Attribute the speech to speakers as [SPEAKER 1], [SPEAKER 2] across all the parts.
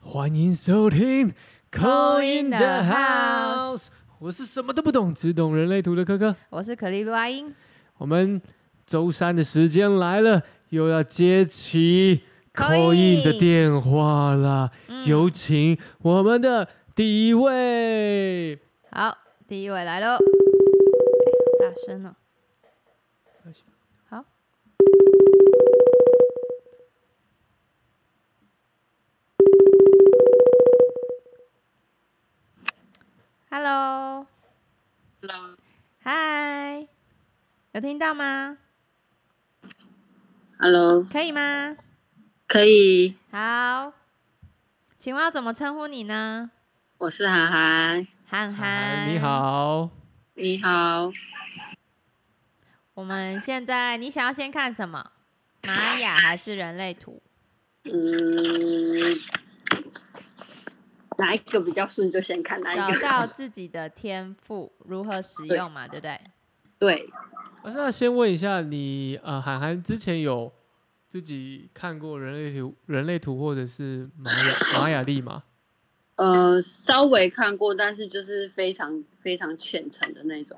[SPEAKER 1] 欢迎收听《Call
[SPEAKER 2] in
[SPEAKER 1] in the
[SPEAKER 2] the
[SPEAKER 1] House
[SPEAKER 2] House》，
[SPEAKER 1] 我是什么都不懂，只懂人类图的科科。
[SPEAKER 2] 我是可丽露阿英，
[SPEAKER 1] 我们周三的时间来了，又要接起 Call
[SPEAKER 2] Call
[SPEAKER 1] in
[SPEAKER 2] in
[SPEAKER 1] 的电话啦。有请我们的第一位，
[SPEAKER 2] 好，第一位来喽，哎大声哦，好，Hello，
[SPEAKER 3] Hello，
[SPEAKER 2] 嗨，有听到吗？
[SPEAKER 3] Hello，
[SPEAKER 2] 可以吗？
[SPEAKER 3] 可以，
[SPEAKER 2] 好，请问要怎么称呼你呢？
[SPEAKER 3] 我是涵涵，
[SPEAKER 2] 涵
[SPEAKER 1] 嗨
[SPEAKER 2] 涵，
[SPEAKER 1] 你。好。
[SPEAKER 3] 你好，
[SPEAKER 2] 我们现在你想要先看什么？玛雅还是人类图？
[SPEAKER 3] 嗯，哪一个比较顺就先看哪一
[SPEAKER 2] 找
[SPEAKER 3] 个，
[SPEAKER 2] 到自己的天赋，如何使用嘛，对不对？
[SPEAKER 3] 对，
[SPEAKER 1] 我那先问一下你，呃，涵涵之前有自己看过人类图、人类图或者是玛雅玛雅历吗？
[SPEAKER 3] 呃，稍微看过，但是就是非常非常浅层的那种，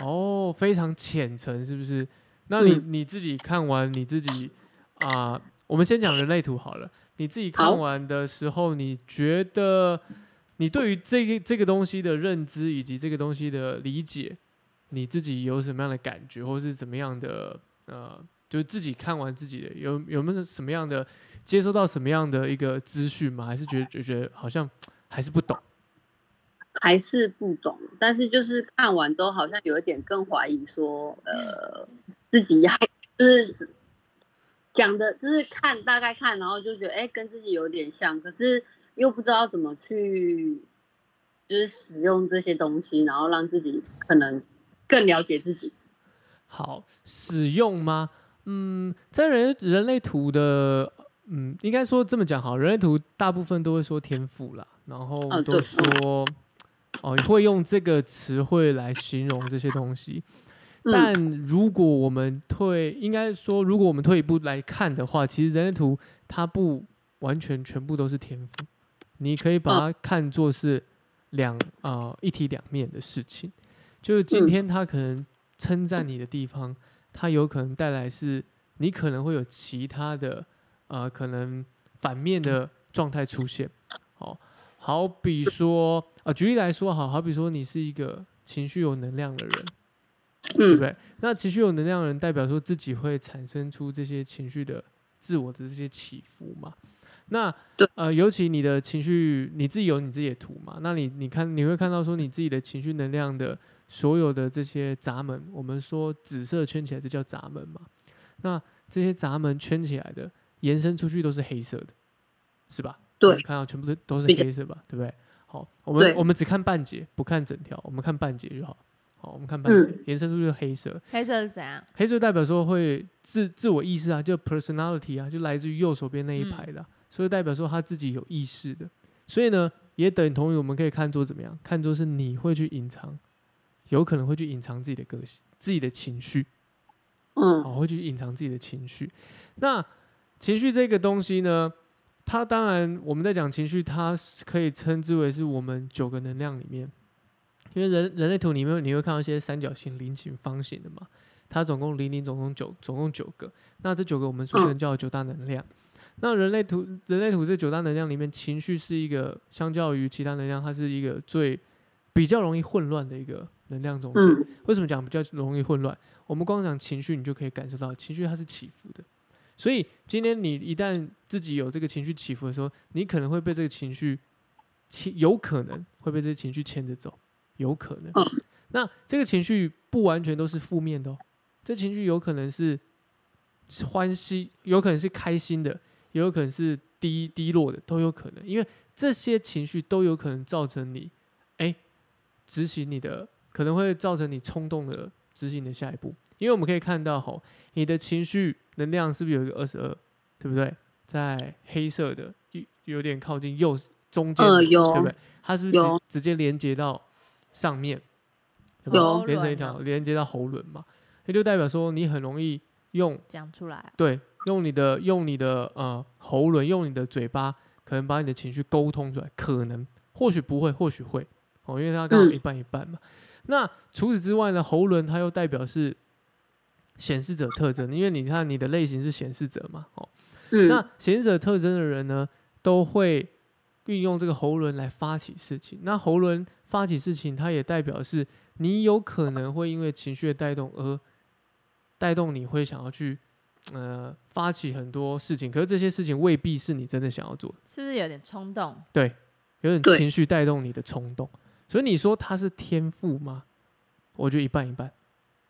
[SPEAKER 1] 哦，非常浅层，是不是？那你、
[SPEAKER 3] 嗯
[SPEAKER 1] 你自己看完你自己啊、我们先讲人类图好了。你自己
[SPEAKER 3] 好
[SPEAKER 1] 看完的时候，你觉得你对于这个这个东西的认知以及这个东西的理解，你自己有什么样的感觉，或是怎么样的呃，就是自己看完自己的有有没有什么样的接收到什么样的一个资讯吗？还是觉得觉觉得好像还是不懂？
[SPEAKER 3] 还是不懂，但是就是看完都好像有一点更怀疑说，呃，自己还就是讲的，就是看大概看，然后就觉得哎、跟自己有点像，可是又不知道怎么去就是使用这些东西，然后让自己可能更了解自己。
[SPEAKER 1] 好使用吗？嗯，在人人类图的，嗯，应该说这么讲好，人类图大部分都会说天赋啦，然后
[SPEAKER 3] 哦
[SPEAKER 1] 都
[SPEAKER 3] 对
[SPEAKER 1] 说哦会用这个词汇来形容这些东西。
[SPEAKER 3] 嗯
[SPEAKER 1] 但如果我们退，应该说如果我们退一步来看的话，其实人类图它不完全全部都是天赋，你可以把
[SPEAKER 3] 嗯
[SPEAKER 1] 它看作是两啊、一体两面的事情。就是今
[SPEAKER 3] 嗯
[SPEAKER 1] 天他可能称赞你的地方，它有可能带来是你可能会有其他的呃可能反面的状态出现。哦，好比说啊、举例来说，好好比说你是一个情绪有能量的人，对不
[SPEAKER 3] 嗯
[SPEAKER 1] 对？那情绪有能量的人，代表说自己会产生出这些情绪的自我的这些起伏嘛。那
[SPEAKER 3] 对
[SPEAKER 1] 呃，尤其你的情绪，你自己有你自己的图嘛？那你你看，你会看到说你自己的情绪能量的所有的这些闸门，我们说紫色圈起来，这叫闸门嘛？那这些闸门圈起来的，延伸出去都是黑色的，是吧？
[SPEAKER 3] 对
[SPEAKER 1] 我们看到全部都都是
[SPEAKER 3] 比较
[SPEAKER 1] 黑色吧，对不对？好，我们
[SPEAKER 3] 对
[SPEAKER 1] 我们只看半截，不看整条，我们看半截就好。好，我们看半
[SPEAKER 3] 嗯
[SPEAKER 1] 截，延伸出去是黑色，
[SPEAKER 2] 黑色是怎样？
[SPEAKER 1] 黑色代表说会自自我意识啊，就 personality 啊，就来自于右手边那一排的啊、所以代表说他自己有意识的。所以呢，也等同于我们可以看作怎么样？看作是你会去隐藏，有可能会去隐藏自己的个性、自己的情绪，
[SPEAKER 3] 嗯
[SPEAKER 1] 哦，会去隐藏自己的情绪。那情绪这个东西呢，它当然我们在讲情绪，它是可以称之为是我们九个能量里面，因为人人类图里面你会看到一些三角形、菱形、方形的嘛，它总共零零总共九总共九个，那这九个我们俗
[SPEAKER 3] 嗯
[SPEAKER 1] 称叫九大能量。那人类图人类图这九大能量里面，情绪是一个相较于其他能量，它是一个最比较容易混乱的一个能量中心。
[SPEAKER 3] 嗯
[SPEAKER 1] 为什么讲比较容易混乱？我们光讲情绪，你就可以感受到情绪它是起伏的。所以今天你一旦自己有这个情绪起伏的时候，你可能会被这个情绪牵，有可能会被这个情绪牵着走，有可能。
[SPEAKER 3] 嗯
[SPEAKER 1] 那这个情绪不完全都是负面的哦，这情绪有可能是是欢喜，有可能是开心的，也有可能是低低落的，都有可能。因为这些情绪都有可能造成你，哎，执行你的，可能会造成你冲动的执行你的下一步。因为我们可以看到，吼，你的情绪能量是不是有一个二十二，对不对？在黑色的，有有点靠近右中间的，
[SPEAKER 3] 呃有
[SPEAKER 1] 对不对？它是不是直
[SPEAKER 3] 有
[SPEAKER 1] 直接连接到上面？对吧
[SPEAKER 3] 有
[SPEAKER 1] 连成一
[SPEAKER 2] 喉
[SPEAKER 1] 条，
[SPEAKER 2] 轮啊
[SPEAKER 1] 连接到喉轮嘛，也就代表说你很容易用
[SPEAKER 2] 讲出来啊，
[SPEAKER 1] 对，用你的用你的呃喉轮，用你的嘴巴，可能把你的情绪沟通出来，可能或许不会，或许会哦，因为它刚好
[SPEAKER 3] 嗯
[SPEAKER 1] 一半一半嘛。那除此之外呢，喉轮它又代表是显示者特征，因为你看你的类型是显示者嘛，哦，
[SPEAKER 3] 嗯
[SPEAKER 1] 那显示者特征的人呢，都会运用这个喉轮来发起事情。那喉轮发起事情，它也代表是你有可能会因为情绪的带动而带动你会想要去呃发起很多事情，可是这些事情未必是你真的想要做的，
[SPEAKER 2] 是不是有点冲动？
[SPEAKER 1] 对，有点
[SPEAKER 3] 对
[SPEAKER 1] 情绪带动你的冲动。所以你说它是天赋吗？我觉得一半一半。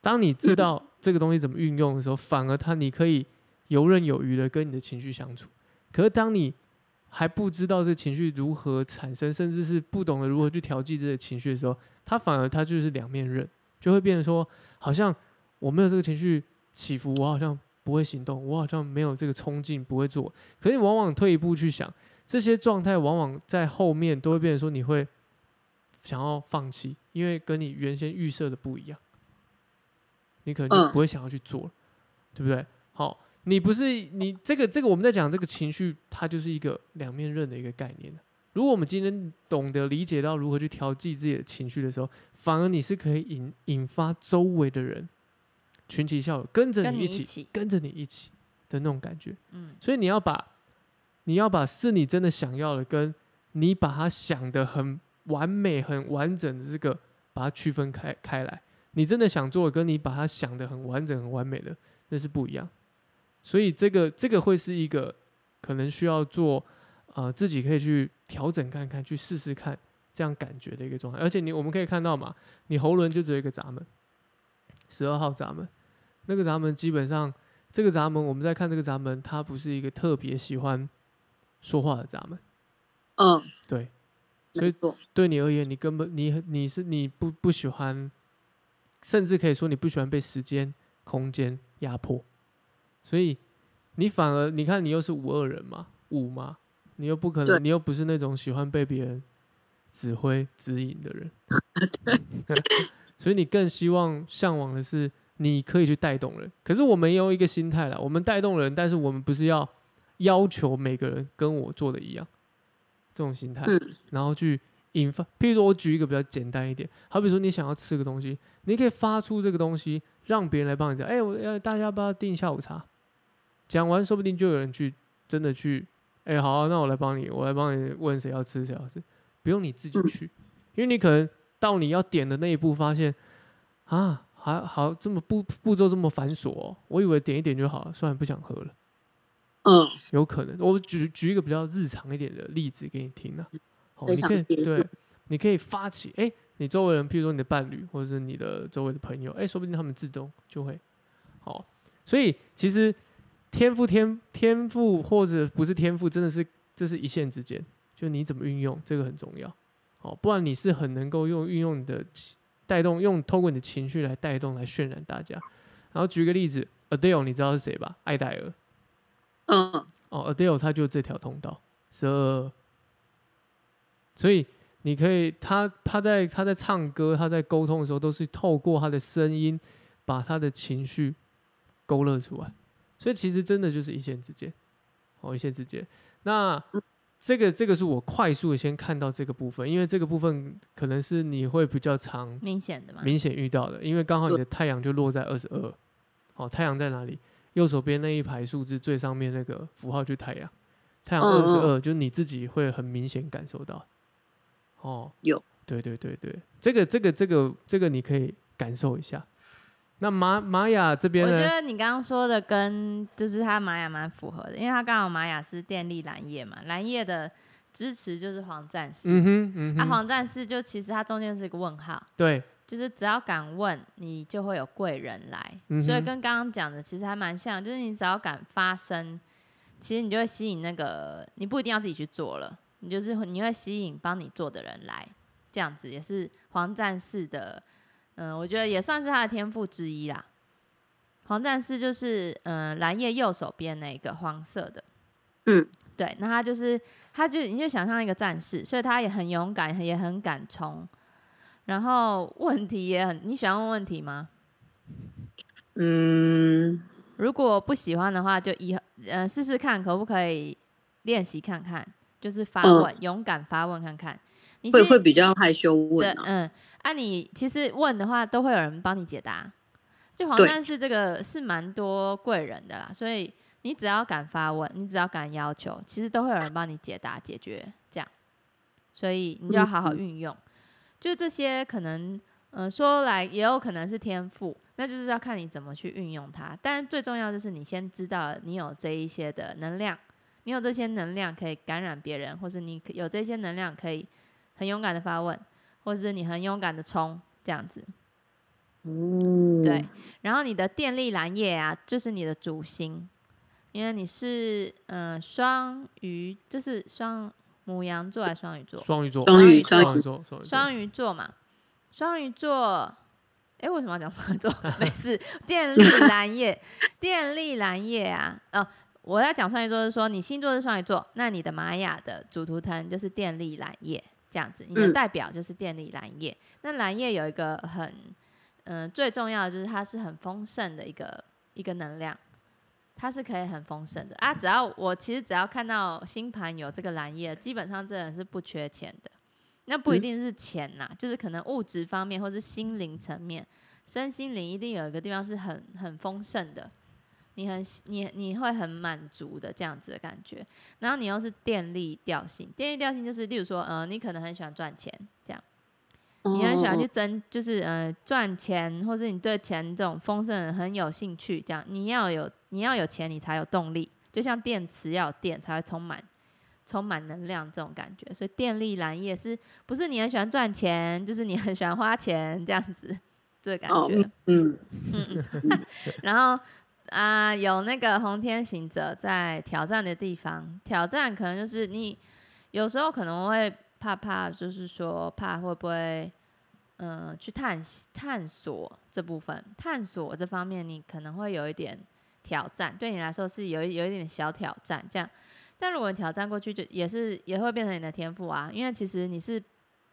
[SPEAKER 1] 当你知
[SPEAKER 3] 嗯
[SPEAKER 1] 道这个东西怎么运用的时候，反而它你可以游刃有余的跟你的情绪相处。可是当你还不知道这情绪如何产生，甚至是不懂得如何去调剂这些情绪的时候，它反而它就是两面刃，就会变成说，好像我没有这个情绪起伏，我好像不会行动，我好像没有这个冲劲，不会做。可是你往往退一步去想，这些状态往往在后面都会变成说，你会想要放弃，因为跟你原先预设的不一样，你可能就
[SPEAKER 3] 嗯
[SPEAKER 1] 不会想要去做了，对不对？好，你不是你这个这个我们在讲这个情绪，它就是一个两面刃的一个概念。如果我们今天懂得理解到如何去调剂自己的情绪的时候，反而你是可以引引发周围的人群体效应，跟着
[SPEAKER 2] 跟
[SPEAKER 1] 你
[SPEAKER 2] 你
[SPEAKER 1] 一
[SPEAKER 2] 一
[SPEAKER 1] 起，
[SPEAKER 2] 起
[SPEAKER 1] 跟着你一起的那种感觉。
[SPEAKER 2] 嗯，
[SPEAKER 1] 所以你要把你要把是你真的想要的，跟你把它想的很完美、很完整的这个，把它区分开开来。你真的想做的，跟你把它想的很完整、很完美的，那是不一样。所以这个这个会是一个可能需要做，呃，自己可以去调整看看，去试试看这样感觉的一个状态。而且你我们可以看到嘛，你喉轮就只有一个闸门，十二号闸门，那个闸门基本上这个闸门，我们在看这个闸门，它不是一个特别喜欢说话的闸门，
[SPEAKER 3] 嗯，
[SPEAKER 1] 对，所以
[SPEAKER 3] 没错，
[SPEAKER 1] 对你而言，你根本你你是你不不喜欢，甚至可以说你不喜欢被时间、空间压迫，所以你反而你看你又是五二人嘛，五嘛，你又不可
[SPEAKER 3] 对
[SPEAKER 1] 能，你又不是那种喜欢被别人指挥指引的 人，所以你更希望向往的是你可以去带动人。可是我们也有一个心态啦，我们带动人，但是我们不是要要求每个人跟我做的一样，这种心态。
[SPEAKER 3] 嗯
[SPEAKER 1] 然后去引发。譬如说，我举一个比较简单一点，好比说你想要吃个东西，你可以发出这个东西，让别人来帮你讲。哎、我要大家要不要订下午茶？讲完，说不定就有人去真的去。哎、好啊、那我来帮你，我来帮你问谁要吃，谁要吃，不用你自己
[SPEAKER 3] 嗯
[SPEAKER 1] 去，因为你可能到你要点的那一步，发现啊，还好这么步步骤这么繁琐、哦，我以为点一点就好了，算了，不想喝了。
[SPEAKER 3] 嗯，
[SPEAKER 1] 有可能。我举举一个比较日常一点的例子给你听啊，哦，
[SPEAKER 3] 非
[SPEAKER 1] 你
[SPEAKER 3] 常
[SPEAKER 1] 可以
[SPEAKER 3] 接
[SPEAKER 1] 对
[SPEAKER 3] 受，
[SPEAKER 1] 你可以发起，哎、你周围人，譬如说你的伴侣或者是你的周围的朋友，哎、说不定他们自动就会，好，所以其实天赋天天赋或者不是天赋，真的是这是一线之间，就你怎么运用这个很重要，哦，不然你是很能够用运用你的情带动，用透过你的情绪来带动来渲染大家。然后举个例子，Adele 你知道是谁吧？艾戴尔，
[SPEAKER 3] 嗯，
[SPEAKER 1] 哦，Adele 它就这条通道十二，所以你可以，他他在他在唱歌，他在沟通的时候，都是透过他的声音把他的情绪勾勒出来，所以其实真的就是一线之间，哦，一线之间。那这个这个是我快速的先看到这个部分，因为这个部分可能是你会比较常
[SPEAKER 2] 明显的嘛，
[SPEAKER 1] 明显遇到的，因为刚好你的太阳就落在二十二。好，太阳在哪里？右手边那一排数字最上面那个符号就是太阳，太阳
[SPEAKER 3] 嗯
[SPEAKER 1] 二十
[SPEAKER 3] 嗯
[SPEAKER 1] 二，就是你自己会很明显感受到。哦，
[SPEAKER 3] 有，
[SPEAKER 1] 对对对对，这个这个这个这个你可以感受一下。那玛玛雅这边
[SPEAKER 2] 我觉
[SPEAKER 1] 呢？
[SPEAKER 2] 得你刚刚说的跟就是他玛雅蛮符合的，因为他刚好玛雅是电力蓝叶嘛，蓝叶的支持就是黄战士，
[SPEAKER 1] 嗯哼嗯
[SPEAKER 2] 啊，
[SPEAKER 1] 哼，
[SPEAKER 2] 黄战士就其实它中间是一个问号，
[SPEAKER 1] 对，
[SPEAKER 2] 就是只要敢问，你就会有贵人来，
[SPEAKER 1] 嗯哼
[SPEAKER 2] 所以跟刚刚讲的其实还蛮像，就是你只要敢发声，其实你就会吸引那个，你不一定要自己去做了，你就是会你会吸引帮你做的人来，这样子也是黄战士的，嗯，我觉得也算是他的天赋之一啦。黄战士就是嗯蓝叶右手边那个黄色的，
[SPEAKER 3] 嗯，
[SPEAKER 2] 对，那他就是他就你就想象一个战士，所以他也很勇敢，也很敢冲。然后问题也很，你喜欢问问题吗？
[SPEAKER 3] 嗯，
[SPEAKER 2] 如果不喜欢的话，就以呃试试看，可不可以练习看看？就是发
[SPEAKER 3] 嗯
[SPEAKER 2] 问，勇敢发问看看。你
[SPEAKER 3] 会
[SPEAKER 2] 是
[SPEAKER 3] 会比较害羞
[SPEAKER 2] 对，
[SPEAKER 3] 问啊，
[SPEAKER 2] 嗯，啊，你其实问的话，都会有人帮你解答。就黄
[SPEAKER 3] 对
[SPEAKER 2] 战士这个是蛮多贵人的啦，所以你只要敢发问，你只要敢要求，其实都会有人帮你解答解决。这样，所以你就要好好
[SPEAKER 3] 嗯
[SPEAKER 2] 运用。就这些可能，嗯、说来也有可能是天赋，那就是要看你怎么去运用它。但最重要就是你先知道你有这一些的能量，你有这些能量可以感染别人，或是你有这些能量可以很勇敢的发问，或是你很勇敢的冲这样子。
[SPEAKER 3] 嗯，
[SPEAKER 2] 对，然后你的电力蓝叶啊，就是你的主星，因为你是嗯、呃双鱼，就是双母羊座还是双鱼座？
[SPEAKER 1] 双鱼座，
[SPEAKER 3] 双
[SPEAKER 2] 鱼
[SPEAKER 1] 双
[SPEAKER 3] 双
[SPEAKER 1] 鱼座，双鱼
[SPEAKER 3] 鱼
[SPEAKER 1] 座，
[SPEAKER 2] 双鱼座嘛，双鱼座。哎，为什么要讲双鱼座？ 没事，电力蓝叶， 电力蓝叶啊，哦，我要讲双鱼座是说你星座是双鱼座，那你的玛雅的主图腾就是电力蓝叶，这样子，你的
[SPEAKER 3] 嗯
[SPEAKER 2] 代表就是电力蓝叶。那蓝叶有一个很，嗯、最重要的就是它是很丰盛的一个一个能量，它是可以很丰盛的啊。只要我其实只要看到星盘有这个蓝叶，基本上这人是不缺钱的。那不一
[SPEAKER 3] 嗯
[SPEAKER 2] 定是钱啦，就是可能物质方面或是心灵层面，身心灵一定有一个地方是很很丰盛的，你很你你会很满足的这样子的感觉。然后你又是电力调性，电力调性就是例如说，呃，你可能很喜欢赚钱，这样你很喜欢去
[SPEAKER 3] 哦
[SPEAKER 2] 争，就是呃赚钱，或是你对钱这种丰盛很有兴趣，这样你要有你要有钱，你才有动力，就像电池要有电才会充满。充满能量这种感觉，所以电力蓝叶是不是你很喜欢赚钱，就是你很喜欢花钱这样子，这个感
[SPEAKER 3] 哦
[SPEAKER 2] 觉。，
[SPEAKER 3] 嗯，
[SPEAKER 2] 然后啊、有那个红天行者在挑战的地方，挑战可能就是你有时候可能会怕怕，就是说怕会不会，嗯、去探探索这部分，探索这方面你可能会有一点挑战，对你来说是有一有一点小挑战这样。但如果你挑战过去，就也是也会变成你的天赋啊，因为其实你是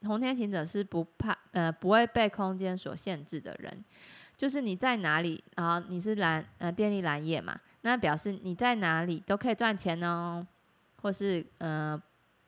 [SPEAKER 2] 红天行者，是不怕呃不会被空间所限制的人，就是你在哪里啊，你是蓝呃电力蓝叶嘛，那表示你在哪里都可以赚钱哦，或是呃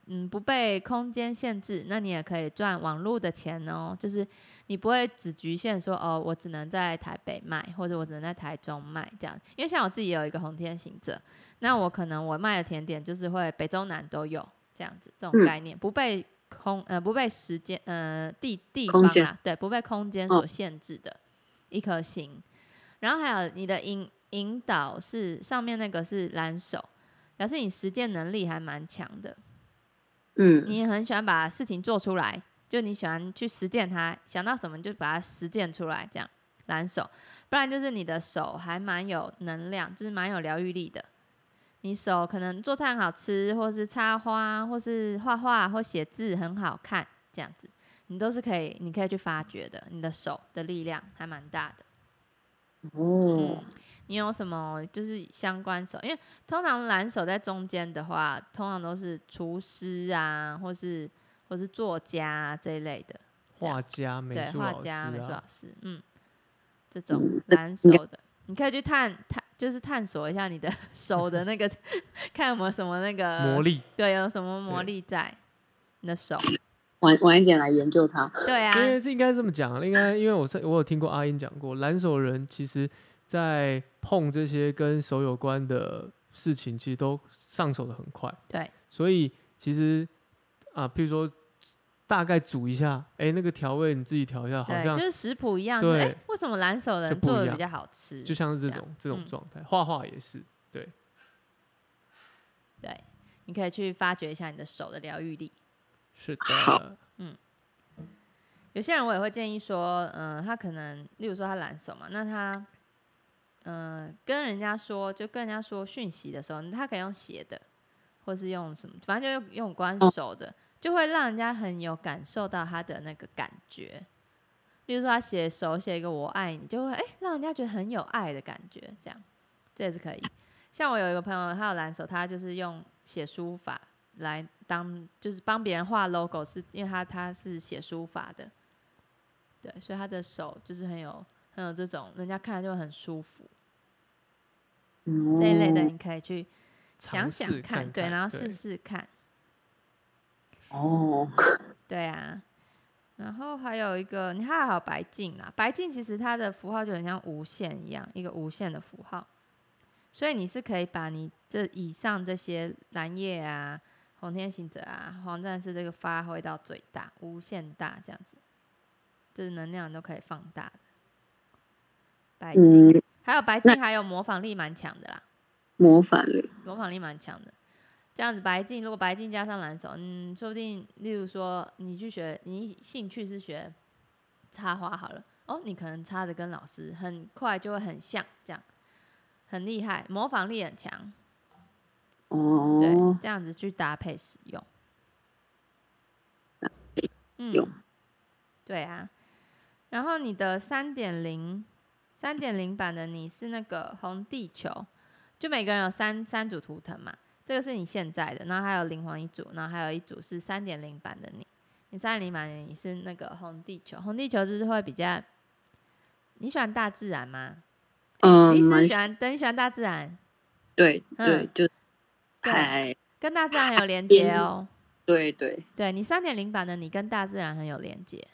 [SPEAKER 2] 嗯不被空间限制，那你也可以赚网络的钱哦，就是你不会只局限说哦，我只能在台北卖，或者我只能在台中卖这样，因为像我自己也有一个红天行者，那我可能我卖的甜点就是会北中南都有这样子这种
[SPEAKER 3] 嗯
[SPEAKER 2] 概念，不被空呃不被时间呃地地
[SPEAKER 3] 空
[SPEAKER 2] 方
[SPEAKER 3] 间
[SPEAKER 2] 啦，对，不被空间
[SPEAKER 3] 哦
[SPEAKER 2] 所限制的一颗星。然后还有你的引引导是上面那个是蓝手，表示你实践能力还蛮强的，
[SPEAKER 3] 嗯，
[SPEAKER 2] 你也很喜欢把事情做出来，就你喜欢去实践它，想到什么就把它实践出来，这样蓝手。不然就是你的手还蛮有能量，就是蛮有疗愈力的。你手可能做菜很好吃，或是插花，或是画画，或写字很好看，这样子，你都是可以，你可以去发掘的。你的手的力量还蛮大的。
[SPEAKER 3] 哦
[SPEAKER 2] 嗯，，你有什么就是相关手？因为通常蓝手在中间的话，通常都是厨师啊，或是或是作家、啊、这一类的，
[SPEAKER 1] 画家、美
[SPEAKER 2] 对，
[SPEAKER 1] 术
[SPEAKER 2] 画
[SPEAKER 1] 老师
[SPEAKER 2] 家、美术
[SPEAKER 1] 啊
[SPEAKER 2] 老，师，嗯，这种
[SPEAKER 3] 嗯
[SPEAKER 2] 蓝手的，你可以去探探，就是探索一下你的 手的那个，看有没有什么那个
[SPEAKER 1] 魔，力。
[SPEAKER 2] 对，有什么魔
[SPEAKER 1] 对
[SPEAKER 2] 力在你的手，
[SPEAKER 3] 晚晚一点来研究它，
[SPEAKER 2] 对啊，
[SPEAKER 1] 因为这应该这么讲，啊应该因为我是我有听过阿英讲过，蓝手人其实在碰这些跟手有关的事情，其实都上手的很快。
[SPEAKER 2] 对，
[SPEAKER 1] 所以其实啊，譬如说大概煮一下，哎、那个调味你自己调一下，好
[SPEAKER 2] 对，
[SPEAKER 1] 像
[SPEAKER 2] 就是食谱一样，
[SPEAKER 1] 对
[SPEAKER 2] 哎，为什么蓝手的
[SPEAKER 1] 就
[SPEAKER 2] 人
[SPEAKER 1] 不
[SPEAKER 2] 做
[SPEAKER 1] 一
[SPEAKER 2] 的
[SPEAKER 1] 样
[SPEAKER 2] 比较好吃？
[SPEAKER 1] 就像是
[SPEAKER 2] 这
[SPEAKER 1] 这
[SPEAKER 2] 样
[SPEAKER 1] 种这种
[SPEAKER 2] 嗯
[SPEAKER 1] 状态，画画也是。
[SPEAKER 2] 对，你可以去发掘一下你的手的疗愈力。
[SPEAKER 1] 是
[SPEAKER 3] 好
[SPEAKER 1] 的，
[SPEAKER 2] 有些人我也会建议说，嗯、他可能，例如说他懒手嘛，那他，嗯、跟人家说，就跟人家说讯息的时候，他可以用写的，或是用什么，反正就用用关手的，就会让人家很有感受到他的那个感觉。例如说他写手写一个“我爱你”，就会哎、诶让人家觉得很有爱的感觉，这样这也是可以。像我有一个朋友，他有蓝手，他就是用写书法来当，就是帮别人画 logo，是因为他他是写书法的，对，所以他的手就是很有很有这种，人家看了就会很舒服。
[SPEAKER 3] 这
[SPEAKER 2] 嗯这一类的，你可以去想
[SPEAKER 1] 尝试看
[SPEAKER 2] 想
[SPEAKER 1] 看
[SPEAKER 2] 对，然后试试看。
[SPEAKER 3] 哦，
[SPEAKER 2] 对啊，然后还有一个，你还好白净啦，白净其实它的符号就很像无限一样，一个无限的符号，所以你是可以把你这以上这些蓝叶啊、红天行者啊、黄战士这个发挥到最大，无限大这样子，这能量都可以放大的。白净、
[SPEAKER 3] 嗯，
[SPEAKER 2] 还有白净，还有模仿力蛮强的啦，
[SPEAKER 3] 模仿力，
[SPEAKER 2] 模仿力蛮强的。这样子白净，如果白净加上蓝手，嗯，说不定，例如说你去学，你兴趣是学插花好了，哦，你可能插的跟老师很快就会很像，这样很厉害，模仿力很强，对，
[SPEAKER 3] 哦，
[SPEAKER 2] 这样子去搭配使用，
[SPEAKER 3] 用
[SPEAKER 2] 嗯，对啊，然后你的三点零三点零版的你是那个红地球，就每个人有三三组图腾嘛，这个是你现在的，然后还有灵魂一组，然后还有一组是三点零版的你。你三点零版的你是那个红地球，红地球就是会比较，你喜欢大自然吗？
[SPEAKER 3] 嗯，
[SPEAKER 2] 你是
[SPEAKER 3] 蛮
[SPEAKER 2] 喜欢，等你喜欢大自然，
[SPEAKER 3] 对
[SPEAKER 2] 嗯
[SPEAKER 3] 对，就
[SPEAKER 2] 对
[SPEAKER 3] 海，
[SPEAKER 2] 跟大自然很有连
[SPEAKER 3] 边
[SPEAKER 2] 接哦。
[SPEAKER 3] 对对，
[SPEAKER 2] 对你三点零版的你跟大自然很有连接，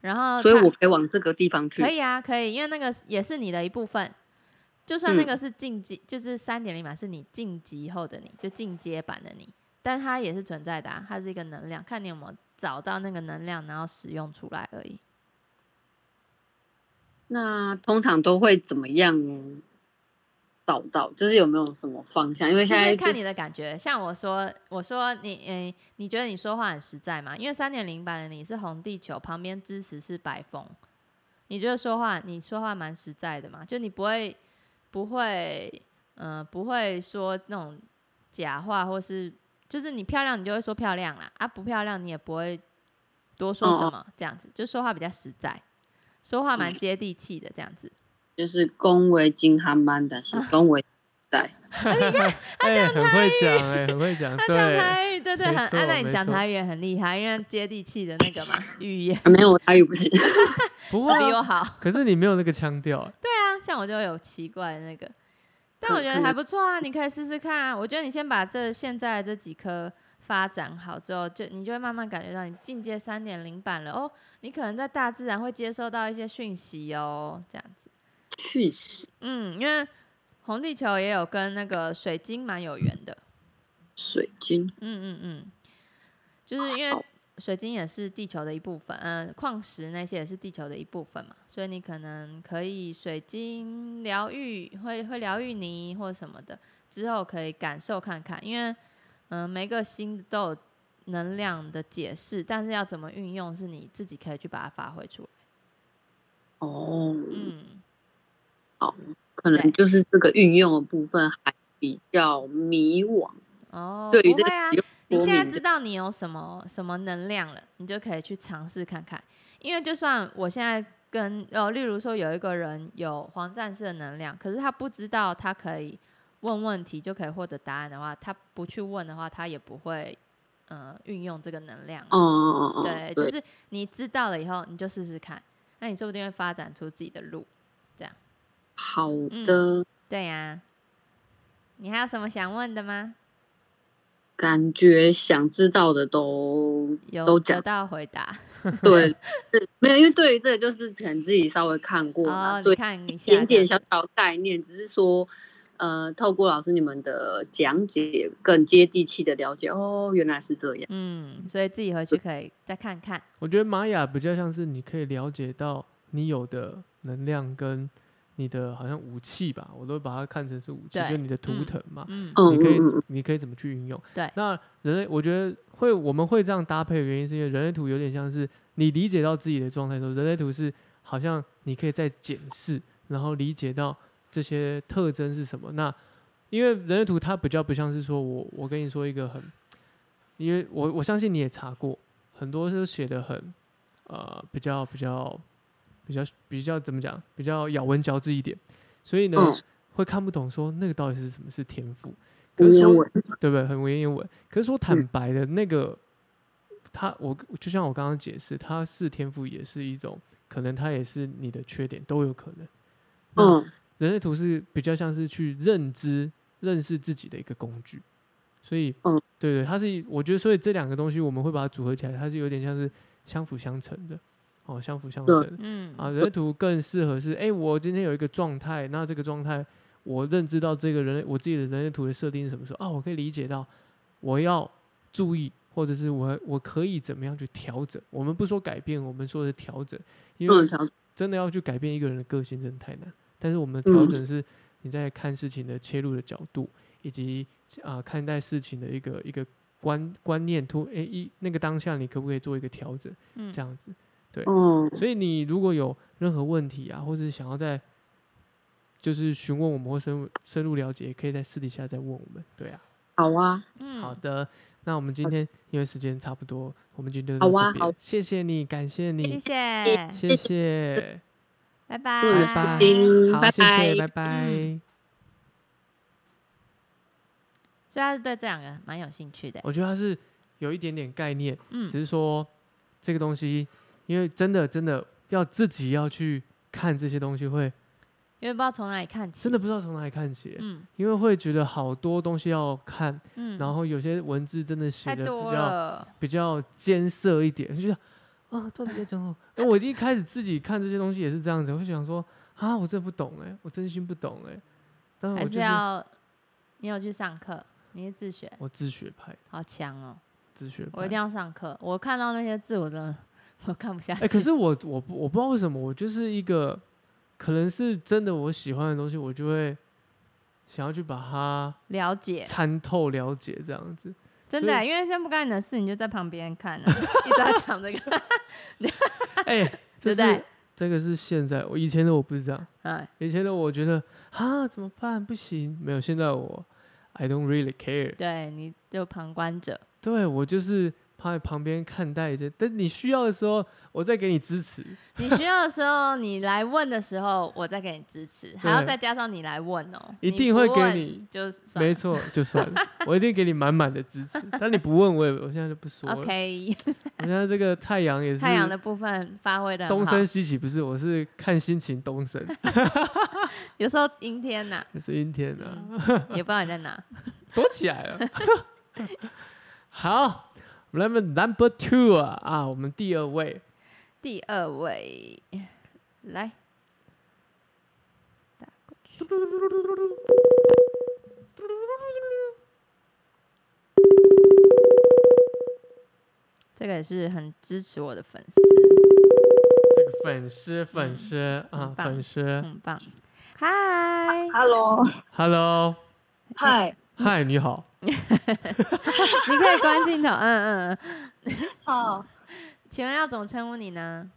[SPEAKER 2] 然后
[SPEAKER 3] 所以
[SPEAKER 2] 哦它
[SPEAKER 3] 我可以往这个地方去
[SPEAKER 2] 可，以啊，可以，因为那个也是你的一部分。就算那
[SPEAKER 3] 嗯
[SPEAKER 2] 个是晋级，就是三点零版是你晋级后的你，就进阶版的你，但它也是存在的、啊，它是一个能量，看你有没有找到那个能量，然后使用出来而已。
[SPEAKER 3] 那通常都会怎么样找到？就是有没有什么方向？因为
[SPEAKER 2] 就
[SPEAKER 3] 现在
[SPEAKER 2] 是
[SPEAKER 3] 就
[SPEAKER 2] 看你的感觉，像我说，我说你，诶、你觉得你说话很实在吗？因为三点零版的你是红地球，旁边支持是白风，你觉得说话，你说话蛮实在的嘛？就你不会，不会，呃，不会说那种假话，或是就是你漂亮，你就会说漂亮啦，啊，不漂亮你也不会多说什
[SPEAKER 3] 哦嗯
[SPEAKER 2] 么，这样子，就说话比较实在，说话蛮接地气的这样子。
[SPEAKER 3] 就是恭维金汉班的，
[SPEAKER 2] 嗯
[SPEAKER 3] 是恭维在，
[SPEAKER 1] 哎、很会讲，哎、很会 讲，
[SPEAKER 2] 他讲
[SPEAKER 1] 对，
[SPEAKER 2] 台语，对对，
[SPEAKER 1] 没
[SPEAKER 2] 很
[SPEAKER 1] 错
[SPEAKER 2] 安娜，你
[SPEAKER 1] 没
[SPEAKER 2] 讲
[SPEAKER 1] 错
[SPEAKER 2] 台语也很厉害，因为接地气的那个嘛语 言
[SPEAKER 3] 啊没有我台语不行，
[SPEAKER 1] 不会、
[SPEAKER 2] 比我
[SPEAKER 1] 啊，
[SPEAKER 2] 好。
[SPEAKER 1] 可是你没有那个腔调、哎
[SPEAKER 2] 对啊，像我就有奇怪的那个，但
[SPEAKER 3] 可
[SPEAKER 2] 我觉
[SPEAKER 3] 可
[SPEAKER 2] 得还不错啊，你可以试试看啊。我觉得你先把这现在的这几颗发展好之后，就你就会慢慢感觉到你进阶三点零版了哦。你可能在大自然会接收到一些讯息哦，这样子。
[SPEAKER 3] 去死！
[SPEAKER 2] 嗯，因为红地球也有跟那个水晶蛮有缘的。
[SPEAKER 3] 水晶
[SPEAKER 2] 嗯嗯嗯，就是因为水晶也是地球的一部分，嗯、矿石那些也是地球的一部分嘛，所以你可能可以水晶疗愈，会会疗愈你或什么的，之后可以感受看看，因为嗯、呃每个星都有能量的解释，但是要怎么运用是你自己可以去把它发挥出来。
[SPEAKER 3] 哦，
[SPEAKER 2] 嗯，
[SPEAKER 3] 可
[SPEAKER 2] 对
[SPEAKER 3] 能就是这个运用的部分还比较迷惘。
[SPEAKER 2] 哦，
[SPEAKER 3] 对于
[SPEAKER 2] 不
[SPEAKER 3] 这个
[SPEAKER 2] 会啊
[SPEAKER 3] 使，用
[SPEAKER 2] 你
[SPEAKER 3] 说
[SPEAKER 2] 现在
[SPEAKER 3] 明
[SPEAKER 2] 知道你有什么什么能量了，你就可以去尝试看看。因为就算我现在跟呃，例如说有一个人有黄战士的能量，可是他不知道他可以问问题就可以获得答案的话，他不去问的话，他也不会呃运用这个能量。
[SPEAKER 3] 哦哦哦，
[SPEAKER 2] 对，就
[SPEAKER 3] 对，
[SPEAKER 2] 是你知道了以后，你就试试看，那你说不定会发展出自己的路。
[SPEAKER 3] 好的，
[SPEAKER 2] 对呀、你还有什么想问的吗？
[SPEAKER 3] 感觉想知道的都
[SPEAKER 2] 有
[SPEAKER 3] 都
[SPEAKER 2] 得
[SPEAKER 3] 讲
[SPEAKER 2] 到回答。
[SPEAKER 3] 对，是没有，因为对于这个就是可能自己稍微看过
[SPEAKER 2] 哦
[SPEAKER 3] 嘛，，
[SPEAKER 2] 你
[SPEAKER 3] 所以
[SPEAKER 2] 看你
[SPEAKER 3] 一
[SPEAKER 2] 下
[SPEAKER 3] 点点
[SPEAKER 2] 这
[SPEAKER 3] 小
[SPEAKER 2] 样子
[SPEAKER 3] 小的概念，只是说。呃，透过老师你们的讲解，更接地气的了解哦，原来是这样。
[SPEAKER 2] 嗯，所以自己回去可以再看看。
[SPEAKER 1] 我觉得玛雅比较像是你可以了解到你有的能量跟你的好像武器吧，我都把它看成是武器，
[SPEAKER 2] 对
[SPEAKER 1] 就你的图
[SPEAKER 2] 嗯
[SPEAKER 1] 腾嘛，
[SPEAKER 2] 嗯，
[SPEAKER 3] 嗯
[SPEAKER 1] 你可以
[SPEAKER 3] 嗯嗯嗯，
[SPEAKER 1] 你可以怎么去运用？
[SPEAKER 2] 对
[SPEAKER 1] 那人类我觉得会我们会这样搭配的原因，是因为人类图有点像是你理解到自己的状态的时候，人类图是好像你可以再检视，然后理解到这些特征是什么。那因为人类图它比较不像是说我我跟你说一个很，因为我我相信你也查过，很多是写的很呃比较比较比较比较怎么讲，比较咬文嚼字一点，所以呢、
[SPEAKER 3] 嗯
[SPEAKER 1] 会看不懂说那个到底是什么是天赋。可
[SPEAKER 3] 文
[SPEAKER 1] 是
[SPEAKER 3] 言
[SPEAKER 1] 说
[SPEAKER 3] 文嗯
[SPEAKER 1] 对不对？很文言文。可是说坦白的，那个他，我就像我刚刚解释，他是天赋，也是一种可能，他也是你的缺点，都有可能。那
[SPEAKER 3] 嗯，
[SPEAKER 1] 人类图是比较像是去认知、认识自己的一个工具，所以
[SPEAKER 3] 嗯
[SPEAKER 1] 对对，它是我觉得，所以这两个东西我们会把它组合起来，它是有点像是相辅相成的，哦，相辅相
[SPEAKER 3] 对
[SPEAKER 1] 成。
[SPEAKER 2] 嗯
[SPEAKER 1] 啊，人类图更适合是，哎、我今天有一个状态，那这个状态我认知到这个人类我自己的人类图的设定是什么时候啊，我可以理解到我要注意，或者是我我可以怎么样去调整。我们不说改变，我们说的调整，因
[SPEAKER 3] 不能
[SPEAKER 1] 为
[SPEAKER 3] 调整。
[SPEAKER 1] 真的要去改变一个人的个性真的太难。但是我们的调整是你在看事情的切入的角度，以及啊、看待事情的一个一个观观念突诶、一那个当下你可不可以做一个调整，
[SPEAKER 2] 嗯
[SPEAKER 1] 这样子。
[SPEAKER 3] 哦，
[SPEAKER 1] 所以你如果有任何问题啊，或者是想要在就是询问我们或深入深入了解，也可以在私底下再问我们。对啊，
[SPEAKER 3] 好啊，
[SPEAKER 2] 嗯
[SPEAKER 1] 好的，那我们今天因为时间差不多，我们今天就
[SPEAKER 3] 好
[SPEAKER 1] 到
[SPEAKER 3] 啊
[SPEAKER 1] 这边，
[SPEAKER 3] 好
[SPEAKER 1] 谢谢你，感谢
[SPEAKER 2] 谢
[SPEAKER 1] 你，
[SPEAKER 2] 谢，
[SPEAKER 1] 谢谢，
[SPEAKER 2] 拜拜，
[SPEAKER 3] 嗯
[SPEAKER 1] 拜拜
[SPEAKER 3] 嗯
[SPEAKER 1] 好，
[SPEAKER 3] 拜
[SPEAKER 1] 谢谢，拜
[SPEAKER 3] 拜
[SPEAKER 1] 拜。
[SPEAKER 2] 所以他是对这两个蛮有兴趣的，
[SPEAKER 1] 我觉得它是有一点点概念，
[SPEAKER 2] 嗯
[SPEAKER 1] 只是说这个东西，因为真的真的要自己要去看这些东西会，
[SPEAKER 2] 因为不知道从哪里看起，
[SPEAKER 1] 真的，不知道从哪里看起，
[SPEAKER 2] 嗯
[SPEAKER 1] 因为会觉得好多东西要看。
[SPEAKER 2] 嗯，
[SPEAKER 1] 然后有些文字真的写
[SPEAKER 2] 太
[SPEAKER 1] 的比
[SPEAKER 2] 多
[SPEAKER 1] 较
[SPEAKER 2] 了，
[SPEAKER 1] 比较艰涩一点，就想啊，到底在讲什么？那我一开始自己看这些东西也是这样子，会想说啊，我真的不懂哎、我真心不懂哎、但是我
[SPEAKER 2] 还
[SPEAKER 1] 就是是
[SPEAKER 2] 要你有去上课，你是自学，
[SPEAKER 1] 我自学派，
[SPEAKER 2] 好强哦，
[SPEAKER 1] 自学派。
[SPEAKER 2] 我一定要上课，我看到那些字我真的 我看不下
[SPEAKER 1] 哎、
[SPEAKER 2] 去，
[SPEAKER 1] 可是我我不我不知道为什么，我就是一个可能是真的我喜欢的东西，我就会想要去把它
[SPEAKER 2] 了解，
[SPEAKER 1] 参透了解这样 子。
[SPEAKER 2] 真
[SPEAKER 1] 所以
[SPEAKER 2] 的，因为先不干你的事，你就在旁边看 啊，一直在讲这个，
[SPEAKER 1] 哎、这
[SPEAKER 2] 对不对
[SPEAKER 1] 是这个是现在我以前的我不是这样。
[SPEAKER 2] 哎，
[SPEAKER 1] 以前的我觉得啊怎么办不行，没有现在我 I don't really care，
[SPEAKER 2] 对，你就旁观者，
[SPEAKER 1] 对我就是趴在旁边看待一些，等你需要的时候我再给你支持，
[SPEAKER 2] 你需要的时候，你来问的时候，我再给你支持，还要再加上你来问哦，
[SPEAKER 1] 一
[SPEAKER 2] 你
[SPEAKER 1] 定
[SPEAKER 2] 不
[SPEAKER 1] 会给
[SPEAKER 2] 问
[SPEAKER 1] 你，
[SPEAKER 2] 就是算
[SPEAKER 1] 没
[SPEAKER 2] 了
[SPEAKER 1] 错就算了，我一定给你满满的支持。但你不问我也，我现在就不说了。
[SPEAKER 2] OK，
[SPEAKER 1] 我现在这个太阳也是
[SPEAKER 2] 太阳的部分发挥的
[SPEAKER 1] 东升西起，不是我是看心情东升，
[SPEAKER 2] 有时候阴天 呐、
[SPEAKER 1] 也是阴天啊。
[SPEAKER 2] 也不知道你在哪。
[SPEAKER 1] 躲起来了。 好，我们来 number two 啊啊，我们第二位，
[SPEAKER 2] 第二位，来，这个也是很支持我的粉丝，
[SPEAKER 1] 这个粉丝粉丝啊
[SPEAKER 2] 嗯很棒嗯
[SPEAKER 1] 粉丝
[SPEAKER 2] 很棒。嗨，
[SPEAKER 4] Hello，
[SPEAKER 1] ，Hello，
[SPEAKER 4] 嗨，
[SPEAKER 1] 嗨，你好，
[SPEAKER 2] 你可以 关镜头，嗯嗯嗯。
[SPEAKER 4] 好，
[SPEAKER 2] 请问要怎么称呼你呢？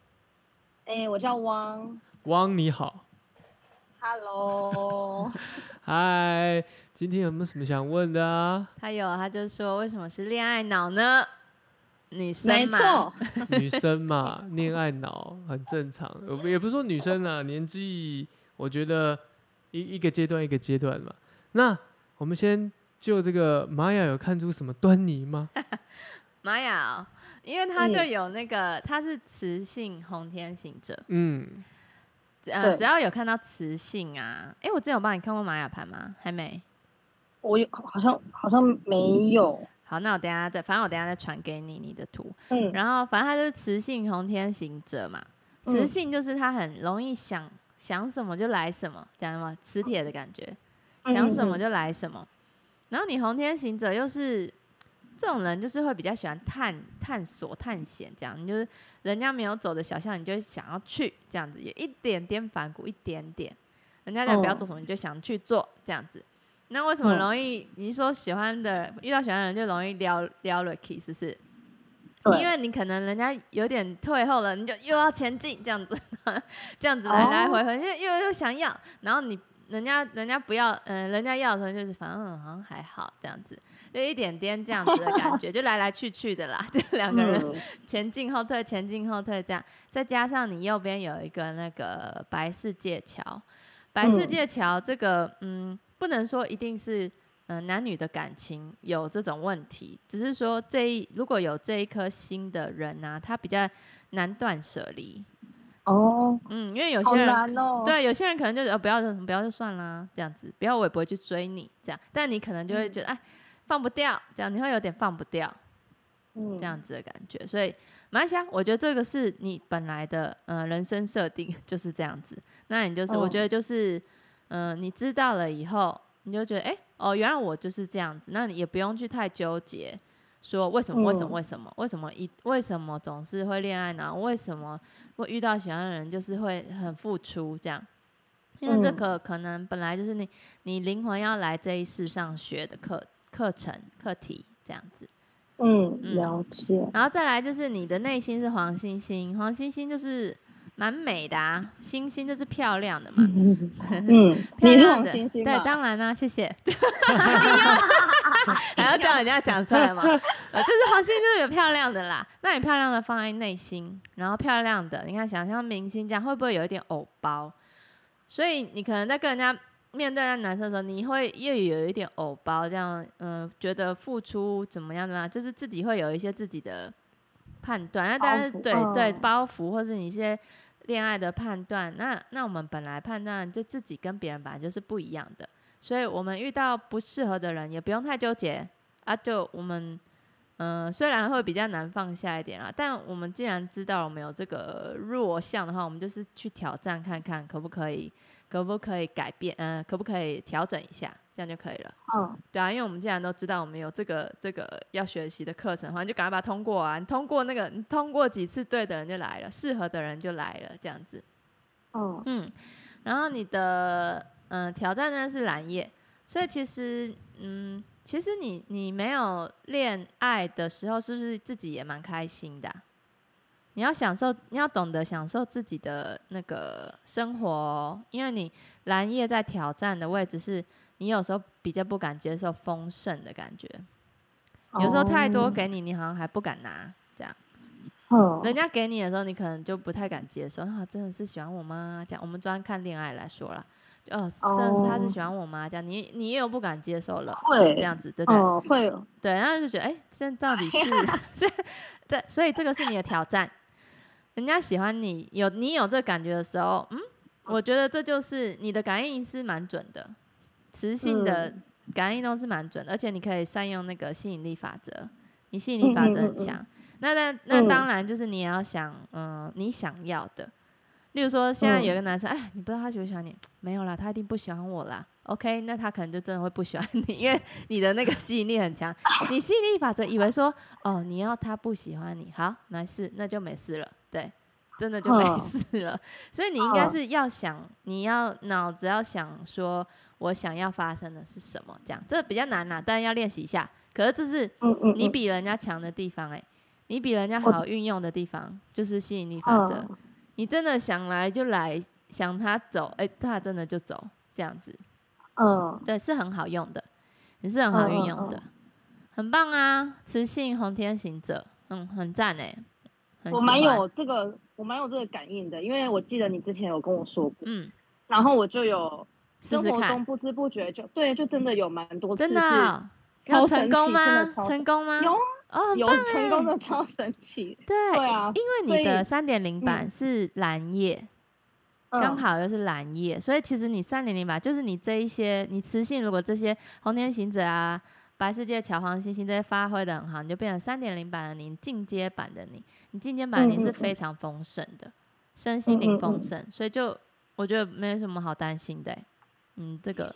[SPEAKER 4] 哎，我叫汪
[SPEAKER 1] 汪你好，
[SPEAKER 4] ，Hello，
[SPEAKER 1] 嗨，今天有没有什么想问的啊？
[SPEAKER 2] 他有，他就说为什么是恋爱脑呢？女
[SPEAKER 4] 没
[SPEAKER 2] 生嘛，
[SPEAKER 4] 错，
[SPEAKER 1] 女生嘛，恋爱脑很正常，呃也不是说女生啊，年纪我觉得一一个阶段一个阶段嘛。那我们先就这个玛雅有看出什么端倪吗？
[SPEAKER 2] 玛雅哦、因为他就
[SPEAKER 4] 嗯
[SPEAKER 2] 有那个，他是雌性红天行者，
[SPEAKER 1] 嗯，
[SPEAKER 2] 呃，
[SPEAKER 4] 对
[SPEAKER 2] 只要有看到雌性啊，哎、我之前有帮你看过玛雅盘吗？还没。
[SPEAKER 4] 我有好像好像没有，
[SPEAKER 2] 好，那我等一下再，反正我等一下再传给你你的图。
[SPEAKER 4] 嗯，
[SPEAKER 2] 然后，反正他就是雌性红天行者嘛，雌
[SPEAKER 4] 嗯
[SPEAKER 2] 性就是他很容易想想什么就来什么，这样吗？磁铁的感觉，想什么
[SPEAKER 4] 嗯嗯
[SPEAKER 2] 就来什么。然后你红天行者又是这种人，就是会比较喜欢探探索、探险这样。你就是人家没有走的小巷，你就会想要去这样子，有一点点反骨，一点点。人家讲不要
[SPEAKER 4] 哦
[SPEAKER 2] 做什么，你就想去做这样子。那为什么
[SPEAKER 4] 嗯
[SPEAKER 2] 容易？你说喜欢的遇到喜欢的人就容易撩撩了 key，是不是？
[SPEAKER 4] 对
[SPEAKER 2] 因为你可能人家有点退后了，你就又要前进这样子， 这样子
[SPEAKER 4] 哦
[SPEAKER 2] 来来回回，又又又想要，然后你人家人家不要，嗯、人家要的时候就是反正嗯好像还好这样子，就一点点这样子的感 觉，就来来去去的啦，就两个人
[SPEAKER 4] 嗯
[SPEAKER 2] 前进后退，前进后退这样，再加上你右边有一个那个白世界桥，白
[SPEAKER 4] 嗯
[SPEAKER 2] 世界桥这个嗯，不能说一定是嗯、呃男女的感情有这种问题，只是说这一如果有这一颗心的人啊，他比较难断舍离，
[SPEAKER 4] 哦，
[SPEAKER 2] 嗯，因为有
[SPEAKER 4] 好
[SPEAKER 2] 些人
[SPEAKER 4] 难哦，，
[SPEAKER 2] 对，有些人可能就觉得、呃、不要就不要就算啦，这样子，不要我也不会去追你这样，但你可能就会觉得哎、放不掉，这样你会有点放不掉
[SPEAKER 4] 嗯，
[SPEAKER 2] 这样子的感觉。所以马来西亚，我觉得这个是你本来的呃人生设定 就是这样子。那你就是、我
[SPEAKER 4] 哦
[SPEAKER 2] 觉得就是嗯、呃你知道了以后，你就觉得哎、诶哦，原来我就是这样子，那你也不用去太纠结。说为什么？为什么？
[SPEAKER 4] 嗯
[SPEAKER 2] 为什么？为什么一为什么总是会恋爱呢？为什么会遇到喜欢的人就是会很付出这样？因为这
[SPEAKER 4] 嗯
[SPEAKER 2] 个可能本来就是你你灵魂要来这一世上学的课课程课题这样子，嗯
[SPEAKER 4] 嗯，了 解，
[SPEAKER 2] 然后再来就是你的内心是黄星星，黄星星就是蛮美的啊，星星就是漂亮的嘛，
[SPEAKER 4] 嗯，你
[SPEAKER 2] 漂
[SPEAKER 4] 是
[SPEAKER 2] 亮
[SPEAKER 4] 红
[SPEAKER 2] 的
[SPEAKER 4] 星星
[SPEAKER 2] 对，
[SPEAKER 4] 吧？
[SPEAKER 2] 当然啦、谢 谢。还要叫人家讲出来吗？ 呃，就是黄星就是有漂亮的啦，那你漂亮的放在内心，然后漂亮的，你看想象明星这样会不会有一点偶包？所以你可能在跟人家面对那男生的时候，你会又有一点偶包，这样嗯、呃觉得付出怎么样的嘛，就是自己会有一些自己的判断。那但是
[SPEAKER 4] 包袱
[SPEAKER 2] 对
[SPEAKER 4] 嗯
[SPEAKER 2] 对包袱或是你一些恋爱的判断，那那我们本来判断就自己跟别人本来就是不一样的，所以我们遇到不适合的人也不用太纠结啊，就我们。嗯，虽然会比较难放下一点啦，但我们既然知道我们有这个弱项的话，我们就是去挑战看看可不可以，可不可以改变，嗯、可不可以调整一下，这样就可以了。
[SPEAKER 4] 嗯，
[SPEAKER 2] 对啊，因为我们既然都知道我们有这个这个要学习的课程的话，你就赶快把它通过啊！你通过那个，你通过几次对的人就来了，适合的人就来了，这样子。
[SPEAKER 4] 嗯，
[SPEAKER 2] 嗯，然后你的嗯、呃挑战呢是蓝叶，所以其实嗯，其实你你没有恋爱的时候，是不是自己也蛮开心的啊、你要享受，你要懂得享受自己的那个生活哦、因为你蓝叶在挑战的位置是，你有时候比较不敢接受丰盛的感觉，有时候太多给你，你好像还不敢拿，这样。
[SPEAKER 4] 哦，
[SPEAKER 2] 人家给你的时候，你可能就不太敢接受啊，真的是喜欢我吗？这样，我们专看恋爱来说啦，就哦，真的是他是喜欢我吗？这样，你你也有不敢接受了，
[SPEAKER 4] 会
[SPEAKER 2] 这样子，对不对？
[SPEAKER 4] 哦，会有，
[SPEAKER 2] 对，然后就觉得，哎、这到底
[SPEAKER 4] 哎
[SPEAKER 2] 是 这对，所以这个是你的挑战。人家喜欢你，有你有这感觉的时候，嗯，我觉得这就是你的感应是蛮准的，磁性的
[SPEAKER 4] 嗯
[SPEAKER 2] 感应都是蛮准的，而且你可以善用那个吸引力法则，你吸引力法则很强。那那那
[SPEAKER 4] 嗯
[SPEAKER 2] 当然就是你也要想，嗯、你想要的。例如说，现在
[SPEAKER 4] 嗯
[SPEAKER 2] 有一个男生，哎、你不知道他喜不喜欢你，没有啦，他一定不喜欢我啦。OK，那他可能就真的会不喜欢你，因为你的那个吸引力很强。 你吸引力法则以为说，哦，你要他不喜欢你，好，没事，那就没事了，对，真的就没
[SPEAKER 4] 嗯
[SPEAKER 2] 事了。所以你应该
[SPEAKER 4] 嗯
[SPEAKER 2] 是要想，你要脑子要想说，我想要发生的是什么，这样这比较难啦，但要练习一下。可是这是
[SPEAKER 4] 嗯嗯，
[SPEAKER 2] 你
[SPEAKER 4] 嗯
[SPEAKER 2] 比人家强的地方、欸，你比人家
[SPEAKER 4] 我
[SPEAKER 2] 好运用的地方就是吸引力法则。
[SPEAKER 4] 嗯
[SPEAKER 2] 你真的想来就来，想他走，哎、他真的就走，这样子，
[SPEAKER 4] 嗯，
[SPEAKER 2] 对，是很好用的，你是很好运用的，
[SPEAKER 4] 嗯
[SPEAKER 2] 很棒啊！雌性红天行者，嗯，很赞哎、很
[SPEAKER 4] 我
[SPEAKER 2] 喜
[SPEAKER 4] 蛮
[SPEAKER 2] 欢
[SPEAKER 4] 有，这个，我蛮有这个感应的，因为我记得你之前有跟我说过，
[SPEAKER 2] 嗯，
[SPEAKER 4] 然后我就有
[SPEAKER 2] 试
[SPEAKER 4] 生
[SPEAKER 2] 试
[SPEAKER 4] 活中
[SPEAKER 2] 看，
[SPEAKER 4] 不知不觉就对，就真的有蛮多次
[SPEAKER 2] 真
[SPEAKER 4] 是
[SPEAKER 2] 的哦、要
[SPEAKER 4] 超
[SPEAKER 2] 成
[SPEAKER 4] 神
[SPEAKER 2] 功
[SPEAKER 4] 奇
[SPEAKER 2] 吗？
[SPEAKER 4] 真的超
[SPEAKER 2] 成功吗？
[SPEAKER 4] 有啊
[SPEAKER 2] 哦，很
[SPEAKER 4] 有
[SPEAKER 2] 棒
[SPEAKER 4] 成
[SPEAKER 2] 哎
[SPEAKER 4] 功的超神奇，
[SPEAKER 2] 对，
[SPEAKER 4] 对啊
[SPEAKER 2] 因为
[SPEAKER 4] 所
[SPEAKER 2] 你
[SPEAKER 4] 以
[SPEAKER 2] 的三点零版是蓝叶， 刚
[SPEAKER 4] 嗯
[SPEAKER 2] 好又是蓝叶，所以其实你三零零吧，就是你这一些，你雌性如果这些红天行者啊、白世界、乔黄星星这些发挥的很好，你就变成三点零版的你，进阶版的你，你进阶版的你
[SPEAKER 4] 嗯嗯
[SPEAKER 2] 是
[SPEAKER 4] 嗯
[SPEAKER 2] 非常丰盛的，身心灵
[SPEAKER 4] 嗯嗯
[SPEAKER 2] 丰盛，所以就我觉得没什么好担心的欸、嗯，这个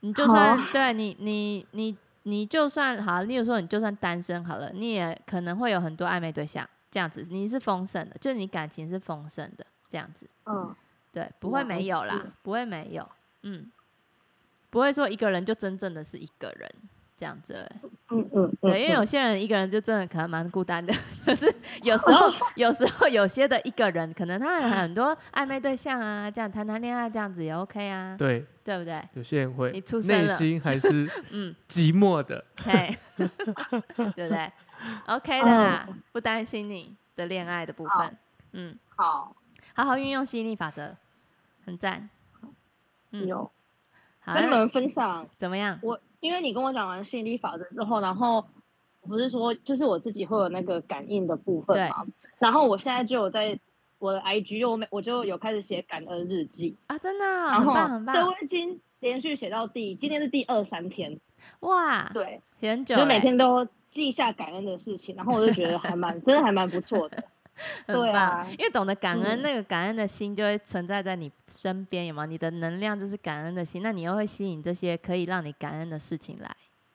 [SPEAKER 2] 你就算对啊你你你你就算好，例如说你就算单身好了，你也可能会有很多暧昧对象，这样子你是丰盛的，就你感情是丰盛的这样子。
[SPEAKER 4] 嗯
[SPEAKER 2] 对，不会
[SPEAKER 4] 了
[SPEAKER 2] 没有啦
[SPEAKER 4] 解，
[SPEAKER 2] 不会没有，嗯，不会说一个人就真正的是一个人这样子而已。
[SPEAKER 4] 嗯嗯，
[SPEAKER 2] 对，因为有些人一个人就真的可能蛮孤单的， 可是有时 候有时候有些的一个人，可能他很多暧昧对象啊，这样谈谈恋爱这样子也 OK 啊，
[SPEAKER 1] 对，
[SPEAKER 2] 对不对？
[SPEAKER 1] 有些人会
[SPEAKER 2] 你出生
[SPEAKER 1] 内
[SPEAKER 2] 了
[SPEAKER 1] 心还是
[SPEAKER 2] 嗯，
[SPEAKER 1] 寂寞的，
[SPEAKER 2] 嘿， 对不对？OK 的啦，
[SPEAKER 4] 嗯
[SPEAKER 2] 不担心你的恋爱的部分，嗯，
[SPEAKER 4] 好
[SPEAKER 2] 好好运用吸引力法则，很赞。嗯，
[SPEAKER 4] 有
[SPEAKER 2] 好，
[SPEAKER 4] 跟你
[SPEAKER 2] 那
[SPEAKER 4] 们分享。
[SPEAKER 2] 怎么样？
[SPEAKER 4] 我因为你跟我讲完吸引力法则之后，然后我不是说就是我自己会有那个感应的部分嘛，然后我现在就有在我的 IG 又没我就有开始写感恩日记，
[SPEAKER 2] 啊，真的哦、
[SPEAKER 4] 然
[SPEAKER 2] 很
[SPEAKER 4] 后
[SPEAKER 2] 棒很
[SPEAKER 4] 对我
[SPEAKER 2] 棒，
[SPEAKER 4] 已经连续写到第今天是第二三天，
[SPEAKER 2] 哇，
[SPEAKER 4] 对，
[SPEAKER 2] 写很久
[SPEAKER 4] 就是每
[SPEAKER 2] 欸
[SPEAKER 4] 天都记下感恩的事情，然后我就觉得 还蛮真的还蛮不错的。
[SPEAKER 2] 很
[SPEAKER 4] 对
[SPEAKER 2] 棒
[SPEAKER 4] 啊
[SPEAKER 2] 因为懂得感恩，
[SPEAKER 4] 嗯
[SPEAKER 2] 那个感恩的心就会存在在你身边，有吗？你的能量就是感恩的心，那你又会吸引这些可以让你感恩的事情来。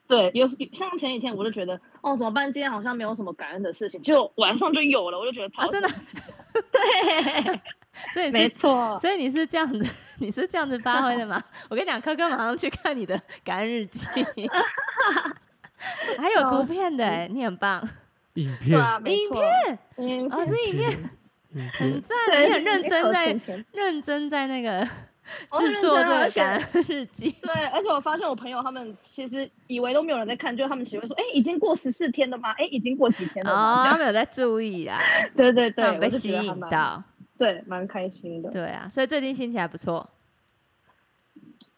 [SPEAKER 4] 对，有时像前几天我就觉得哦怎么办，今天好像没有什么感恩的事情，就晚上就有了，我就觉得超、
[SPEAKER 2] 啊真的，
[SPEAKER 4] 对，
[SPEAKER 2] 所以
[SPEAKER 4] 没
[SPEAKER 2] 是，
[SPEAKER 4] 错，
[SPEAKER 2] 所以你是这样子，你是这样子发挥的吗？ 我跟你讲，科科马上去看你的感恩日记，还有图
[SPEAKER 4] 哦
[SPEAKER 2] 片的、欸，你很棒。
[SPEAKER 1] 影
[SPEAKER 4] 对
[SPEAKER 1] 片，
[SPEAKER 4] 啊，没
[SPEAKER 2] 影
[SPEAKER 4] 错，嗯，
[SPEAKER 2] 哦，是影
[SPEAKER 1] 影
[SPEAKER 2] 片，
[SPEAKER 1] 片，影
[SPEAKER 2] 很
[SPEAKER 1] 片，
[SPEAKER 2] 赞，
[SPEAKER 4] 对
[SPEAKER 2] 你很认真在
[SPEAKER 4] 钱钱
[SPEAKER 2] 认真在那个
[SPEAKER 4] 我很
[SPEAKER 2] 制
[SPEAKER 4] 认
[SPEAKER 2] 作这
[SPEAKER 4] 真啊
[SPEAKER 2] 个
[SPEAKER 4] 而且
[SPEAKER 2] 感恩日记。
[SPEAKER 4] 对，而且我发现我朋友他们其实以为都没有人在看，就他们只会说，哎、已经过十四天了吗？哎、已经过几天了
[SPEAKER 2] 哦，
[SPEAKER 4] 吗？这
[SPEAKER 2] 他
[SPEAKER 4] 样
[SPEAKER 2] 们有在注意啊，
[SPEAKER 4] 对对
[SPEAKER 2] 他
[SPEAKER 4] 对，
[SPEAKER 2] 们被
[SPEAKER 4] 我就
[SPEAKER 2] 吸
[SPEAKER 4] 觉得还
[SPEAKER 2] 引
[SPEAKER 4] 蛮，
[SPEAKER 2] 到。
[SPEAKER 4] 对，蛮开心的。
[SPEAKER 2] 对啊，所以最近心情还不错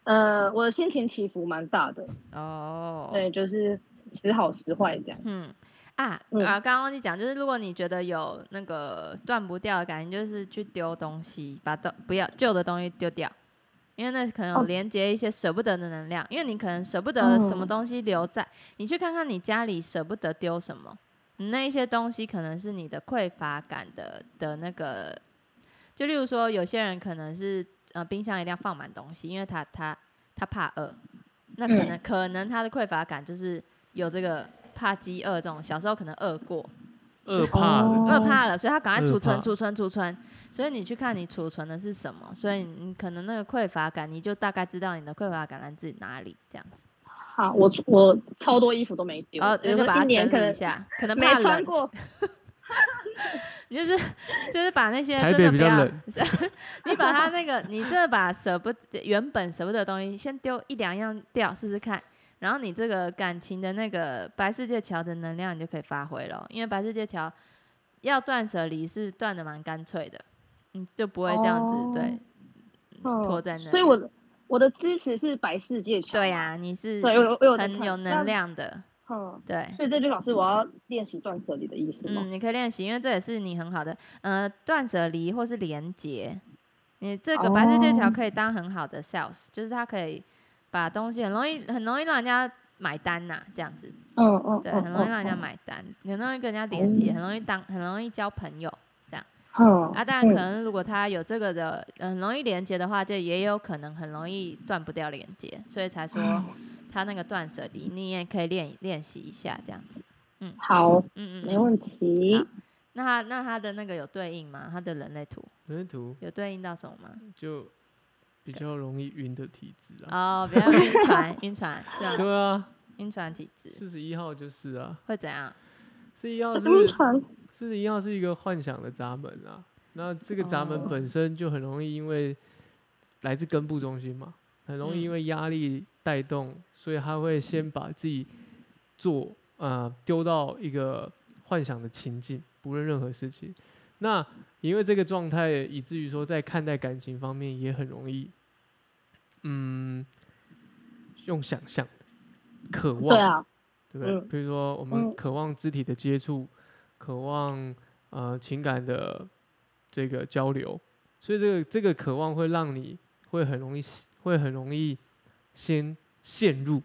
[SPEAKER 4] 呃，我的心情起伏蛮大的，
[SPEAKER 2] 哦。
[SPEAKER 4] 对，就是时好时坏这样。
[SPEAKER 2] 嗯啊、
[SPEAKER 4] 嗯
[SPEAKER 2] 啊，刚刚忘记讲，就是如果你觉得有那个断不掉的感觉，就是去丢东西，把东不要旧的东西丢掉，因为那可能有
[SPEAKER 4] 哦
[SPEAKER 2] 连接一些舍不得的能量，因为你可能舍不得什么
[SPEAKER 4] 嗯
[SPEAKER 2] 东西留在，你去看看你家里舍不得丢什么，你那一些东西可能是你的匮乏感的的那个，就例如说有些人可能是呃冰箱一定要放满东西，因为他他他怕饿，那可能、
[SPEAKER 4] 嗯
[SPEAKER 2] 可能他的匮乏感就是有这个怕饥饿这种，小时候可能饿过，
[SPEAKER 1] 恶怕
[SPEAKER 4] 哦
[SPEAKER 1] 了，
[SPEAKER 2] 饿怕了，所以他赶快储
[SPEAKER 1] 饿
[SPEAKER 2] 存、
[SPEAKER 1] 怕
[SPEAKER 2] 储存、储存。所以你去看你储存的是什么，所以你可能那个匮乏感，你就大概知道你的匮乏感来自于哪里，这样子。
[SPEAKER 4] 好，我我超多衣服都没丢，
[SPEAKER 2] 然后哦
[SPEAKER 4] 比
[SPEAKER 2] 你
[SPEAKER 4] 如
[SPEAKER 2] 就
[SPEAKER 4] 说
[SPEAKER 2] 把它
[SPEAKER 4] 一年可
[SPEAKER 2] 整理
[SPEAKER 4] 能
[SPEAKER 2] 一下，可能
[SPEAKER 4] 没
[SPEAKER 2] 怕
[SPEAKER 4] 穿
[SPEAKER 2] 冷，
[SPEAKER 4] 过，
[SPEAKER 2] 你就是就是把那些
[SPEAKER 1] 台
[SPEAKER 2] 真
[SPEAKER 1] 北
[SPEAKER 2] 的不
[SPEAKER 1] 比较
[SPEAKER 2] 要
[SPEAKER 1] 冷，
[SPEAKER 2] 你把它那个，你真的把舍不得原本舍不得的东西，先丢一两样掉试试看，然后你这个感情的那个白世界桥的能量，你就可以发挥了。因为白世界桥要断舍离是断的蛮干脆的，嗯，就不会这样子、
[SPEAKER 4] 哦
[SPEAKER 2] 对
[SPEAKER 4] 嗯
[SPEAKER 2] 拖在那里。
[SPEAKER 4] 所以我的我的支持是白世界球，
[SPEAKER 2] 对呀、你是
[SPEAKER 4] 对，我有我有在
[SPEAKER 2] 很
[SPEAKER 4] 看
[SPEAKER 2] 有能，量的，
[SPEAKER 4] 那嗯，
[SPEAKER 2] 对。
[SPEAKER 4] 所以这就表示我要练习断舍离的意思吗？
[SPEAKER 2] 嗯，你可以练习，因为这也是你很好的呃断舍离或是连接。你这个白色界桥
[SPEAKER 4] 哦
[SPEAKER 2] 可以当很好的 sales，、就是它可以把东西很容易很容易让人家买单呐、这样子，
[SPEAKER 4] 嗯嗯，
[SPEAKER 2] 对，
[SPEAKER 4] 嗯
[SPEAKER 2] 很容易让人家，买单，很容易跟人家连接，很容易当很容易交朋友。
[SPEAKER 4] 嗯，
[SPEAKER 2] 啊，当然可能如果他有这个的，呃很容易连接的话，这也有可能很容易断不掉连接，所以才说他那个断舍离，你也可以练练习一下这样子。
[SPEAKER 4] 好，
[SPEAKER 2] 嗯嗯
[SPEAKER 4] 没
[SPEAKER 2] 嗯，
[SPEAKER 4] 问题
[SPEAKER 2] 好。那他那他的那个有对应吗？他的人类图？
[SPEAKER 1] 人类图
[SPEAKER 2] 有对应到什么吗？
[SPEAKER 1] 就比较容易晕的体质啊。
[SPEAKER 2] 哦，不要晕船， 晕船是吧？
[SPEAKER 1] 对啊，
[SPEAKER 2] 晕船体质
[SPEAKER 1] 四十一号就是啊，
[SPEAKER 2] 会怎样？
[SPEAKER 1] 四十一 号是
[SPEAKER 4] 晕船，
[SPEAKER 1] 四十一号是一个幻想的闸门啊。那这个闸门
[SPEAKER 2] 哦
[SPEAKER 1] 本身就很容易因为来自根部中心嘛，很容易因
[SPEAKER 2] 嗯
[SPEAKER 1] 为压力带动，所以他会先把自己做呃丢到一个幻想的情境，不论任何事情。那因为这个状态，以至于说在看待感情方面也很容易，嗯，用想象的、渴望
[SPEAKER 4] 对
[SPEAKER 1] 的
[SPEAKER 4] 啊，
[SPEAKER 1] 对不对？
[SPEAKER 4] 嗯
[SPEAKER 1] 比如说，我们
[SPEAKER 4] 嗯
[SPEAKER 1] 渴望肢体的接触，渴望呃情感的这个交流，所以这个这个渴望会让你会很容易会很容易先陷入，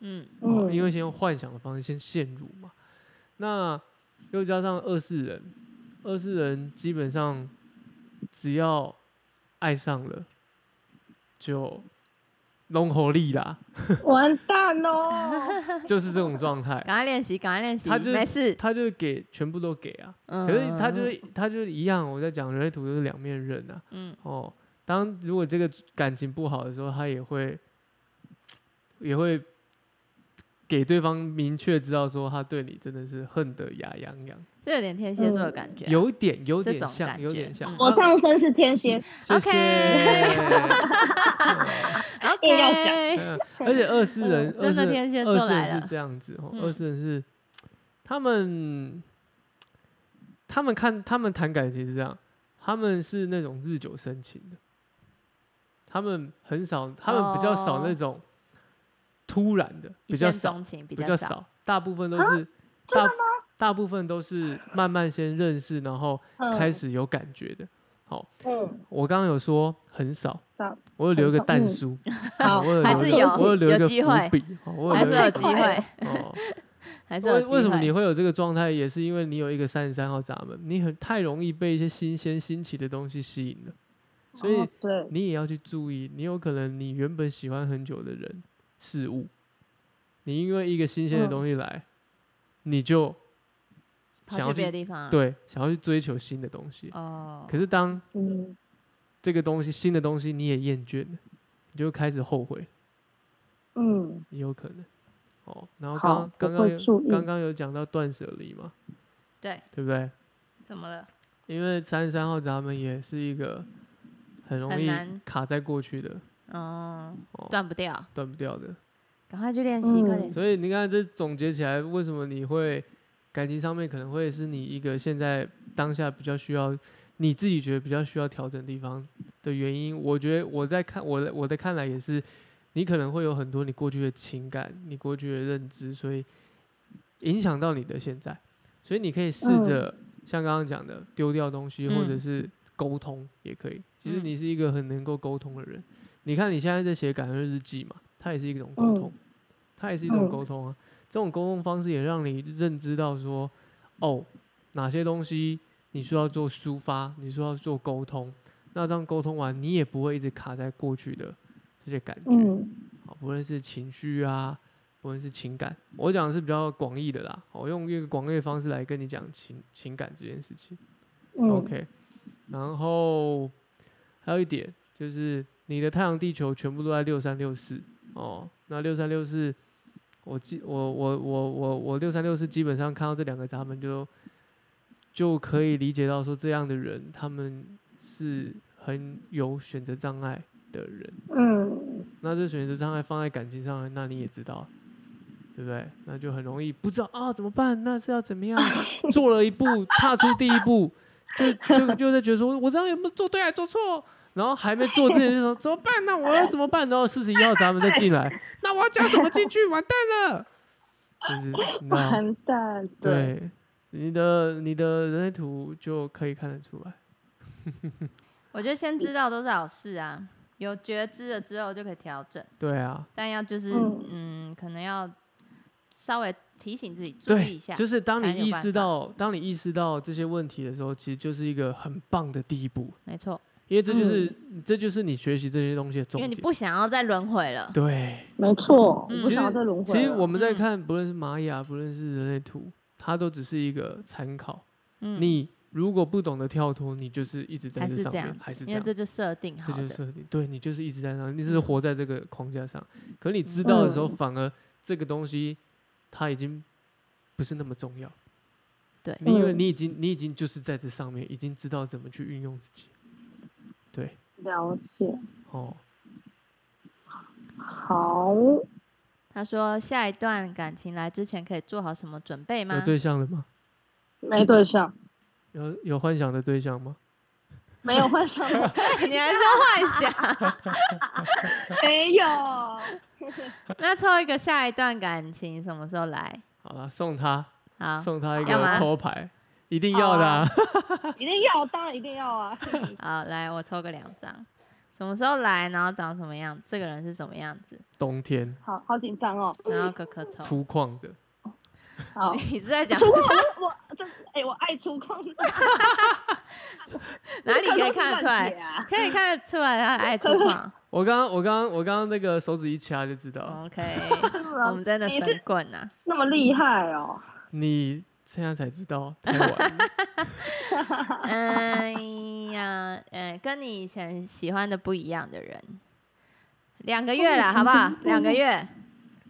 [SPEAKER 2] 嗯
[SPEAKER 1] 哦
[SPEAKER 4] 嗯，
[SPEAKER 1] 因为先用幻想的方式先陷入嘛。那又加上二世人，二世人基本上只要爱上了，就龙活力啦，
[SPEAKER 4] 嗯完蛋哦 喽，
[SPEAKER 1] 就是这种状 态。
[SPEAKER 2] 赶快练习，赶快练习，
[SPEAKER 1] 哎他就是
[SPEAKER 2] 没事。嗯
[SPEAKER 1] 他就是给全部都给啊，
[SPEAKER 2] 可
[SPEAKER 1] 可是他就是他就是一样，我在讲人类图就是两面刃啊。
[SPEAKER 2] 嗯
[SPEAKER 1] 哦，当如果这个感情不好的时候，他也会也会给对方明确知道说他对你真的是恨得牙痒痒，
[SPEAKER 2] 这有点天蝎座的感觉啊。
[SPEAKER 1] 嗯有点有
[SPEAKER 2] 这
[SPEAKER 1] 点
[SPEAKER 2] 种
[SPEAKER 1] 像，
[SPEAKER 2] 感
[SPEAKER 1] 有
[SPEAKER 2] 觉
[SPEAKER 1] 点像
[SPEAKER 2] 嗯。
[SPEAKER 4] 我上身是 天蝎，
[SPEAKER 1] 谢
[SPEAKER 2] OK
[SPEAKER 1] 谢。
[SPEAKER 4] 硬要讲
[SPEAKER 2] OK，
[SPEAKER 1] 嗯而且二世人，
[SPEAKER 2] 啊嗯
[SPEAKER 1] 二
[SPEAKER 2] 真
[SPEAKER 1] 世
[SPEAKER 2] 的天蝎
[SPEAKER 1] 人
[SPEAKER 2] 座
[SPEAKER 1] 二世
[SPEAKER 2] 来
[SPEAKER 1] 人
[SPEAKER 2] 了
[SPEAKER 1] 是这样子哦，
[SPEAKER 2] 嗯
[SPEAKER 1] 二世人是他们他们看他们谈感情是这样，他们是那种日久生情的，他们很少，他们比较少那
[SPEAKER 2] 哦
[SPEAKER 1] 种突然的，
[SPEAKER 2] 一
[SPEAKER 1] 比较
[SPEAKER 2] 见
[SPEAKER 1] 少，
[SPEAKER 2] 钟情比
[SPEAKER 1] 比
[SPEAKER 2] 较少。
[SPEAKER 1] 少，大部分都是大大部分都是慢慢先认识，然后
[SPEAKER 4] 嗯
[SPEAKER 1] 开始有感觉的。好，
[SPEAKER 4] 嗯，
[SPEAKER 1] 我刚刚有说很少
[SPEAKER 4] 少，
[SPEAKER 1] 我有留一个
[SPEAKER 4] 很少
[SPEAKER 1] 蛋
[SPEAKER 4] 嗯
[SPEAKER 1] 书， 哦
[SPEAKER 4] 好
[SPEAKER 1] 我有
[SPEAKER 2] 还
[SPEAKER 1] 留
[SPEAKER 2] 是
[SPEAKER 1] 一个
[SPEAKER 2] 有
[SPEAKER 1] 我有留一
[SPEAKER 2] 有
[SPEAKER 1] 个
[SPEAKER 2] 机
[SPEAKER 1] 伏
[SPEAKER 2] 会
[SPEAKER 1] 笔，哦我
[SPEAKER 2] 还
[SPEAKER 1] 有
[SPEAKER 2] 是
[SPEAKER 1] 留
[SPEAKER 2] 有
[SPEAKER 1] 一个
[SPEAKER 2] 机
[SPEAKER 1] 伏笔
[SPEAKER 2] 会，
[SPEAKER 1] 哦，
[SPEAKER 2] 还是有
[SPEAKER 1] 为
[SPEAKER 2] 机会。
[SPEAKER 1] 为什么你会有这个状态，也是因为你有一个三十三号闸门，你很太容易被一些新鲜新奇的东西吸引了，所以
[SPEAKER 4] 哦对，
[SPEAKER 1] 你也要去注意，你有可能你原本喜欢很久的人事物，你因为一个新鲜的
[SPEAKER 4] 嗯
[SPEAKER 1] 东西来，你就
[SPEAKER 2] 跑
[SPEAKER 1] 想
[SPEAKER 2] 去
[SPEAKER 1] 要
[SPEAKER 2] 别的
[SPEAKER 1] 去
[SPEAKER 2] 地方了？，啊
[SPEAKER 1] 对想要去追求新的东西，
[SPEAKER 2] 哦，
[SPEAKER 1] 可是当
[SPEAKER 4] 嗯，
[SPEAKER 1] 这个东西新的东西你也厌倦了，你就开始后悔，
[SPEAKER 4] 嗯，
[SPEAKER 1] 也有可能。哦，然后
[SPEAKER 4] 好
[SPEAKER 1] 刚刚刚
[SPEAKER 4] 我会
[SPEAKER 1] 有
[SPEAKER 4] 注意
[SPEAKER 1] 刚刚有讲到断舍离嘛，
[SPEAKER 2] 对，
[SPEAKER 1] 对不对？
[SPEAKER 2] 怎么了？
[SPEAKER 1] 因为三十三号闸门也是一个很容
[SPEAKER 2] 很
[SPEAKER 1] 易
[SPEAKER 2] 难
[SPEAKER 1] 卡在过去的，
[SPEAKER 2] 哦，
[SPEAKER 1] 哦，
[SPEAKER 2] 断不掉，
[SPEAKER 1] 断不掉的。
[SPEAKER 2] 赶快去练习，快
[SPEAKER 4] 嗯
[SPEAKER 2] 点。
[SPEAKER 1] 所以你看，这总结起来，为什么你会感情上面可能会是你一个现在当下比较需要，你自己觉得比较需要调整的地方的原因？我觉得我在看我的我的看来也是，你可能会有很多你过去的情感、你过去的认知，所以影响到你的现在。所以你可以试着像刚刚讲的，丢掉东西或者
[SPEAKER 2] 嗯
[SPEAKER 1] 是沟通也可以。其实
[SPEAKER 2] 嗯
[SPEAKER 1] 你是一个很能够沟通的人。你看你现在在写感恩日记嘛，它也是一种沟
[SPEAKER 4] 嗯
[SPEAKER 1] 通。它也是一种
[SPEAKER 4] 嗯
[SPEAKER 1] 沟通啊。这种沟通方式也让你认知到说，哦，哪些东西你需要做抒发，你需要做沟通。那这样沟通完，你也不会一直卡在过去的这些感觉，
[SPEAKER 4] 嗯，
[SPEAKER 1] 啊，不论是情绪啊，不论是情感，我讲的是比较广义的啦。我用一个广义的方式来跟你讲情情感这件事情。
[SPEAKER 4] 嗯
[SPEAKER 1] OK，然后还有一点就是你的太阳地球全部都在六三六四哦，那六三六四，我记我我我我我六三六四基本上看到这两个闸门就就可以理解到说这样的人他们是很有选择障碍的人，
[SPEAKER 4] 嗯，
[SPEAKER 1] 那这选择障碍放在感情上，那你也知道。对不对？那就很容易不知道啊，怎么办？那是要怎么样？ 做了一步，踏出第一步，就就就在觉得说，我这样有没有做对还是做错？然后还没做之前就说怎么办？那我要怎么办？然后四十一号咱们再进来，那我要加什么进去？完蛋了，就是你知道
[SPEAKER 4] 完蛋，，
[SPEAKER 1] 对你的你的人类图就可以看得出来。
[SPEAKER 2] 我觉得先知道都是好事啊，有觉知了之后就可以调整，
[SPEAKER 1] 对啊，
[SPEAKER 2] 但要就是
[SPEAKER 4] 嗯
[SPEAKER 2] 嗯，可能要稍微提醒自己注意
[SPEAKER 1] 对
[SPEAKER 2] 一下，，
[SPEAKER 1] 就是当
[SPEAKER 2] 才
[SPEAKER 1] 你
[SPEAKER 2] 有
[SPEAKER 1] 意
[SPEAKER 2] 办
[SPEAKER 1] 识
[SPEAKER 2] 法
[SPEAKER 1] 到当你意识到这些问题的时候，其实就是一个很棒的第一步，
[SPEAKER 4] 嗯
[SPEAKER 2] 没错，
[SPEAKER 1] 因为这就是、这就是你学习这些东西的重
[SPEAKER 2] 因为
[SPEAKER 1] 点。
[SPEAKER 2] 你不想要再轮回了，
[SPEAKER 1] 对。
[SPEAKER 4] 没错，
[SPEAKER 2] 嗯
[SPEAKER 4] 我不想要再轮回
[SPEAKER 1] 其实我
[SPEAKER 4] 了。
[SPEAKER 1] 们在
[SPEAKER 2] 嗯
[SPEAKER 1] 看，不论是玛雅，不论是人类图，它都只是一个参考。
[SPEAKER 2] 嗯，
[SPEAKER 1] 你如果不懂得跳脱，你就是一直在
[SPEAKER 2] 还
[SPEAKER 1] 这
[SPEAKER 2] 是
[SPEAKER 1] 上
[SPEAKER 2] 这
[SPEAKER 1] 面
[SPEAKER 2] 样，
[SPEAKER 1] 还是这
[SPEAKER 2] 因为
[SPEAKER 1] 样
[SPEAKER 2] 这。就设定
[SPEAKER 1] 这
[SPEAKER 2] 好
[SPEAKER 1] 就
[SPEAKER 2] 的，嗯
[SPEAKER 1] 是设定，对你就是一直在上，你只是活在这个框架上。可你知道的时候，
[SPEAKER 4] 嗯
[SPEAKER 1] 反而这个东西它已经不是那么重要。
[SPEAKER 2] 对
[SPEAKER 1] 你因为
[SPEAKER 4] 嗯
[SPEAKER 1] 你已经你已经就是在这上面，已经知道怎么去运用自己。对，
[SPEAKER 4] 了解，
[SPEAKER 1] 哦，
[SPEAKER 4] 好，
[SPEAKER 2] 他说下一段感情来之前可以做好什么准备
[SPEAKER 1] 有
[SPEAKER 2] 吗？
[SPEAKER 1] 呃对象了吗？
[SPEAKER 4] 没对象，
[SPEAKER 1] 有有幻想的对象吗？
[SPEAKER 4] 没有幻想，
[SPEAKER 2] 你还是要幻想。
[SPEAKER 4] 没有，
[SPEAKER 2] 那抽一个下一段感情什么时候来？
[SPEAKER 1] 好了，送他
[SPEAKER 2] 好，
[SPEAKER 1] 送他一
[SPEAKER 2] 要
[SPEAKER 1] 个
[SPEAKER 2] 吗
[SPEAKER 1] 抽牌，一定要的、啊。
[SPEAKER 4] 一定要，当然一定要啊！
[SPEAKER 2] 好，来我抽个两张，什么时候来，然后长什么样，这个人是什么样子，
[SPEAKER 1] 冬天
[SPEAKER 4] 好好紧张哦。
[SPEAKER 2] 然后可可抽。
[SPEAKER 1] 粗犷的，
[SPEAKER 4] 好，
[SPEAKER 2] 你是在讲
[SPEAKER 4] 粗犷，我我这哎，我爱粗犷，
[SPEAKER 2] 哪里可以看得出
[SPEAKER 4] 这个都是乱写
[SPEAKER 2] 来？
[SPEAKER 4] 啊？
[SPEAKER 2] 可以看得出来他的爱粗犷。
[SPEAKER 1] 我刚刚我刚刚我刚刚那个手指一掐就知道了，
[SPEAKER 2] OK，
[SPEAKER 4] 是
[SPEAKER 2] 我
[SPEAKER 4] 吗
[SPEAKER 2] 们真的
[SPEAKER 4] 你
[SPEAKER 2] 神
[SPEAKER 4] 是
[SPEAKER 2] 棍啊呐、
[SPEAKER 4] 啊那么厉害哦！
[SPEAKER 1] 你现在才知道，太晚了
[SPEAKER 2] 啊！哎呀，呃，跟你以前喜欢的不一样的人，两个月了，好不好？两个月，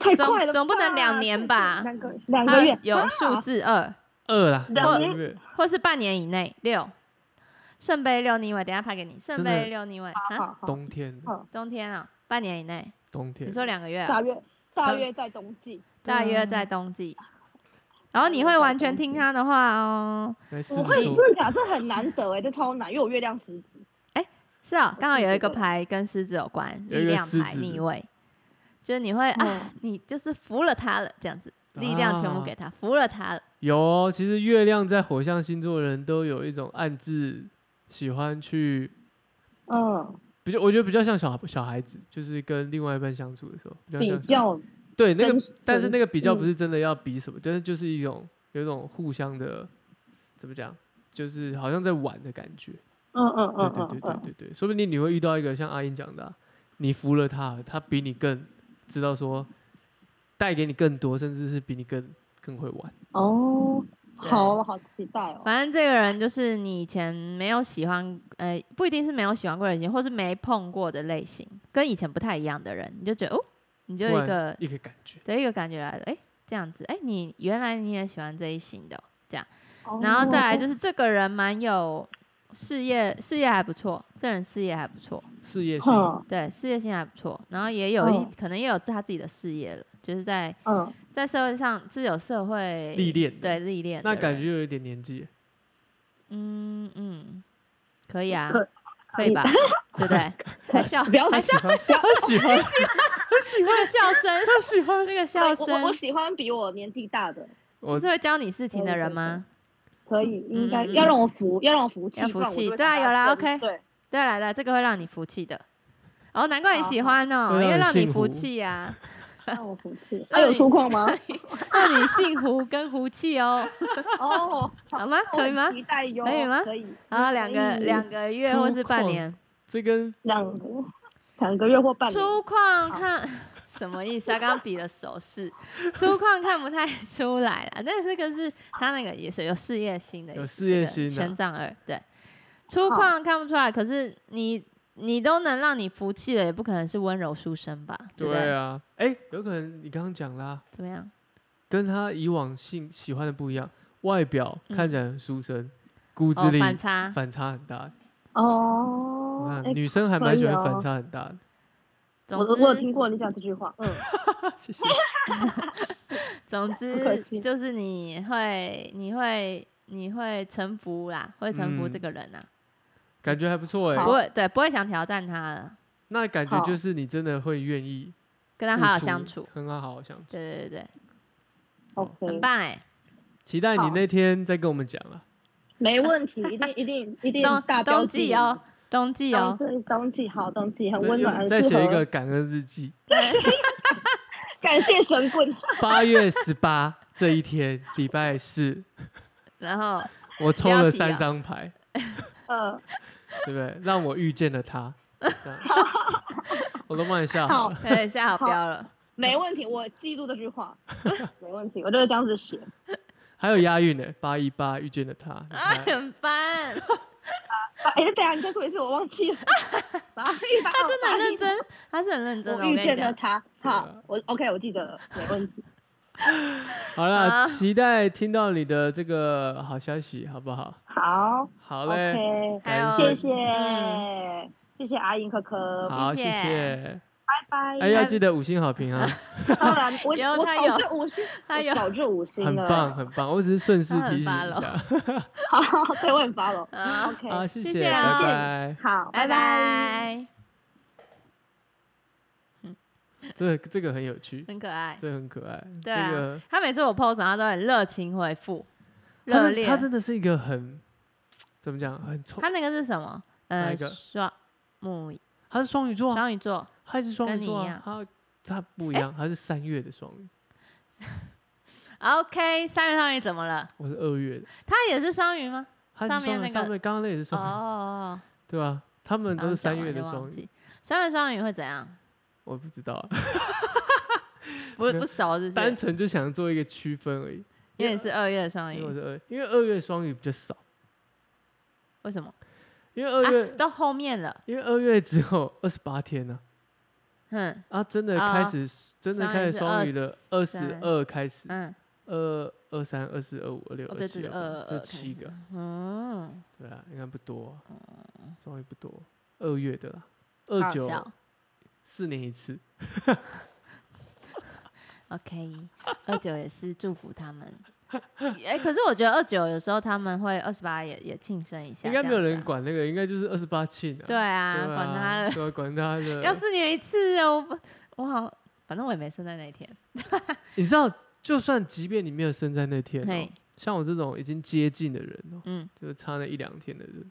[SPEAKER 4] 太
[SPEAKER 2] 总
[SPEAKER 4] 快了吧，
[SPEAKER 2] 总不能两年吧
[SPEAKER 4] 两个两
[SPEAKER 2] 他
[SPEAKER 4] 个月啊
[SPEAKER 2] 有数字二，
[SPEAKER 1] 饿啦，
[SPEAKER 4] 两
[SPEAKER 1] 个
[SPEAKER 4] 年
[SPEAKER 1] 月
[SPEAKER 2] 或是半年以内六。圣杯六逆位，等一下拍给你。圣
[SPEAKER 1] 真的
[SPEAKER 2] 杯六逆位啊，
[SPEAKER 4] 好好
[SPEAKER 1] 冬天的
[SPEAKER 4] 好
[SPEAKER 2] 冬天啊，半年以内。
[SPEAKER 1] 冬
[SPEAKER 2] 你
[SPEAKER 1] 天，
[SPEAKER 2] 说两个月啊、
[SPEAKER 4] 大约大约在冬季，
[SPEAKER 2] 大约在冬季。然后你会完全听他的话哦。
[SPEAKER 1] 来狮
[SPEAKER 4] 我
[SPEAKER 1] 子
[SPEAKER 4] 会
[SPEAKER 1] 座
[SPEAKER 4] 真的假的？这很难得哎，这超难，因为我月亮狮子，
[SPEAKER 2] 是哦，刚好有一个牌跟狮子有关，
[SPEAKER 1] 有一
[SPEAKER 2] 力
[SPEAKER 1] 个
[SPEAKER 2] 量
[SPEAKER 1] 狮
[SPEAKER 2] 牌
[SPEAKER 1] 子
[SPEAKER 2] 逆位，就是你会啊，你就是服了他了，这样子，力量全部
[SPEAKER 1] 啊
[SPEAKER 2] 给他，服了他了。
[SPEAKER 1] 有哦，其实月亮在火象星座的人都有一种暗自喜欢去
[SPEAKER 4] 嗯，
[SPEAKER 1] 比较，我觉得比较像小小孩子，就是跟另外一半相处的时候，比较
[SPEAKER 4] 比
[SPEAKER 1] 像小
[SPEAKER 4] 较
[SPEAKER 1] 对那个
[SPEAKER 4] 跟，
[SPEAKER 1] 但是那个比较不
[SPEAKER 4] 嗯
[SPEAKER 1] 是真的要比什么，但是就是一种有一种互相的怎么讲，就是好像在玩的感觉。
[SPEAKER 4] 嗯嗯
[SPEAKER 1] 对
[SPEAKER 4] 嗯
[SPEAKER 1] 对
[SPEAKER 4] 嗯
[SPEAKER 1] 对对
[SPEAKER 4] 嗯，
[SPEAKER 1] 对对，说不定你会遇到一个像阿英讲的啊、你服了他，他比你更知道说带给你更多，甚至是比你更更会玩。
[SPEAKER 4] 哦，
[SPEAKER 2] 对
[SPEAKER 4] 好，我好期待哦。
[SPEAKER 2] 反正这个人就是你以前没有喜欢，呃，不一定是没有喜欢过的类型，或是没碰过的类型，跟以前不太一样的人，你就觉得哦，你就
[SPEAKER 1] 突
[SPEAKER 2] 有
[SPEAKER 1] 然一
[SPEAKER 2] 一个
[SPEAKER 1] 个感觉，
[SPEAKER 2] 的一个感觉来了，哎，这样子，哎，你原来你也喜欢这一型的哦、
[SPEAKER 4] 哦
[SPEAKER 2] 然后再来就是这个人蛮有事业，事业还不错，这人事业还不错，
[SPEAKER 1] 事业性
[SPEAKER 4] 哼
[SPEAKER 2] 对，事业心还不错，然后也有一、
[SPEAKER 1] 哦
[SPEAKER 4] 嗯
[SPEAKER 2] 可能也有他自己的事业了，就是在
[SPEAKER 4] 嗯，
[SPEAKER 2] 在社会上是有社会
[SPEAKER 1] 历练的
[SPEAKER 2] 对历练的
[SPEAKER 1] 嗯那
[SPEAKER 2] 人，
[SPEAKER 1] 感觉有一点年纪耶，
[SPEAKER 2] 嗯嗯，可以啊，
[SPEAKER 4] 可
[SPEAKER 2] 可 以吧？对不对？还笑，
[SPEAKER 4] 不要
[SPEAKER 2] 还
[SPEAKER 4] 再
[SPEAKER 2] 笑，
[SPEAKER 1] 他喜欢，
[SPEAKER 2] 这个笑声，
[SPEAKER 1] 他喜欢，
[SPEAKER 2] 这个笑
[SPEAKER 4] 哎我我我
[SPEAKER 2] 声，
[SPEAKER 4] 喜欢比我年纪大的，
[SPEAKER 2] 这
[SPEAKER 1] 我
[SPEAKER 2] 是会教你事情的人吗？
[SPEAKER 4] 可以，应该
[SPEAKER 2] 嗯嗯嗯
[SPEAKER 4] 要让我服，要让我服气，
[SPEAKER 2] 要服
[SPEAKER 4] 不然我
[SPEAKER 2] 气
[SPEAKER 4] 就会
[SPEAKER 2] 对啊
[SPEAKER 4] 想
[SPEAKER 2] 有啦
[SPEAKER 4] 要
[SPEAKER 2] ，OK
[SPEAKER 4] 争 对，
[SPEAKER 2] 对来来，这个会让你服气的。哦，难怪你喜欢
[SPEAKER 1] 好
[SPEAKER 2] 哦，
[SPEAKER 1] 好
[SPEAKER 2] 因为
[SPEAKER 1] 会让
[SPEAKER 2] 让
[SPEAKER 1] 你
[SPEAKER 2] 你
[SPEAKER 1] 幸
[SPEAKER 2] 服
[SPEAKER 1] 福
[SPEAKER 2] 气呀、
[SPEAKER 4] 让我服 气。
[SPEAKER 2] 那
[SPEAKER 4] 还有
[SPEAKER 2] 你
[SPEAKER 4] 粗犷吗？
[SPEAKER 2] 让你幸福跟福气哦，
[SPEAKER 4] 哦，
[SPEAKER 2] 好吗？
[SPEAKER 4] 我
[SPEAKER 2] 可以
[SPEAKER 4] 很
[SPEAKER 2] 吗？
[SPEAKER 4] 期待哟，
[SPEAKER 2] 可以吗
[SPEAKER 4] 可以。
[SPEAKER 2] 啊，两个
[SPEAKER 4] 嗯
[SPEAKER 2] 两个月或是半
[SPEAKER 1] 粗犷
[SPEAKER 2] 年，
[SPEAKER 1] 这跟
[SPEAKER 4] 两个两个月或半年。
[SPEAKER 2] 粗犷
[SPEAKER 4] 好
[SPEAKER 2] 看 什么意思？他刚刚比了手势， 粗犷看不太出来了。但是这个是他那个也是有事业心的意思，
[SPEAKER 1] 有事业
[SPEAKER 2] 对
[SPEAKER 1] 心啊
[SPEAKER 2] 玄奘二对，粗犷看不出来，可是你你都能让你服气了，也不可能是温柔书生吧？对不
[SPEAKER 1] 对
[SPEAKER 2] 对？
[SPEAKER 1] 啊，哎，有可能你刚刚讲啦，
[SPEAKER 2] 怎么样？
[SPEAKER 1] 跟他以往性喜欢的不一样，外表
[SPEAKER 2] 嗯
[SPEAKER 1] 看起来很书生，骨
[SPEAKER 2] 哦
[SPEAKER 1] 子，里
[SPEAKER 2] 反差
[SPEAKER 1] 反差很大。我
[SPEAKER 4] 哦，
[SPEAKER 1] 看
[SPEAKER 4] 哎，
[SPEAKER 1] 女生还蛮喜欢
[SPEAKER 4] 可以哦
[SPEAKER 1] 反差很大的，
[SPEAKER 2] 总
[SPEAKER 4] 我
[SPEAKER 2] 之
[SPEAKER 4] 我有听过你讲这句话，嗯，
[SPEAKER 1] 谢谢。
[SPEAKER 2] 总
[SPEAKER 4] 不客
[SPEAKER 2] 之
[SPEAKER 4] 气
[SPEAKER 2] 就是你会你会你会臣服啦，会臣服
[SPEAKER 1] 嗯
[SPEAKER 2] 这个人啊，
[SPEAKER 1] 感觉还不错哎、
[SPEAKER 4] 好
[SPEAKER 2] 不会对不会想挑战他了，
[SPEAKER 1] 那感觉
[SPEAKER 4] 好
[SPEAKER 1] 就是你真的会愿意
[SPEAKER 2] 跟
[SPEAKER 1] 跟
[SPEAKER 2] 他好好相处。
[SPEAKER 1] 跟他好好相处。
[SPEAKER 2] 对对对
[SPEAKER 1] 好
[SPEAKER 4] OK，
[SPEAKER 2] 对，很棒哎、
[SPEAKER 1] 期待你
[SPEAKER 4] 好
[SPEAKER 1] 那天再跟我们讲啊了。
[SPEAKER 4] 没问题，一定一定一定大
[SPEAKER 2] 冬
[SPEAKER 4] 标
[SPEAKER 2] 冬
[SPEAKER 4] 记
[SPEAKER 2] 季哦，，冬季
[SPEAKER 4] 冬
[SPEAKER 2] 哦，
[SPEAKER 4] 季冬季好，冬季很
[SPEAKER 1] 再
[SPEAKER 4] 温暖，很
[SPEAKER 1] 再
[SPEAKER 4] 适
[SPEAKER 1] 写一
[SPEAKER 4] 合
[SPEAKER 1] 个感恩日记。
[SPEAKER 4] 感谢神棍，
[SPEAKER 1] 八月十八 这一天，礼拜四，
[SPEAKER 2] 然后
[SPEAKER 1] 我抽
[SPEAKER 2] 标
[SPEAKER 1] 了
[SPEAKER 2] 题啊
[SPEAKER 1] 三张牌，
[SPEAKER 4] 呃，
[SPEAKER 1] 对不对？让我遇见了他，这样我都帮你下 好
[SPEAKER 4] 好
[SPEAKER 1] 了。，
[SPEAKER 2] 对下好
[SPEAKER 4] 好
[SPEAKER 2] 标了，
[SPEAKER 4] 没问题，我记住这句话， 没问题，我就是这样子写，
[SPEAKER 1] 还有押韵呢，八一八遇见了他，你
[SPEAKER 2] 啊
[SPEAKER 1] 看
[SPEAKER 2] 很烦，
[SPEAKER 4] 啊哎，等一下你再说一次，我忘记 了，八一八，
[SPEAKER 2] 他真的
[SPEAKER 1] 哦
[SPEAKER 2] 很认
[SPEAKER 4] 八一
[SPEAKER 2] 真，他是很认真
[SPEAKER 4] 八，
[SPEAKER 2] 的，我
[SPEAKER 4] 我
[SPEAKER 2] 跟
[SPEAKER 4] 遇
[SPEAKER 2] 你
[SPEAKER 4] 见了
[SPEAKER 2] 讲，
[SPEAKER 4] 他，
[SPEAKER 1] 对啊
[SPEAKER 4] 好，我 OK，我记得了，没问题，
[SPEAKER 1] 好了，
[SPEAKER 2] 好
[SPEAKER 1] 期待听到你的这个好消息，好不好？
[SPEAKER 4] 好
[SPEAKER 1] 好嘞，
[SPEAKER 4] ，OK，
[SPEAKER 2] 还
[SPEAKER 1] 感
[SPEAKER 2] 有
[SPEAKER 1] 谢
[SPEAKER 4] 谢谢，
[SPEAKER 2] 嗯
[SPEAKER 4] 谢谢阿英可可，
[SPEAKER 1] 好，
[SPEAKER 2] 谢
[SPEAKER 1] 谢
[SPEAKER 2] 谢
[SPEAKER 1] 谢。
[SPEAKER 4] 拜拜。
[SPEAKER 1] 哎，要记得五星好评啊，
[SPEAKER 4] 当然，我
[SPEAKER 2] 有
[SPEAKER 4] 我
[SPEAKER 2] 他
[SPEAKER 4] 早
[SPEAKER 2] 有
[SPEAKER 4] 就五星，
[SPEAKER 2] 他
[SPEAKER 4] 我
[SPEAKER 2] 有
[SPEAKER 4] 早就五星
[SPEAKER 1] 很
[SPEAKER 4] 了。
[SPEAKER 1] 棒，很棒。我只是顺势
[SPEAKER 2] 他很
[SPEAKER 1] 提醒一
[SPEAKER 2] follow
[SPEAKER 1] 下。
[SPEAKER 4] 好，对我很发了。
[SPEAKER 2] 啊
[SPEAKER 4] OK，
[SPEAKER 1] 好，谢
[SPEAKER 2] 谢
[SPEAKER 1] 谢，
[SPEAKER 2] 谢啊
[SPEAKER 1] 拜拜。
[SPEAKER 4] 好，
[SPEAKER 2] 拜拜，
[SPEAKER 1] 这个这个很有趣，
[SPEAKER 2] 很可爱，
[SPEAKER 1] 这个很可爱。
[SPEAKER 2] 对啊
[SPEAKER 1] 这个
[SPEAKER 2] 他每次我 post 他都很热情回复，热
[SPEAKER 1] 他
[SPEAKER 2] 烈，
[SPEAKER 1] 是他真的是一个很怎么讲，很冲
[SPEAKER 2] 他。那个是什么？
[SPEAKER 1] 哪
[SPEAKER 2] 呃，
[SPEAKER 1] 一个
[SPEAKER 2] 双母
[SPEAKER 1] 他是双鱼座啊，
[SPEAKER 2] 双鱼座，
[SPEAKER 1] 他也是双
[SPEAKER 2] 跟
[SPEAKER 1] 鱼
[SPEAKER 2] 你
[SPEAKER 1] 座
[SPEAKER 2] 一
[SPEAKER 1] 啊
[SPEAKER 2] 样，哎
[SPEAKER 1] 他他不一样，他是三月的双鱼，
[SPEAKER 2] OK，三月双鱼怎么了？
[SPEAKER 1] 我是二月的，
[SPEAKER 2] 他也是双鱼吗？
[SPEAKER 1] 他
[SPEAKER 2] 上
[SPEAKER 1] 是双
[SPEAKER 2] 面那
[SPEAKER 1] 鱼，
[SPEAKER 2] 个
[SPEAKER 1] 上面刚刚那也是
[SPEAKER 2] 哦
[SPEAKER 1] 双鱼，
[SPEAKER 2] 哦，
[SPEAKER 1] 对吧？他们
[SPEAKER 2] 哦
[SPEAKER 1] 都是三月
[SPEAKER 2] 刚
[SPEAKER 1] 的
[SPEAKER 2] 刚讲完就忘
[SPEAKER 1] 双鱼，
[SPEAKER 2] 记。三月双鱼会怎样？
[SPEAKER 1] 我不知道啊，
[SPEAKER 2] 不不熟是不
[SPEAKER 1] 单
[SPEAKER 2] 是？
[SPEAKER 1] 纯就想做一个区分而已，
[SPEAKER 2] 因为你是二月双
[SPEAKER 1] 因为我
[SPEAKER 2] 鱼，
[SPEAKER 1] 是二，因为二月双鱼比较少，
[SPEAKER 2] 为什么？
[SPEAKER 1] 因为二月
[SPEAKER 2] 啊、到后面了，
[SPEAKER 1] 因为二月只有二十八天呢、
[SPEAKER 2] 嗯
[SPEAKER 1] 啊，真的
[SPEAKER 2] 啊
[SPEAKER 1] 开始，真的开始
[SPEAKER 2] 双
[SPEAKER 1] 双
[SPEAKER 2] 鱼
[SPEAKER 1] 鱼
[SPEAKER 2] 是
[SPEAKER 1] 的二十二开始，
[SPEAKER 2] 嗯
[SPEAKER 1] 二二三、二四、二五、二六、
[SPEAKER 2] 哦
[SPEAKER 1] 二
[SPEAKER 2] 对
[SPEAKER 1] 七、
[SPEAKER 2] 对对
[SPEAKER 1] 二八
[SPEAKER 2] 22
[SPEAKER 1] 这七
[SPEAKER 2] 开
[SPEAKER 1] 个，
[SPEAKER 2] 嗯，
[SPEAKER 1] 对啊，应该不多啊、双鱼不多，二月的啦，二
[SPEAKER 2] 好
[SPEAKER 1] 九
[SPEAKER 2] 笑
[SPEAKER 1] 四年一次，
[SPEAKER 2] OK，二九也是祝福他们。 哎、可是我觉得二九有时候他们会二十八也也庆生一下，
[SPEAKER 1] 应该没有
[SPEAKER 2] 这样
[SPEAKER 1] 人
[SPEAKER 2] 子啊。
[SPEAKER 1] 管那个，应该就是二十八庆啊，
[SPEAKER 2] 对啊，
[SPEAKER 1] 对啊
[SPEAKER 2] 管他了，
[SPEAKER 1] 对啊，管他
[SPEAKER 2] 要
[SPEAKER 1] 的。
[SPEAKER 2] 四年一次哦，我不我好，反正我也没生在那一天。
[SPEAKER 1] 你知道，就算即便你没有生在那天、
[SPEAKER 2] 嘿
[SPEAKER 1] 哦，像我这种已经接近的人哦、
[SPEAKER 2] 嗯，
[SPEAKER 1] 就差那一两天的人，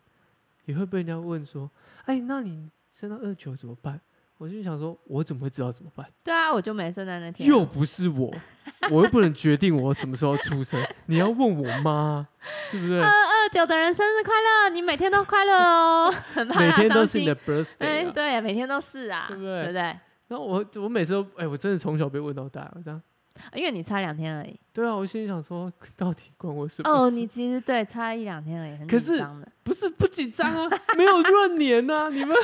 [SPEAKER 1] 也会被人家问说：“哎，那你升到二九怎么办？”我就想说，我怎么会知道怎么办？
[SPEAKER 2] 对啊，我就没生在那天啊，
[SPEAKER 1] 又不是我，我又不能决定我什么时候出生。你要问我妈，是不是？
[SPEAKER 2] 二九的人生日快乐，你每天都快乐哦， 很怕
[SPEAKER 1] 每
[SPEAKER 2] 他
[SPEAKER 1] 天都
[SPEAKER 2] 伤
[SPEAKER 1] 是你
[SPEAKER 2] 心
[SPEAKER 1] 的。
[SPEAKER 2] 哎、
[SPEAKER 1] birthday 啊。
[SPEAKER 2] 对，每天都是啊，
[SPEAKER 1] 对不对
[SPEAKER 2] 对不对？
[SPEAKER 1] 然后我我每次都哎，我真的从小被问到大，我这样。
[SPEAKER 2] 因为你差两天而已。
[SPEAKER 1] 对啊，我心里想说，到底关我什么事？
[SPEAKER 2] 哦，你其实对差一两天而已，很
[SPEAKER 1] 可
[SPEAKER 2] 紧
[SPEAKER 1] 是
[SPEAKER 2] 张的。
[SPEAKER 1] 不是不紧张啊？没有闰年呐、啊你们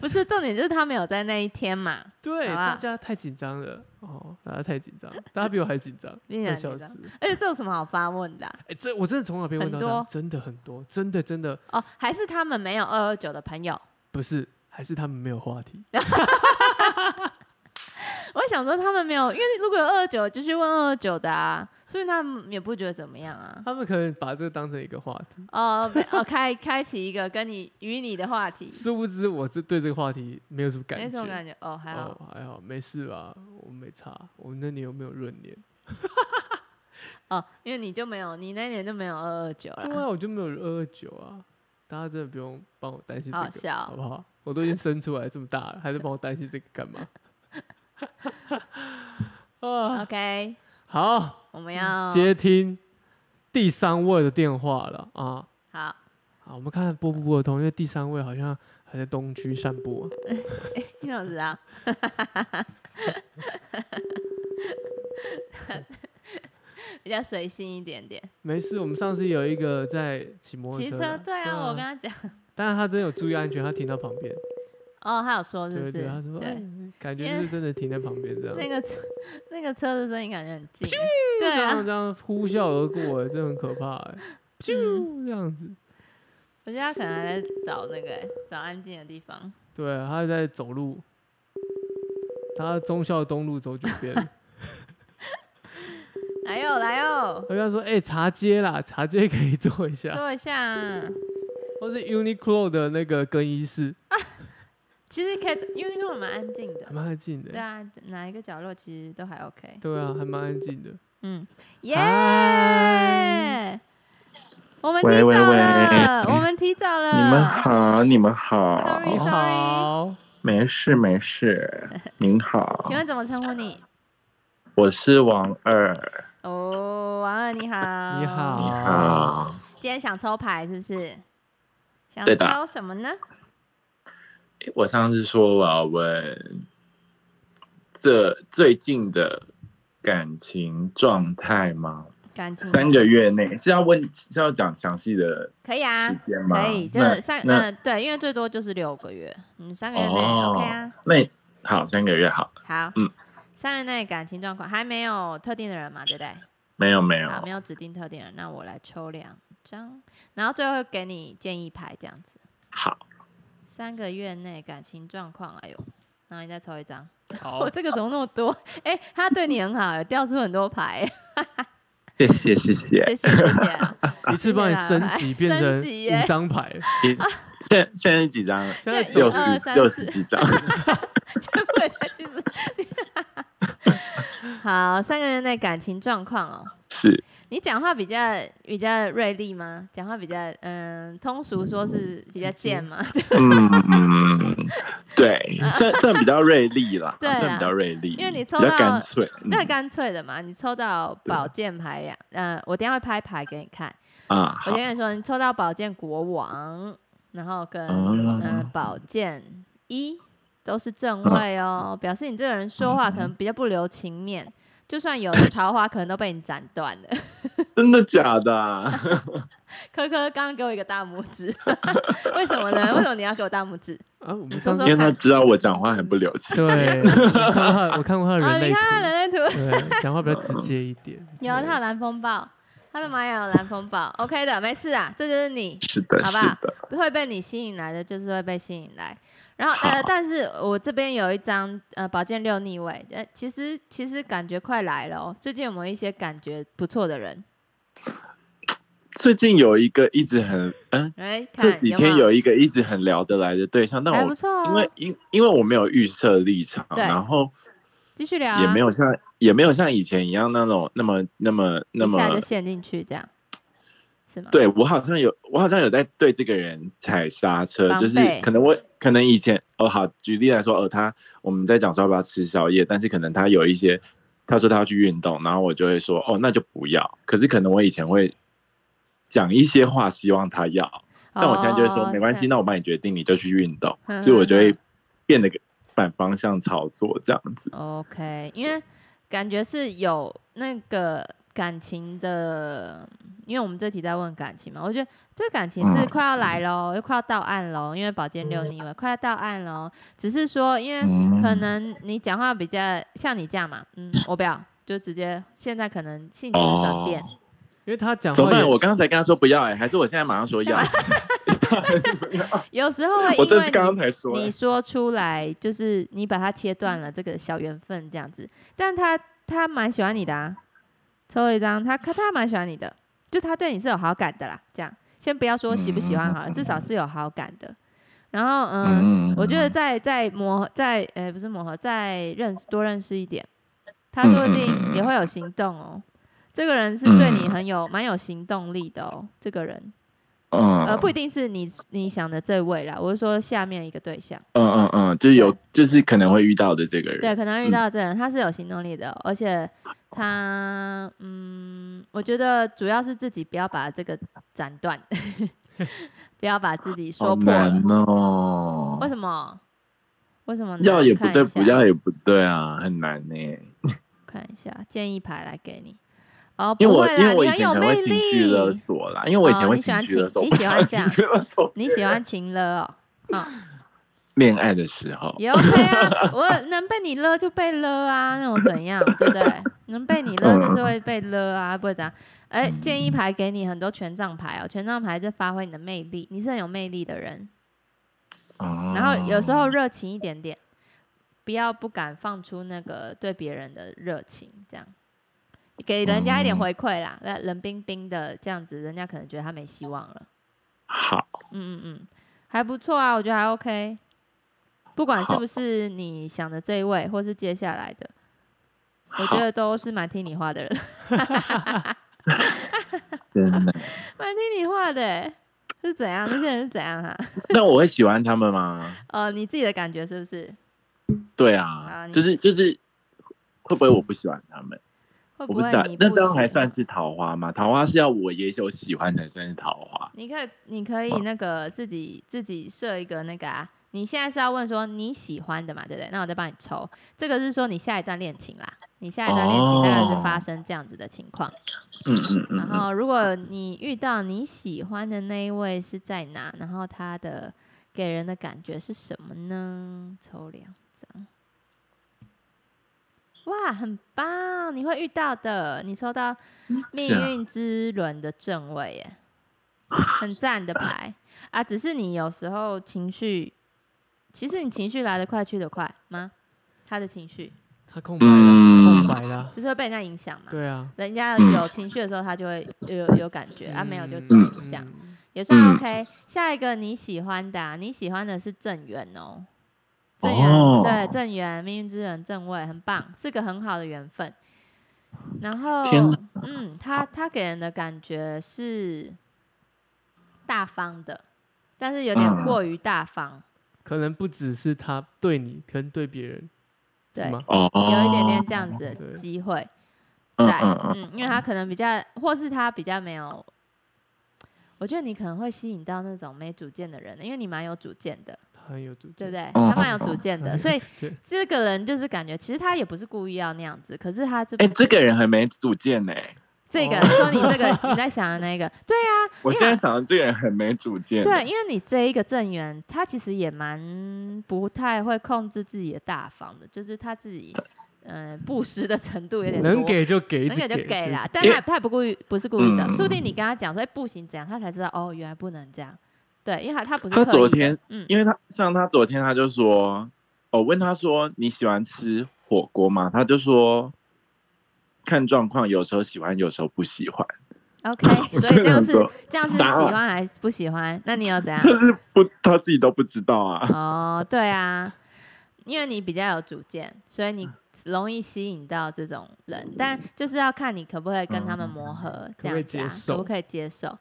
[SPEAKER 2] 不是重点，就是他没有在那一天嘛。
[SPEAKER 1] 对
[SPEAKER 2] 好啦
[SPEAKER 1] 大家太紧张了哦，大家太紧张，大家比我还紧张，
[SPEAKER 2] 比你
[SPEAKER 1] 快
[SPEAKER 2] 还
[SPEAKER 1] 笑
[SPEAKER 2] 紧张
[SPEAKER 1] 死！
[SPEAKER 2] 而且这有什么好发问的啊、
[SPEAKER 1] 哎、这我真的从小被问到
[SPEAKER 2] 很
[SPEAKER 1] 大，
[SPEAKER 2] 多
[SPEAKER 1] 真的很多，真的真的
[SPEAKER 2] 哦，还是他们没有二二九的朋友？
[SPEAKER 1] 不是，还是他们没有话题。
[SPEAKER 2] 我想说他们没有，因为如果有二二九，就去问二二九的啊，所以他们也不觉得怎么样啊。
[SPEAKER 1] 他们可能把这个当成一个话题，
[SPEAKER 2] 哦，没哦，开开启一个跟你与你的话题，
[SPEAKER 1] 殊不知我这对这个话题没有什么感觉。
[SPEAKER 2] 那种感觉哦，还好。
[SPEAKER 1] 哦，还好，没事吧？我没差。我们那年有没有闰年？
[SPEAKER 2] 哦，因为你就没有，你那年就没有二二九
[SPEAKER 1] 对
[SPEAKER 2] 了。
[SPEAKER 1] 啊，我就没有二二九啊。大家真的不用帮我担心这
[SPEAKER 2] 好
[SPEAKER 1] 个，
[SPEAKER 2] 笑
[SPEAKER 1] 好不好？我都已经生出来这么大了，还在帮我担心这个干嘛？ 啊，
[SPEAKER 2] OK，
[SPEAKER 1] 好，
[SPEAKER 2] 我们要
[SPEAKER 1] 接听第三位的电话了啊！
[SPEAKER 2] 好，
[SPEAKER 1] 好，我们看波不波的通，因为第三位好像还在东区散步、啊。
[SPEAKER 2] 你怎么知道？ 比较随性一点点，
[SPEAKER 1] 没事，我们上次有一个在骑摩托
[SPEAKER 2] 骑
[SPEAKER 1] 车
[SPEAKER 2] 车
[SPEAKER 1] 的，
[SPEAKER 2] 对啊，我跟他讲，
[SPEAKER 1] 但是他真的有注意安全，他停到旁边，
[SPEAKER 2] 哦，他 有说
[SPEAKER 1] 对
[SPEAKER 2] 是不
[SPEAKER 1] 对对，
[SPEAKER 2] 是？
[SPEAKER 1] 他说，哎
[SPEAKER 2] 对，
[SPEAKER 1] 感
[SPEAKER 2] 因
[SPEAKER 1] 觉
[SPEAKER 2] 为
[SPEAKER 1] 就是真的停在旁边这样，
[SPEAKER 2] 那个车那个车的声音感觉很近，
[SPEAKER 1] 这
[SPEAKER 2] 对
[SPEAKER 1] 样
[SPEAKER 2] 啊，
[SPEAKER 1] 这样呼啸而过，哎，真的很可怕，哎，啾
[SPEAKER 2] 嗯
[SPEAKER 1] 这样子，
[SPEAKER 2] 我觉得他可能还在找那个欸找安静的地方，
[SPEAKER 1] 对，啊他在走路，他忠孝东路走 九遍，
[SPEAKER 2] 来哟来哟
[SPEAKER 1] 我，跟他说，哎，茶街啦，茶街可以坐一 下，
[SPEAKER 2] 坐一下啊，
[SPEAKER 1] 或是 Uniqlo 的那个更衣室，
[SPEAKER 2] 其实可以，因为那个蛮安静的
[SPEAKER 1] 还，蛮安静的，
[SPEAKER 2] 对
[SPEAKER 1] 哎
[SPEAKER 2] 啊，哪一个角落其实都还 OK。
[SPEAKER 1] 对啊，还蛮安静的。
[SPEAKER 2] 嗯，耶、
[SPEAKER 1] 嗨
[SPEAKER 2] 我们提
[SPEAKER 5] 喂
[SPEAKER 2] 早
[SPEAKER 5] 喂喂
[SPEAKER 2] 了，我们提早了。
[SPEAKER 5] 你们好，你们好
[SPEAKER 2] 嗯 Sorry
[SPEAKER 1] 你好，
[SPEAKER 5] 没事 没事，您好，
[SPEAKER 2] 请问怎么称呼你？
[SPEAKER 5] 我是王二，
[SPEAKER 2] 哦，王二你好，
[SPEAKER 1] 你好
[SPEAKER 5] 你好，
[SPEAKER 2] 今天想抽牌是不是？想
[SPEAKER 5] 对的
[SPEAKER 2] 抽什么呢？
[SPEAKER 5] 我上次说我要问这最近的感情状态吗？
[SPEAKER 2] 感情
[SPEAKER 5] 三个月内是要问是要讲详细的
[SPEAKER 2] 可以啊
[SPEAKER 5] 时，间吗？
[SPEAKER 2] 可以，就
[SPEAKER 5] 那
[SPEAKER 2] 是三嗯、
[SPEAKER 5] 那
[SPEAKER 2] 对，因为最多就是六个月，嗯，三个月内、
[SPEAKER 5] 哦
[SPEAKER 2] OK 啊，
[SPEAKER 5] 那好，三个月好，
[SPEAKER 2] 好，
[SPEAKER 5] 嗯，
[SPEAKER 2] 三个月内感情状况还没有特定的人嘛，对不对？
[SPEAKER 5] 没有没有
[SPEAKER 2] 好，没有指定特定人，那我来抽两张，然后最后给你建议牌这样子。
[SPEAKER 5] 好，
[SPEAKER 2] 三个月内感情状况，哎呦，然后你再抽一张。
[SPEAKER 1] 好
[SPEAKER 2] 哦，这个怎么那么多？ 哎、他对你很好，有调出很多牌，哎
[SPEAKER 5] 谢谢谢谢，
[SPEAKER 2] 谢谢谢谢啊。
[SPEAKER 1] 一次帮你升级变成
[SPEAKER 2] 升级耶
[SPEAKER 1] 五张牌，
[SPEAKER 5] 现现在是几张了？
[SPEAKER 1] 现在
[SPEAKER 2] 现
[SPEAKER 1] 走
[SPEAKER 2] 在
[SPEAKER 5] 六
[SPEAKER 2] 啊有
[SPEAKER 5] 十
[SPEAKER 2] 二三
[SPEAKER 5] 六
[SPEAKER 2] 四
[SPEAKER 5] 十 几张。
[SPEAKER 2] 全部也在其实。 好，三个月内感情状况哦，
[SPEAKER 5] 是
[SPEAKER 2] 你讲话比较比较锐利吗？讲话比较嗯，通俗说是比较贱吗？
[SPEAKER 5] 嗯，嗯， 对，算算比较锐利啦，
[SPEAKER 2] 对啦啊
[SPEAKER 5] 算比较锐利，
[SPEAKER 2] 因为你抽
[SPEAKER 5] 比较
[SPEAKER 2] 到
[SPEAKER 5] 干脆，嗯
[SPEAKER 2] 那干脆的嘛，你抽到宝剑牌呀，嗯、我等一下会拍牌给你看。
[SPEAKER 5] 啊，
[SPEAKER 2] 我
[SPEAKER 5] 好
[SPEAKER 2] 跟你说，你抽到宝剑国王，然后跟
[SPEAKER 5] 嗯
[SPEAKER 2] 嗯宝剑一都是正位哦，表示你这个人说话可能比较不留情面，就算有的桃花可能都被你斩断了。
[SPEAKER 5] 真的假的啊？
[SPEAKER 2] 科科刚刚给我一个大拇指， 为什么呢？为什么你要给我大拇指？
[SPEAKER 1] 啊，我们
[SPEAKER 2] 你
[SPEAKER 1] 上
[SPEAKER 2] 说
[SPEAKER 1] 次
[SPEAKER 5] 因为 他知道我讲话很不留
[SPEAKER 2] 嗯
[SPEAKER 5] 情，
[SPEAKER 1] 对，我看过他我看过他的人
[SPEAKER 2] 啊，你
[SPEAKER 1] 类
[SPEAKER 2] 看他人类图，
[SPEAKER 1] 图，对，讲话比较直接一点。
[SPEAKER 2] 有啊他有蓝风暴，他的玛雅有蓝风暴，OK 的，没事啊，这就是你。
[SPEAKER 5] 是的，
[SPEAKER 2] 好
[SPEAKER 5] 是
[SPEAKER 2] 吧
[SPEAKER 5] 的，
[SPEAKER 2] 会被你吸引来的，就是会被吸引来。然后呃
[SPEAKER 5] 好，
[SPEAKER 2] 但是我这边有一张呃宝剑六逆位，呃，其实其实感觉快来了哦。最近有没有一些感觉不错的人？
[SPEAKER 5] 最近有一个一直很，嗯，
[SPEAKER 2] 哎，看
[SPEAKER 5] 这几天
[SPEAKER 2] 没有
[SPEAKER 5] 有一个一直很聊得来的对象，但
[SPEAKER 2] 还
[SPEAKER 5] 我
[SPEAKER 2] 不错哦，
[SPEAKER 5] 因为因因为我没有预设立场，
[SPEAKER 2] 对
[SPEAKER 5] 然后
[SPEAKER 2] 继续聊、啊，
[SPEAKER 5] 也没有像也没有像以前一样那种那么那么那
[SPEAKER 2] 一下就
[SPEAKER 5] 么
[SPEAKER 2] 陷进去这样，是吗？
[SPEAKER 5] 对我好像有，我好像有在对这个人踩刹车，
[SPEAKER 2] 防
[SPEAKER 5] 就是
[SPEAKER 2] 备
[SPEAKER 5] 可能我可能以前哦好，举例来说，哦他我们在讲说要不要吃宵夜，但是可能他有一些他说他要去运动，然后我就会说哦那就不要，可是可能我以前会讲一些话希望他要，但我现在就会说、
[SPEAKER 2] 哦
[SPEAKER 5] 没关系，
[SPEAKER 2] 这样
[SPEAKER 5] 那我帮你决定，你就去运动，
[SPEAKER 2] 嗯
[SPEAKER 5] 所以我就
[SPEAKER 2] 嗯
[SPEAKER 5] 会变得反方向操作这样子，
[SPEAKER 2] OK，因为感觉是有那个感情的，因为我们这题在问感情嘛，我觉得这感情是
[SPEAKER 5] 嗯
[SPEAKER 2] 快要来喽，又快要到岸喽，因为宝剑六逆位快要到岸喽，只是说因为
[SPEAKER 5] 嗯，
[SPEAKER 2] 可能你讲话比较像你这样嘛，嗯，我不要，就直接现在可能性情转变，
[SPEAKER 5] 哦
[SPEAKER 1] 因为他讲
[SPEAKER 5] 怎么
[SPEAKER 1] 话也
[SPEAKER 5] 办？我刚才跟他说不要哎、还是我现在马上说要？
[SPEAKER 2] 有时候会
[SPEAKER 5] 我
[SPEAKER 2] 因
[SPEAKER 5] 这
[SPEAKER 2] 为
[SPEAKER 5] 是刚刚
[SPEAKER 2] 你
[SPEAKER 5] 才说、哎
[SPEAKER 2] 你说出来，就是你把它切断了这个小缘分这样子，但他他蛮喜欢你的啊，抽了一张，他他他蛮喜欢你的，就他对你是有好感的啦，这样先不要说喜不喜欢好了，至少是有好感的。然后嗯，
[SPEAKER 5] 嗯
[SPEAKER 2] 我觉得在在磨合在呃不是磨合，在认识多认识一点，他说不定也会有行动哦。这个人是对你很有蛮有行动力的哦，这个人
[SPEAKER 5] 嗯
[SPEAKER 2] 呃不一定是你你想的这位啦，我是说下面一个对象，
[SPEAKER 5] 嗯嗯嗯，就是有就是可能会遇到的这个人，
[SPEAKER 2] 对，可能遇到这个人他是有行动力的哦、而且他嗯，我觉得主要是自己不要把这个斩断， 不要把自己说
[SPEAKER 5] 好
[SPEAKER 2] 破了，
[SPEAKER 5] 难哦
[SPEAKER 2] 为。什么？为什么呢？
[SPEAKER 5] 要也不
[SPEAKER 2] 看
[SPEAKER 5] 对，
[SPEAKER 2] 一
[SPEAKER 5] 不
[SPEAKER 2] 下
[SPEAKER 5] 要也不对啊，很难呢、
[SPEAKER 2] 看一下建议牌来给你。哦，
[SPEAKER 5] 因为
[SPEAKER 2] 不
[SPEAKER 5] 我
[SPEAKER 2] 会
[SPEAKER 5] 因
[SPEAKER 2] 啦，
[SPEAKER 5] 为
[SPEAKER 2] 你
[SPEAKER 5] 我以
[SPEAKER 2] 很
[SPEAKER 5] 前
[SPEAKER 2] 有
[SPEAKER 5] 可能会
[SPEAKER 2] 魅
[SPEAKER 5] 情绪勒
[SPEAKER 2] 力，
[SPEAKER 5] 索啦，因为我以前
[SPEAKER 2] 哦
[SPEAKER 5] 会
[SPEAKER 2] 你喜
[SPEAKER 5] 情
[SPEAKER 2] 欢
[SPEAKER 5] 绪勒
[SPEAKER 2] 情
[SPEAKER 5] 索，
[SPEAKER 2] 你
[SPEAKER 5] 我不
[SPEAKER 2] 喜
[SPEAKER 5] 想
[SPEAKER 2] 欢这
[SPEAKER 5] 情
[SPEAKER 2] 样
[SPEAKER 5] 绪勒索。
[SPEAKER 2] 你喜欢情勒哦，哦
[SPEAKER 5] 恋爱的时候，
[SPEAKER 2] 也 OK 啊，我能被你勒就被勒啊，那我怎样，对不对？能被你勒就是会被勒啊，不会怎样。哎，建议牌给你很多权杖牌哦，权杖牌就发挥你的魅力，你是很有魅力的人，然
[SPEAKER 5] 然
[SPEAKER 2] 后有时候热情一点点，不要不敢放出那个对别人的热情，这样给人家一点
[SPEAKER 5] 嗯
[SPEAKER 2] 回馈啦，那冷冰冰的这样子，人家可能觉得他没希望了。
[SPEAKER 5] 好，
[SPEAKER 2] 嗯嗯嗯，还不错啊，我觉得还 OK。不管是
[SPEAKER 5] 好
[SPEAKER 2] 不是你想的这一位，或是接下来的，我觉
[SPEAKER 5] 好，
[SPEAKER 2] 得都是蛮听你话的人，
[SPEAKER 5] 真的。
[SPEAKER 2] 蛮听你话的欸。是怎样？那些人是怎样哈、
[SPEAKER 5] 那我会喜欢他们吗？
[SPEAKER 2] 哦，你自己的感觉是不是？
[SPEAKER 5] 对
[SPEAKER 2] 啊
[SPEAKER 5] 啊，
[SPEAKER 2] 你
[SPEAKER 5] 就是就是，会不会我不喜欢他们？
[SPEAKER 2] 会
[SPEAKER 5] 我
[SPEAKER 2] 不
[SPEAKER 5] 不
[SPEAKER 2] 会
[SPEAKER 5] 知道
[SPEAKER 2] 你，
[SPEAKER 5] 那
[SPEAKER 2] 不
[SPEAKER 5] 这样还
[SPEAKER 2] 喜
[SPEAKER 5] 算是桃花吗？桃花是要我也有喜欢才算是桃花。
[SPEAKER 2] 你可以，你可以那个自己自己设一个那个啊。你现在是要问说你喜欢的嘛，对不对？那我再帮你抽。这个是说你下一段恋情啦，你下一段恋情大概是发
[SPEAKER 5] 哦
[SPEAKER 2] 生这样子的情况。
[SPEAKER 5] 嗯嗯嗯
[SPEAKER 2] 然
[SPEAKER 5] 嗯，
[SPEAKER 2] 后如果你遇到你喜欢的那一位是在哪，然后他的给人的感觉是什么呢？抽两张。哇，很棒！你会遇到的，你抽到命
[SPEAKER 5] 是啊
[SPEAKER 2] 运之轮的正位耶，很赞的牌啊！只是你有时候情绪，其实你情绪来得快去得快吗？他的情绪
[SPEAKER 1] 他空白了，空白了，
[SPEAKER 2] 就是会被人家影响嘛？
[SPEAKER 1] 对啊，
[SPEAKER 2] 人家
[SPEAKER 5] 嗯
[SPEAKER 2] 有情绪的时候，他就会有有感觉、 啊，没有就走
[SPEAKER 1] 嗯
[SPEAKER 2] 这样
[SPEAKER 1] 嗯
[SPEAKER 2] 也算
[SPEAKER 5] 嗯
[SPEAKER 2] OK。下一个你喜欢的啊、你喜欢的是正缘哦，正缘、
[SPEAKER 5] 哦
[SPEAKER 2] 对正缘，命运之人正位，很棒，是个很好的缘分。然后
[SPEAKER 5] 天哪，
[SPEAKER 2] 嗯，他他给人的感觉是大方的，但是有点
[SPEAKER 5] 嗯
[SPEAKER 2] 过于大方，
[SPEAKER 1] 可能不只是他对你，可能对别人，
[SPEAKER 2] 对
[SPEAKER 1] 是吗？
[SPEAKER 5] 哦，
[SPEAKER 2] 有一点点这样子的
[SPEAKER 1] 对
[SPEAKER 2] 机会。
[SPEAKER 5] 嗯
[SPEAKER 2] 在，
[SPEAKER 5] 嗯嗯，
[SPEAKER 2] 嗯，因为他可能比较，或是他比较没有，我觉得你可能会吸引到那种没主见的人，因为你蛮有主见的，
[SPEAKER 1] 他很有主
[SPEAKER 2] 对
[SPEAKER 1] 见，
[SPEAKER 2] 不对？
[SPEAKER 5] 嗯
[SPEAKER 2] 他蛮有主见
[SPEAKER 1] 他很
[SPEAKER 2] 的，
[SPEAKER 1] 有
[SPEAKER 2] 所以
[SPEAKER 1] 主 见
[SPEAKER 2] 这个人就是感觉，其实他也不是故意要那样子，可是他这
[SPEAKER 5] 哎，这个人很没主见呢。
[SPEAKER 2] 这个
[SPEAKER 1] 哦
[SPEAKER 2] 说你这 个你在想的那个，对啊，
[SPEAKER 5] 我现在想的这个人很没主见。
[SPEAKER 2] 对，，因为你这一个正缘，他其实也蛮不太会控制自己的大方的，就是他自己，嗯、布施的程度有点
[SPEAKER 1] 能
[SPEAKER 2] 多
[SPEAKER 1] 给就给，一
[SPEAKER 2] 能
[SPEAKER 1] 直
[SPEAKER 2] 给就给啦，但他
[SPEAKER 5] 因为
[SPEAKER 2] 也他也不故意，不是故意的，
[SPEAKER 5] 嗯
[SPEAKER 2] 说不定你跟他讲说，哎、不行怎样，他才知道哦，原来不能这样。对，因为他他不是
[SPEAKER 5] 他
[SPEAKER 2] 刻
[SPEAKER 5] 昨
[SPEAKER 2] 意的
[SPEAKER 5] 天，
[SPEAKER 2] 嗯，
[SPEAKER 5] 因为他像他昨天他就说，我问他说你喜欢吃火锅吗？他就说看状况，有时候喜欢，有时候不喜欢，
[SPEAKER 2] OK，
[SPEAKER 5] 我
[SPEAKER 2] 所以这
[SPEAKER 5] 真的
[SPEAKER 2] 样
[SPEAKER 5] 很
[SPEAKER 2] 是
[SPEAKER 5] 多
[SPEAKER 2] 这样是喜
[SPEAKER 5] 答案
[SPEAKER 2] 欢还是不喜欢？那你要怎样？
[SPEAKER 5] 就是不他自己都不知道啊。
[SPEAKER 2] 哦，对啊，因为你比较有主见，所以你容易吸引到这种人，但就是要看你可不可以跟他们磨合，
[SPEAKER 1] 嗯可不
[SPEAKER 2] 这
[SPEAKER 1] 可以
[SPEAKER 2] 样子啊
[SPEAKER 1] 接受
[SPEAKER 2] 可不可以接受？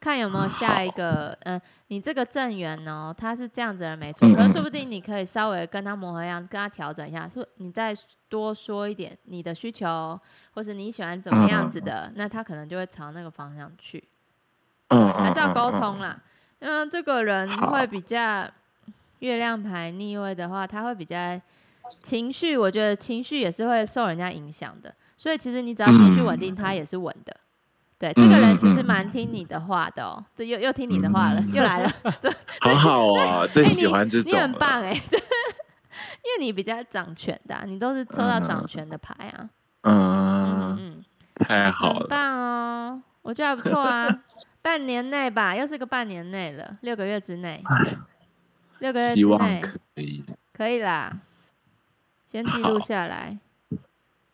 [SPEAKER 2] 看有没有下一个，嗯、你这个正缘哦，他是这样子的人没错，可
[SPEAKER 5] 嗯嗯
[SPEAKER 2] 是说不定你可以稍微跟他磨合一样，跟他调整一下，说你再多说一点你的需求，或是你喜欢怎
[SPEAKER 1] 嗯
[SPEAKER 2] 么样子的，那他可能就会朝那个方向去，
[SPEAKER 5] 嗯，
[SPEAKER 2] 还是要
[SPEAKER 5] 嗯
[SPEAKER 2] 沟
[SPEAKER 5] 嗯
[SPEAKER 2] 通啦。嗯，这个人
[SPEAKER 5] 好
[SPEAKER 2] 会比较月亮牌逆位的话，他会比较情绪，我觉得情绪也是会受人家影响的，所以其实你只要情绪
[SPEAKER 5] 嗯
[SPEAKER 2] 稳定，他也是稳的。对，这个人其实蛮听你的话的哦，这又又听你的话了，又来了，
[SPEAKER 5] 好好哦，嗯最
[SPEAKER 2] 哎
[SPEAKER 5] 喜欢这
[SPEAKER 2] 你
[SPEAKER 5] 种
[SPEAKER 2] 很
[SPEAKER 5] 了
[SPEAKER 2] 棒哎、 这因为你比较掌权的啊、你都是抽到掌权的牌啊，嗯
[SPEAKER 5] 嗯，
[SPEAKER 2] 嗯，
[SPEAKER 5] 太
[SPEAKER 2] 嗯
[SPEAKER 5] 好
[SPEAKER 2] 很
[SPEAKER 5] 了，
[SPEAKER 2] 棒哦，我觉得还不错啊， 半年内吧，又是个半年内了，六个月之内，六个月
[SPEAKER 5] 希
[SPEAKER 2] 之
[SPEAKER 5] 望
[SPEAKER 2] 内
[SPEAKER 5] 可以。
[SPEAKER 2] 可以啦，先记录
[SPEAKER 5] 好
[SPEAKER 2] 下来，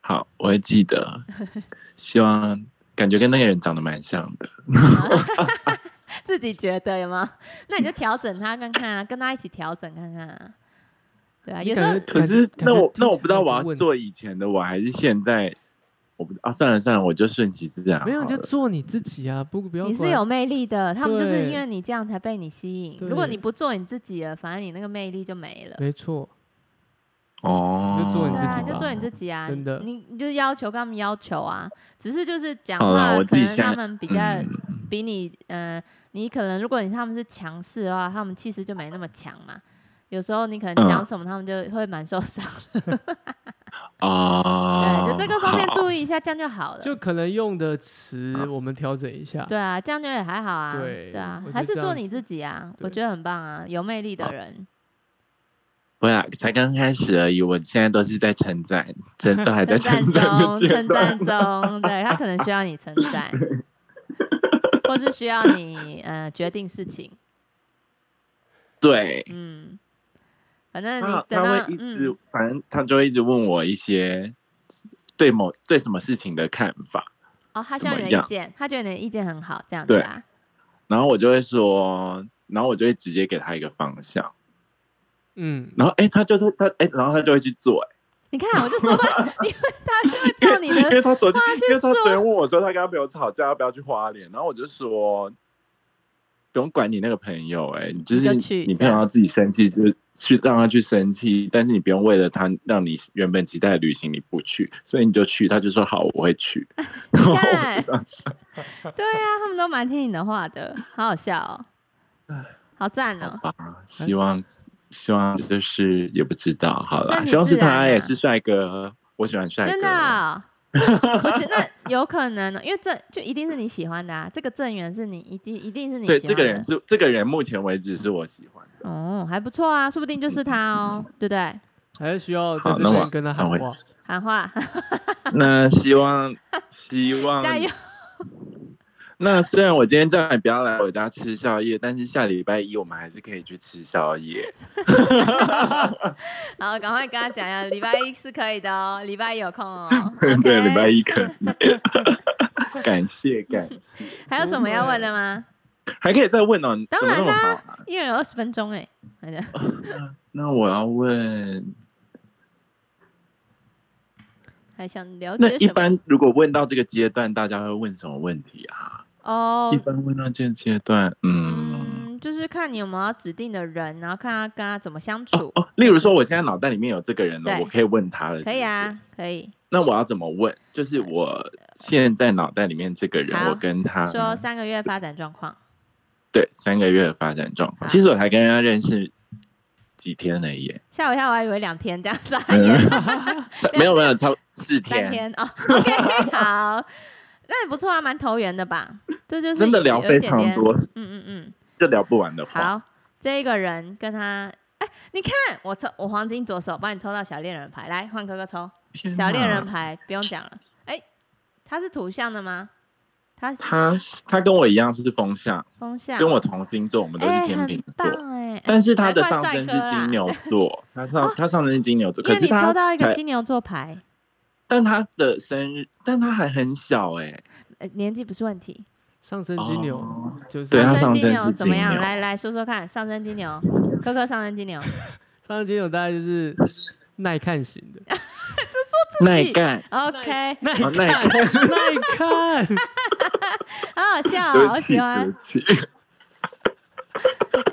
[SPEAKER 5] 好，我会 记得。希望感觉跟那个人长得蛮像的。
[SPEAKER 2] 自己觉得有 吗？那你就调整他看看啊，跟他一起调整看看啊，对啊，有时候
[SPEAKER 1] 感觉
[SPEAKER 5] 可是
[SPEAKER 1] 感觉
[SPEAKER 5] 那我
[SPEAKER 1] 听起来
[SPEAKER 5] 那我不知道
[SPEAKER 1] 有
[SPEAKER 5] 我要
[SPEAKER 1] 问题
[SPEAKER 5] 做以前的我还是现在，我不啊算了算了，我就顺其自然好了。
[SPEAKER 1] 没有你就做你自己啊，不不要
[SPEAKER 2] 你是
[SPEAKER 1] 管
[SPEAKER 2] 有魅力的，他们就是因
[SPEAKER 1] 对
[SPEAKER 2] 为你这样才被你吸引。如果
[SPEAKER 1] 对
[SPEAKER 2] 你不做你自己了，反而你那个魅力就没了。
[SPEAKER 1] 没错，
[SPEAKER 5] 哦，
[SPEAKER 1] 就做你
[SPEAKER 2] 对
[SPEAKER 1] 自
[SPEAKER 2] 啊，
[SPEAKER 1] 己
[SPEAKER 2] 就
[SPEAKER 1] 吧
[SPEAKER 2] 做你自己啊！
[SPEAKER 1] 真的
[SPEAKER 2] 你你就要求跟他们要求啊，只是就是讲
[SPEAKER 5] 好啦
[SPEAKER 2] 话，
[SPEAKER 5] 我
[SPEAKER 2] 可
[SPEAKER 5] 自己
[SPEAKER 2] 能
[SPEAKER 5] 现
[SPEAKER 2] 他
[SPEAKER 5] 在嗯
[SPEAKER 2] 们比较比你，呃，你可能如果你他们是强势的话，他们气势就没那么强嘛。有时候你可能
[SPEAKER 5] 嗯
[SPEAKER 2] 讲什么，他们就会蛮受伤。
[SPEAKER 5] 啊，哦
[SPEAKER 2] 对，就这个方面
[SPEAKER 5] 好
[SPEAKER 2] 注意一下，这样就好了。
[SPEAKER 1] 就可能用的词我们调整一下。
[SPEAKER 2] 对啊，这样就也还好啊。
[SPEAKER 1] 对
[SPEAKER 2] 啊
[SPEAKER 1] 我觉，得
[SPEAKER 2] 还是
[SPEAKER 1] 这
[SPEAKER 2] 做
[SPEAKER 1] 样
[SPEAKER 2] 你
[SPEAKER 1] 子
[SPEAKER 2] 自己啊，我
[SPEAKER 1] 对
[SPEAKER 2] 觉得很棒啊，有魅力的
[SPEAKER 5] 好
[SPEAKER 2] 人。
[SPEAKER 5] 不啦，才刚开始而已，我现在都是在称赞，真都还在
[SPEAKER 2] 称赞
[SPEAKER 5] 称赞
[SPEAKER 2] 中，
[SPEAKER 5] 这阶
[SPEAKER 2] 称赞
[SPEAKER 5] 段。
[SPEAKER 2] 中，对他可能需要你称赞，或是需要你呃决定事情，
[SPEAKER 5] 对，
[SPEAKER 2] 嗯，反正你
[SPEAKER 5] 他
[SPEAKER 2] 等
[SPEAKER 5] 他
[SPEAKER 2] 到
[SPEAKER 5] 会一直，
[SPEAKER 2] 嗯，
[SPEAKER 5] 反正他就会一直问我一些对某对什么事情的看法，
[SPEAKER 2] 哦，他需
[SPEAKER 5] 怎
[SPEAKER 2] 要
[SPEAKER 5] 么
[SPEAKER 2] 你的意
[SPEAKER 5] 样
[SPEAKER 2] 见，他觉得你的意见很好，这样子
[SPEAKER 5] 对
[SPEAKER 2] 啊，
[SPEAKER 5] 然后我就会说，然后我就会直接给他一个方向，
[SPEAKER 1] 嗯，
[SPEAKER 5] 然后哎、诶他就是他哎、然后他就会去做、诶
[SPEAKER 2] 你看我就说吧，你会他就会照你
[SPEAKER 5] 因为
[SPEAKER 2] 的，
[SPEAKER 5] 他昨天
[SPEAKER 2] 话去
[SPEAKER 5] 因为他昨
[SPEAKER 2] 说
[SPEAKER 5] 天问我说他跟他朋友吵架要不要去花莲，然后我就说不用管你那个朋友、哎，你就
[SPEAKER 2] 你就是去
[SPEAKER 5] 你
[SPEAKER 2] 这
[SPEAKER 5] 朋
[SPEAKER 2] 样
[SPEAKER 5] 友要自己生气，就是去让他去生气，但是你不用为了他让你原本期待的旅行你不去，所以你就去。他就说好，我会去。 然后我就上去
[SPEAKER 2] 对啊，他们都蛮听你的话的，好好笑哦，好赞哦，
[SPEAKER 5] 啊，希望希望就是也不知道好
[SPEAKER 2] 顺
[SPEAKER 5] 了，
[SPEAKER 2] 其
[SPEAKER 5] 希望是
[SPEAKER 2] 自然
[SPEAKER 5] 他
[SPEAKER 2] 啊
[SPEAKER 5] 也是帅哥，我喜欢帅哥，
[SPEAKER 2] 真的哦、 我觉得有可能哦，因为这就一定是你喜欢的啊，这个正缘是你一定一定是你
[SPEAKER 5] 对，
[SPEAKER 2] 喜
[SPEAKER 5] 这
[SPEAKER 2] 欢的，
[SPEAKER 5] 个人是这个人，目前为止是我喜欢的。
[SPEAKER 2] 哦，还不错啊，说不定就是他
[SPEAKER 5] 嗯
[SPEAKER 2] 哦，对不对？
[SPEAKER 1] 还是需要在
[SPEAKER 5] 好
[SPEAKER 1] 这
[SPEAKER 5] 那
[SPEAKER 1] 边
[SPEAKER 5] 我
[SPEAKER 1] 跟他
[SPEAKER 5] 那
[SPEAKER 1] 喊
[SPEAKER 5] 我
[SPEAKER 1] 话。
[SPEAKER 2] 喊话，
[SPEAKER 5] 嗯那 希望希望
[SPEAKER 2] 加油！
[SPEAKER 5] 那虽然我今天叫你不要来我家吃宵夜，但是下礼拜一我们还是可以去吃宵夜。。
[SPEAKER 2] 然后赶快跟他讲呀，礼拜一是可以的哦，礼拜一有空哦
[SPEAKER 5] 对，礼拜
[SPEAKER 2] 一
[SPEAKER 5] 一可以。 感谢感谢，
[SPEAKER 2] 还有什么要问的吗？
[SPEAKER 5] 还可以再问哦。
[SPEAKER 2] 当
[SPEAKER 5] 怎么那
[SPEAKER 2] 然
[SPEAKER 5] 么
[SPEAKER 2] 啦、
[SPEAKER 5] 好啊
[SPEAKER 2] 一人有二十分钟哎、反正
[SPEAKER 5] 那我要问，
[SPEAKER 2] 还想了
[SPEAKER 5] 那
[SPEAKER 2] 解
[SPEAKER 5] 一
[SPEAKER 2] 什么？
[SPEAKER 5] 般如果问到这个阶段，大家会问什么问题啊？
[SPEAKER 2] 哦
[SPEAKER 5] 一，般问到这个阶段，嗯，
[SPEAKER 2] 嗯，就是看你有没有指定的人，然后看他跟他怎么相处。
[SPEAKER 5] 哦，例如说我现在脑袋里面有这个人了，
[SPEAKER 2] 对
[SPEAKER 5] 我可以问他了，
[SPEAKER 2] 可以
[SPEAKER 5] 是不是。
[SPEAKER 2] 啊，可以
[SPEAKER 5] 那我要怎么问？就是我现在脑袋里面这个人，
[SPEAKER 2] 好
[SPEAKER 5] 我跟他
[SPEAKER 2] 说三个月发展状况。
[SPEAKER 5] 对，三个月的发展状况。
[SPEAKER 2] 好
[SPEAKER 5] 其实我才跟人家认识几天而 已耶，
[SPEAKER 2] 吓我一跳，我还以为两天这样子啊，
[SPEAKER 5] 嗯 差没有没有，超四
[SPEAKER 2] 三
[SPEAKER 5] 天，
[SPEAKER 2] 天哦。OK，好， 那也不错啊，蛮投缘的吧？这就是
[SPEAKER 5] 真的
[SPEAKER 2] 有
[SPEAKER 5] 聊
[SPEAKER 2] 有一
[SPEAKER 5] 非
[SPEAKER 2] 点
[SPEAKER 5] 常
[SPEAKER 2] 点
[SPEAKER 5] 多，
[SPEAKER 2] 嗯嗯
[SPEAKER 5] 就聊不完的
[SPEAKER 2] 嗯，
[SPEAKER 5] 话。
[SPEAKER 2] 好，这一个人跟他，哎、你看我抽我黄金左手帮你抽到小恋人牌，来换哥哥抽
[SPEAKER 5] 天
[SPEAKER 2] 小恋人
[SPEAKER 5] 哪，
[SPEAKER 2] 牌，不用讲了。哎、他是土象的吗？他是
[SPEAKER 5] 他是他跟我一样是风象，
[SPEAKER 2] 风象，
[SPEAKER 5] 跟我同星座，我们都
[SPEAKER 2] 哎、
[SPEAKER 5] 是天
[SPEAKER 2] 很
[SPEAKER 5] 秤座。
[SPEAKER 2] 棒哎、
[SPEAKER 5] 但是他的
[SPEAKER 2] 难怪
[SPEAKER 5] 上
[SPEAKER 2] 帅
[SPEAKER 5] 升
[SPEAKER 2] 哥
[SPEAKER 5] 是
[SPEAKER 2] 啦
[SPEAKER 5] 金牛座，他上他上升是金牛座，
[SPEAKER 2] 因
[SPEAKER 5] 可
[SPEAKER 2] 为
[SPEAKER 5] 是
[SPEAKER 2] 你
[SPEAKER 5] 他
[SPEAKER 2] 抽到一个
[SPEAKER 5] 才
[SPEAKER 2] 金牛座牌，
[SPEAKER 5] 但他的生日，但他还很小哎，
[SPEAKER 2] 呃、年纪不是问题。
[SPEAKER 1] 上升金牛
[SPEAKER 5] 哦
[SPEAKER 1] 就是
[SPEAKER 5] 对他
[SPEAKER 1] 上
[SPEAKER 5] 上
[SPEAKER 2] 金
[SPEAKER 5] 升
[SPEAKER 2] 牛
[SPEAKER 5] 是
[SPEAKER 2] 怎么
[SPEAKER 5] 金
[SPEAKER 2] 样？
[SPEAKER 5] 牛
[SPEAKER 2] 来来说说看，上升金牛，科科上升金牛，
[SPEAKER 1] 升金牛大概就是耐看型的，
[SPEAKER 2] 己
[SPEAKER 5] 耐干啊
[SPEAKER 2] OK，
[SPEAKER 1] 耐
[SPEAKER 5] 哦耐
[SPEAKER 1] 耐看，
[SPEAKER 2] 好好笑
[SPEAKER 5] 对
[SPEAKER 2] 哦，
[SPEAKER 5] 不
[SPEAKER 2] 我
[SPEAKER 5] 起，
[SPEAKER 2] 喜
[SPEAKER 5] 对
[SPEAKER 2] 欢
[SPEAKER 5] 不。起。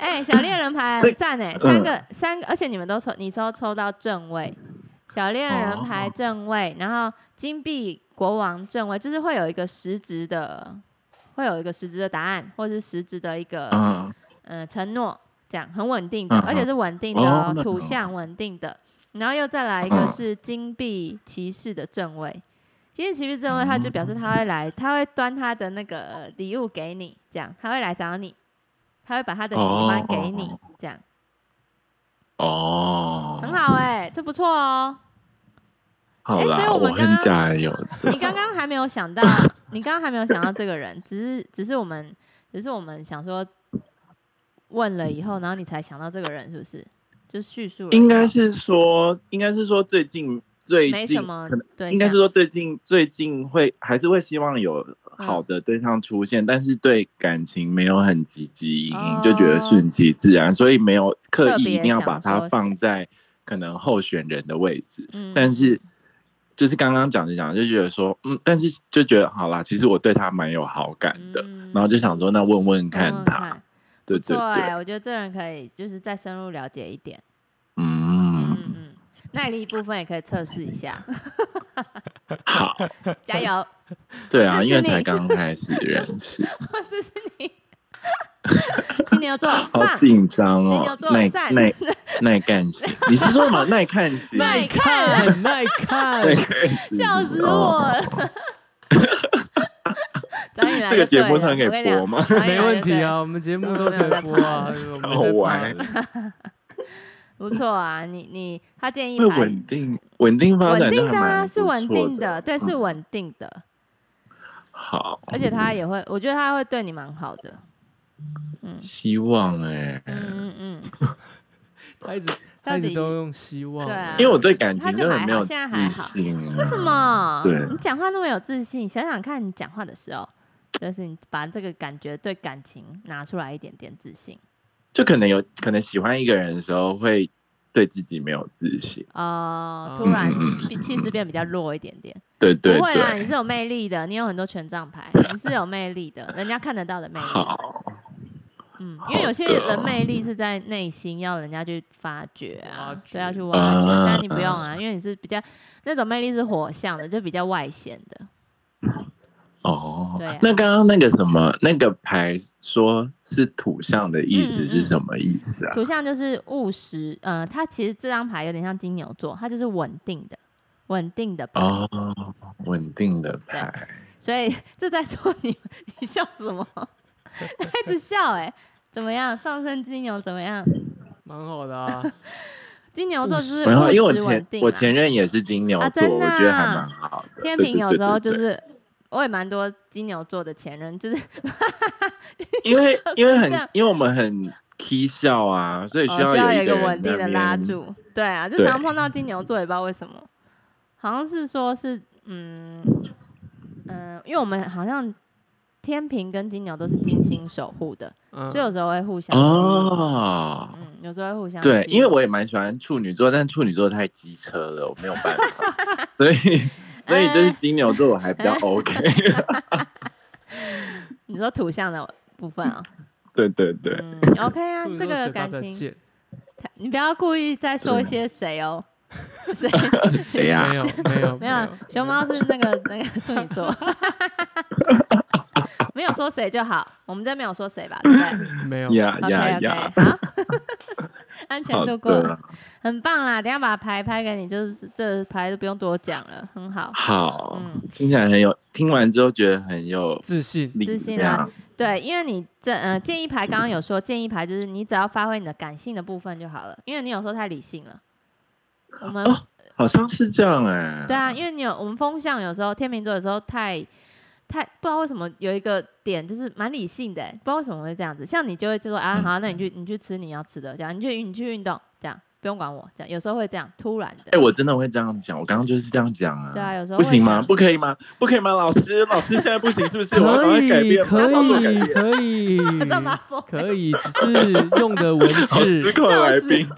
[SPEAKER 2] 哎、小猎人牌
[SPEAKER 5] 这
[SPEAKER 2] 很赞哎，
[SPEAKER 5] 嗯
[SPEAKER 2] 三个、三个，而且你们都抽，你抽抽到正位，小猎人牌
[SPEAKER 5] 哦
[SPEAKER 2] 正位，然后金币国王正位，就是会有一个实质的，会有一个实质的答案，或是实质的一个
[SPEAKER 5] 嗯，
[SPEAKER 2] 呃承诺，这样很稳定的，
[SPEAKER 5] 嗯
[SPEAKER 2] 而且是稳定的、
[SPEAKER 5] 哦
[SPEAKER 2] 哦
[SPEAKER 5] 那
[SPEAKER 2] 土
[SPEAKER 5] 很好
[SPEAKER 2] 象稳定的，然后又再来一个
[SPEAKER 5] 嗯
[SPEAKER 2] 是金币骑士的正位。金币骑士
[SPEAKER 5] 嗯
[SPEAKER 2] 正位，他就表示他会来，他会端他的那个礼物给你，这样他会来找你，他会把他的喜欢给你，
[SPEAKER 5] 哦
[SPEAKER 2] 这样
[SPEAKER 5] 哦，
[SPEAKER 2] 很好哎、这不错哦。
[SPEAKER 5] 好
[SPEAKER 2] 诶
[SPEAKER 5] 啦，
[SPEAKER 2] 所以我们
[SPEAKER 5] 我
[SPEAKER 2] 刚
[SPEAKER 5] 很
[SPEAKER 2] 刚
[SPEAKER 5] 加油的。
[SPEAKER 2] 你刚刚还没有想到， 你刚刚还没有想到这个人，只是只是我们只是我们想说问了以后，然后你才想到这个人，是不是？就叙述了以后
[SPEAKER 5] 应该是说，应该是说最近最
[SPEAKER 2] 啊没
[SPEAKER 5] 近
[SPEAKER 2] 什么
[SPEAKER 5] 可能
[SPEAKER 2] 对象，
[SPEAKER 5] 应该是说最近最近会还是会希望有
[SPEAKER 2] 嗯
[SPEAKER 5] 好的对象出现，但是对感情没有很积极营
[SPEAKER 2] 哦
[SPEAKER 5] 营，就觉得顺其自然，所以没有刻
[SPEAKER 2] 特
[SPEAKER 5] 意
[SPEAKER 2] 别
[SPEAKER 5] 一定要
[SPEAKER 2] 想
[SPEAKER 5] 把它
[SPEAKER 2] 说
[SPEAKER 5] 放在可能候选人的位置。
[SPEAKER 2] 嗯
[SPEAKER 5] 但是就是刚刚讲着讲着就觉得说，嗯，但是就觉得好啦，其实我对他蛮有好感的，
[SPEAKER 2] 嗯
[SPEAKER 5] 然后就想说那问问
[SPEAKER 2] 问
[SPEAKER 5] 看
[SPEAKER 2] 问
[SPEAKER 5] 他，
[SPEAKER 2] 看
[SPEAKER 5] 对
[SPEAKER 2] 不
[SPEAKER 5] 对
[SPEAKER 2] 错哎、
[SPEAKER 5] 对，
[SPEAKER 2] 我觉得这人可以就是再深入了解一点，嗯
[SPEAKER 5] 嗯，
[SPEAKER 2] 嗯，耐力部分也可以测试一 下，
[SPEAKER 5] 好，
[SPEAKER 2] 加油，
[SPEAKER 5] 对啊，
[SPEAKER 2] 支持
[SPEAKER 5] 因为才
[SPEAKER 2] 你
[SPEAKER 5] 刚开始认 识，
[SPEAKER 2] 我支持你，金牛座
[SPEAKER 5] 好
[SPEAKER 2] 棒，
[SPEAKER 5] 紧张
[SPEAKER 2] 金牛
[SPEAKER 5] 哦
[SPEAKER 2] 座，
[SPEAKER 5] 耐
[SPEAKER 2] 赞
[SPEAKER 5] 耐耐干型， 你是说什么耐看型？
[SPEAKER 2] 耐看，
[SPEAKER 1] 看，耐看
[SPEAKER 5] 耐，看型，
[SPEAKER 2] 笑死我
[SPEAKER 5] 哦！
[SPEAKER 2] 了。 找你来
[SPEAKER 5] 这
[SPEAKER 2] 就对
[SPEAKER 5] 个节目
[SPEAKER 2] 了
[SPEAKER 5] 上可以
[SPEAKER 2] 我跟你讲
[SPEAKER 5] 播吗
[SPEAKER 2] 找你来
[SPEAKER 1] 没
[SPEAKER 2] 就
[SPEAKER 1] 问题
[SPEAKER 2] 哎对
[SPEAKER 1] 啊，我们节目都
[SPEAKER 2] 没有
[SPEAKER 1] 可
[SPEAKER 2] 在
[SPEAKER 1] 以播啊，
[SPEAKER 5] 怕
[SPEAKER 1] 我们
[SPEAKER 5] 好
[SPEAKER 1] 在
[SPEAKER 5] 玩
[SPEAKER 1] 怕
[SPEAKER 2] 不错啊，你你他建议
[SPEAKER 5] 会
[SPEAKER 2] 牌
[SPEAKER 5] 稳定稳定发
[SPEAKER 2] 稳
[SPEAKER 5] 展就
[SPEAKER 2] 定
[SPEAKER 5] 还
[SPEAKER 2] 的啊，
[SPEAKER 5] 蛮
[SPEAKER 2] 是稳
[SPEAKER 5] 不错嗯
[SPEAKER 2] 定的，对，是稳定的。
[SPEAKER 5] 好，
[SPEAKER 2] 而且他也会，我觉得他会对你蛮好的。嗯
[SPEAKER 5] 希望哎，
[SPEAKER 2] 嗯嗯
[SPEAKER 1] 他一直他一直都用希望，
[SPEAKER 2] 对啊
[SPEAKER 5] 因为我对感
[SPEAKER 2] 他
[SPEAKER 5] 情
[SPEAKER 2] 就
[SPEAKER 5] 真的
[SPEAKER 2] 还
[SPEAKER 5] 没
[SPEAKER 2] 好
[SPEAKER 5] 有
[SPEAKER 2] 现在还
[SPEAKER 5] 自
[SPEAKER 2] 好
[SPEAKER 5] 信啊，
[SPEAKER 2] 嗯，为什么？
[SPEAKER 5] 对
[SPEAKER 2] 你讲话那么有自信，想想看，你讲话的时候，就是你把这个感觉对感情拿出来一点点自信
[SPEAKER 5] 就可能有可能喜欢一个人的时候会对自己没有自信，
[SPEAKER 2] 哦、
[SPEAKER 1] 哦
[SPEAKER 2] 突然
[SPEAKER 5] 嗯嗯嗯
[SPEAKER 2] 比气势变比较弱一点点。
[SPEAKER 5] 对对
[SPEAKER 2] 不会啦，你
[SPEAKER 5] 对，
[SPEAKER 2] 是有魅力的，你有很多权杖牌，你是有魅力的，人家看得到的魅力。
[SPEAKER 5] 好，
[SPEAKER 2] 嗯，因为有些
[SPEAKER 5] 好的哦
[SPEAKER 2] 人魅力是在内心，要人家去发掘啊
[SPEAKER 1] 挖，
[SPEAKER 2] 对，要去
[SPEAKER 1] 掘
[SPEAKER 2] 挖掘。
[SPEAKER 5] 啊
[SPEAKER 2] 但你不用啊，因为你是比较那种魅力是火象的，就比较外显的。
[SPEAKER 5] 哦
[SPEAKER 2] 对啊，
[SPEAKER 5] 那刚刚那个什么那个牌说是土象的意
[SPEAKER 2] 嗯嗯
[SPEAKER 5] 思
[SPEAKER 2] 嗯
[SPEAKER 5] 是什么意思啊？
[SPEAKER 2] 图像就是务实，呃，它其实这张牌有点像金牛座，它就是稳定的，稳定的牌。
[SPEAKER 5] 哦，稳定的牌，
[SPEAKER 2] 所以 这在说你， 你笑什么？ 一直笑哎、怎么样？上升金牛怎么样？
[SPEAKER 1] 蛮好的啊，
[SPEAKER 2] 金牛座就是
[SPEAKER 5] 嗯然后
[SPEAKER 2] 务
[SPEAKER 5] 因为我
[SPEAKER 2] 实稳
[SPEAKER 5] 前
[SPEAKER 2] 定
[SPEAKER 5] 我
[SPEAKER 2] 啦。
[SPEAKER 5] 前任也是金牛
[SPEAKER 2] 啊
[SPEAKER 5] 座，
[SPEAKER 2] 真
[SPEAKER 5] 我
[SPEAKER 2] 的啊
[SPEAKER 5] 觉得还蛮好的。
[SPEAKER 2] 天
[SPEAKER 5] 对
[SPEAKER 2] 平有时候就，
[SPEAKER 5] 对对对对
[SPEAKER 2] 是，我也蛮多金牛座的前任，就是
[SPEAKER 5] 因为因为
[SPEAKER 2] 这样
[SPEAKER 5] 很因为我们很 k 笑啊，所以
[SPEAKER 2] 哦，
[SPEAKER 5] 需要
[SPEAKER 2] 有
[SPEAKER 5] 一
[SPEAKER 2] 个
[SPEAKER 5] 个
[SPEAKER 2] 稳
[SPEAKER 5] 人
[SPEAKER 2] 定的
[SPEAKER 5] 在那
[SPEAKER 2] 拉
[SPEAKER 5] 边。
[SPEAKER 2] 住。对啊，就
[SPEAKER 5] 对
[SPEAKER 2] 常碰到金牛座，也不知道为什么，好像是说是嗯嗯、因为我们好像天平跟金牛都是金星守护的，
[SPEAKER 1] 嗯
[SPEAKER 2] 所以有时候会互相吸引。
[SPEAKER 5] 哦，
[SPEAKER 2] 嗯，有时候会互相
[SPEAKER 5] 对，
[SPEAKER 2] 吸引
[SPEAKER 5] 因为我也蛮喜欢处女座，但处女座太机车了，我没有办法， 所以所以
[SPEAKER 2] 哎
[SPEAKER 5] 就是金牛座我还比较 OK，
[SPEAKER 2] 你说土象的部分啊、
[SPEAKER 5] 对对对，
[SPEAKER 2] 嗯，OK 啊
[SPEAKER 1] 处女，
[SPEAKER 2] 这
[SPEAKER 1] 座
[SPEAKER 2] 个
[SPEAKER 1] 嘴巴
[SPEAKER 2] 感
[SPEAKER 1] 比较
[SPEAKER 2] 情，
[SPEAKER 1] 贱
[SPEAKER 2] 你不要故意再说一些谁 哦，谁
[SPEAKER 5] 谁啊呀
[SPEAKER 1] 没？有没有
[SPEAKER 2] 没有，啊熊猫是那 个那个处女座，没有说谁就好，我们这没有说谁吧，对不 对
[SPEAKER 1] 没有，
[SPEAKER 5] 呀呀
[SPEAKER 2] ？OK
[SPEAKER 5] 呀，
[SPEAKER 2] OK，好，安全
[SPEAKER 5] 好啊
[SPEAKER 2] 度过
[SPEAKER 5] 的
[SPEAKER 2] 了，，很棒啦！等一下把牌拍给你，就是这牌都不用多讲了，很好。
[SPEAKER 5] 好
[SPEAKER 2] 嗯，
[SPEAKER 5] 听起来很有，听完之后觉得很有
[SPEAKER 1] 自信，
[SPEAKER 5] 力
[SPEAKER 2] 信啊
[SPEAKER 5] 量，
[SPEAKER 2] 对，因为你这呃建议牌刚刚有说，建议牌就是你只要发挥你的感性的部分就好了，因为你有时候太理性了。我们
[SPEAKER 5] 哦好像是这样哎，
[SPEAKER 2] 对啊，因为你有我们风象有时候天秤座有时候太太不知道为什么有一个点就是蛮理性的欸，不知道为什么会这样子。像你就会就说啊，
[SPEAKER 5] 嗯
[SPEAKER 2] 好，那你去你去吃你要吃的，这样你去你去运动，这样不用管我，这样有时候会这样突然的。
[SPEAKER 5] 哎，我真的会这样讲，我刚刚就是这样讲啊，
[SPEAKER 2] 对啊，有时候
[SPEAKER 5] 不
[SPEAKER 2] 会
[SPEAKER 5] 行
[SPEAKER 2] 这
[SPEAKER 5] 吗？
[SPEAKER 2] 样
[SPEAKER 5] 不可以吗？不可以吗？老师，老师现在不行是不是？我要赶
[SPEAKER 1] 可
[SPEAKER 5] 快改
[SPEAKER 1] 以
[SPEAKER 5] 变嘛，
[SPEAKER 1] 可
[SPEAKER 5] 我要做改
[SPEAKER 1] 以
[SPEAKER 5] 变。
[SPEAKER 1] 可以
[SPEAKER 2] 马上把它拨回来
[SPEAKER 1] 可以，只是用的文
[SPEAKER 5] 好失
[SPEAKER 1] 字
[SPEAKER 5] 控的来
[SPEAKER 2] 笑死
[SPEAKER 5] 宾，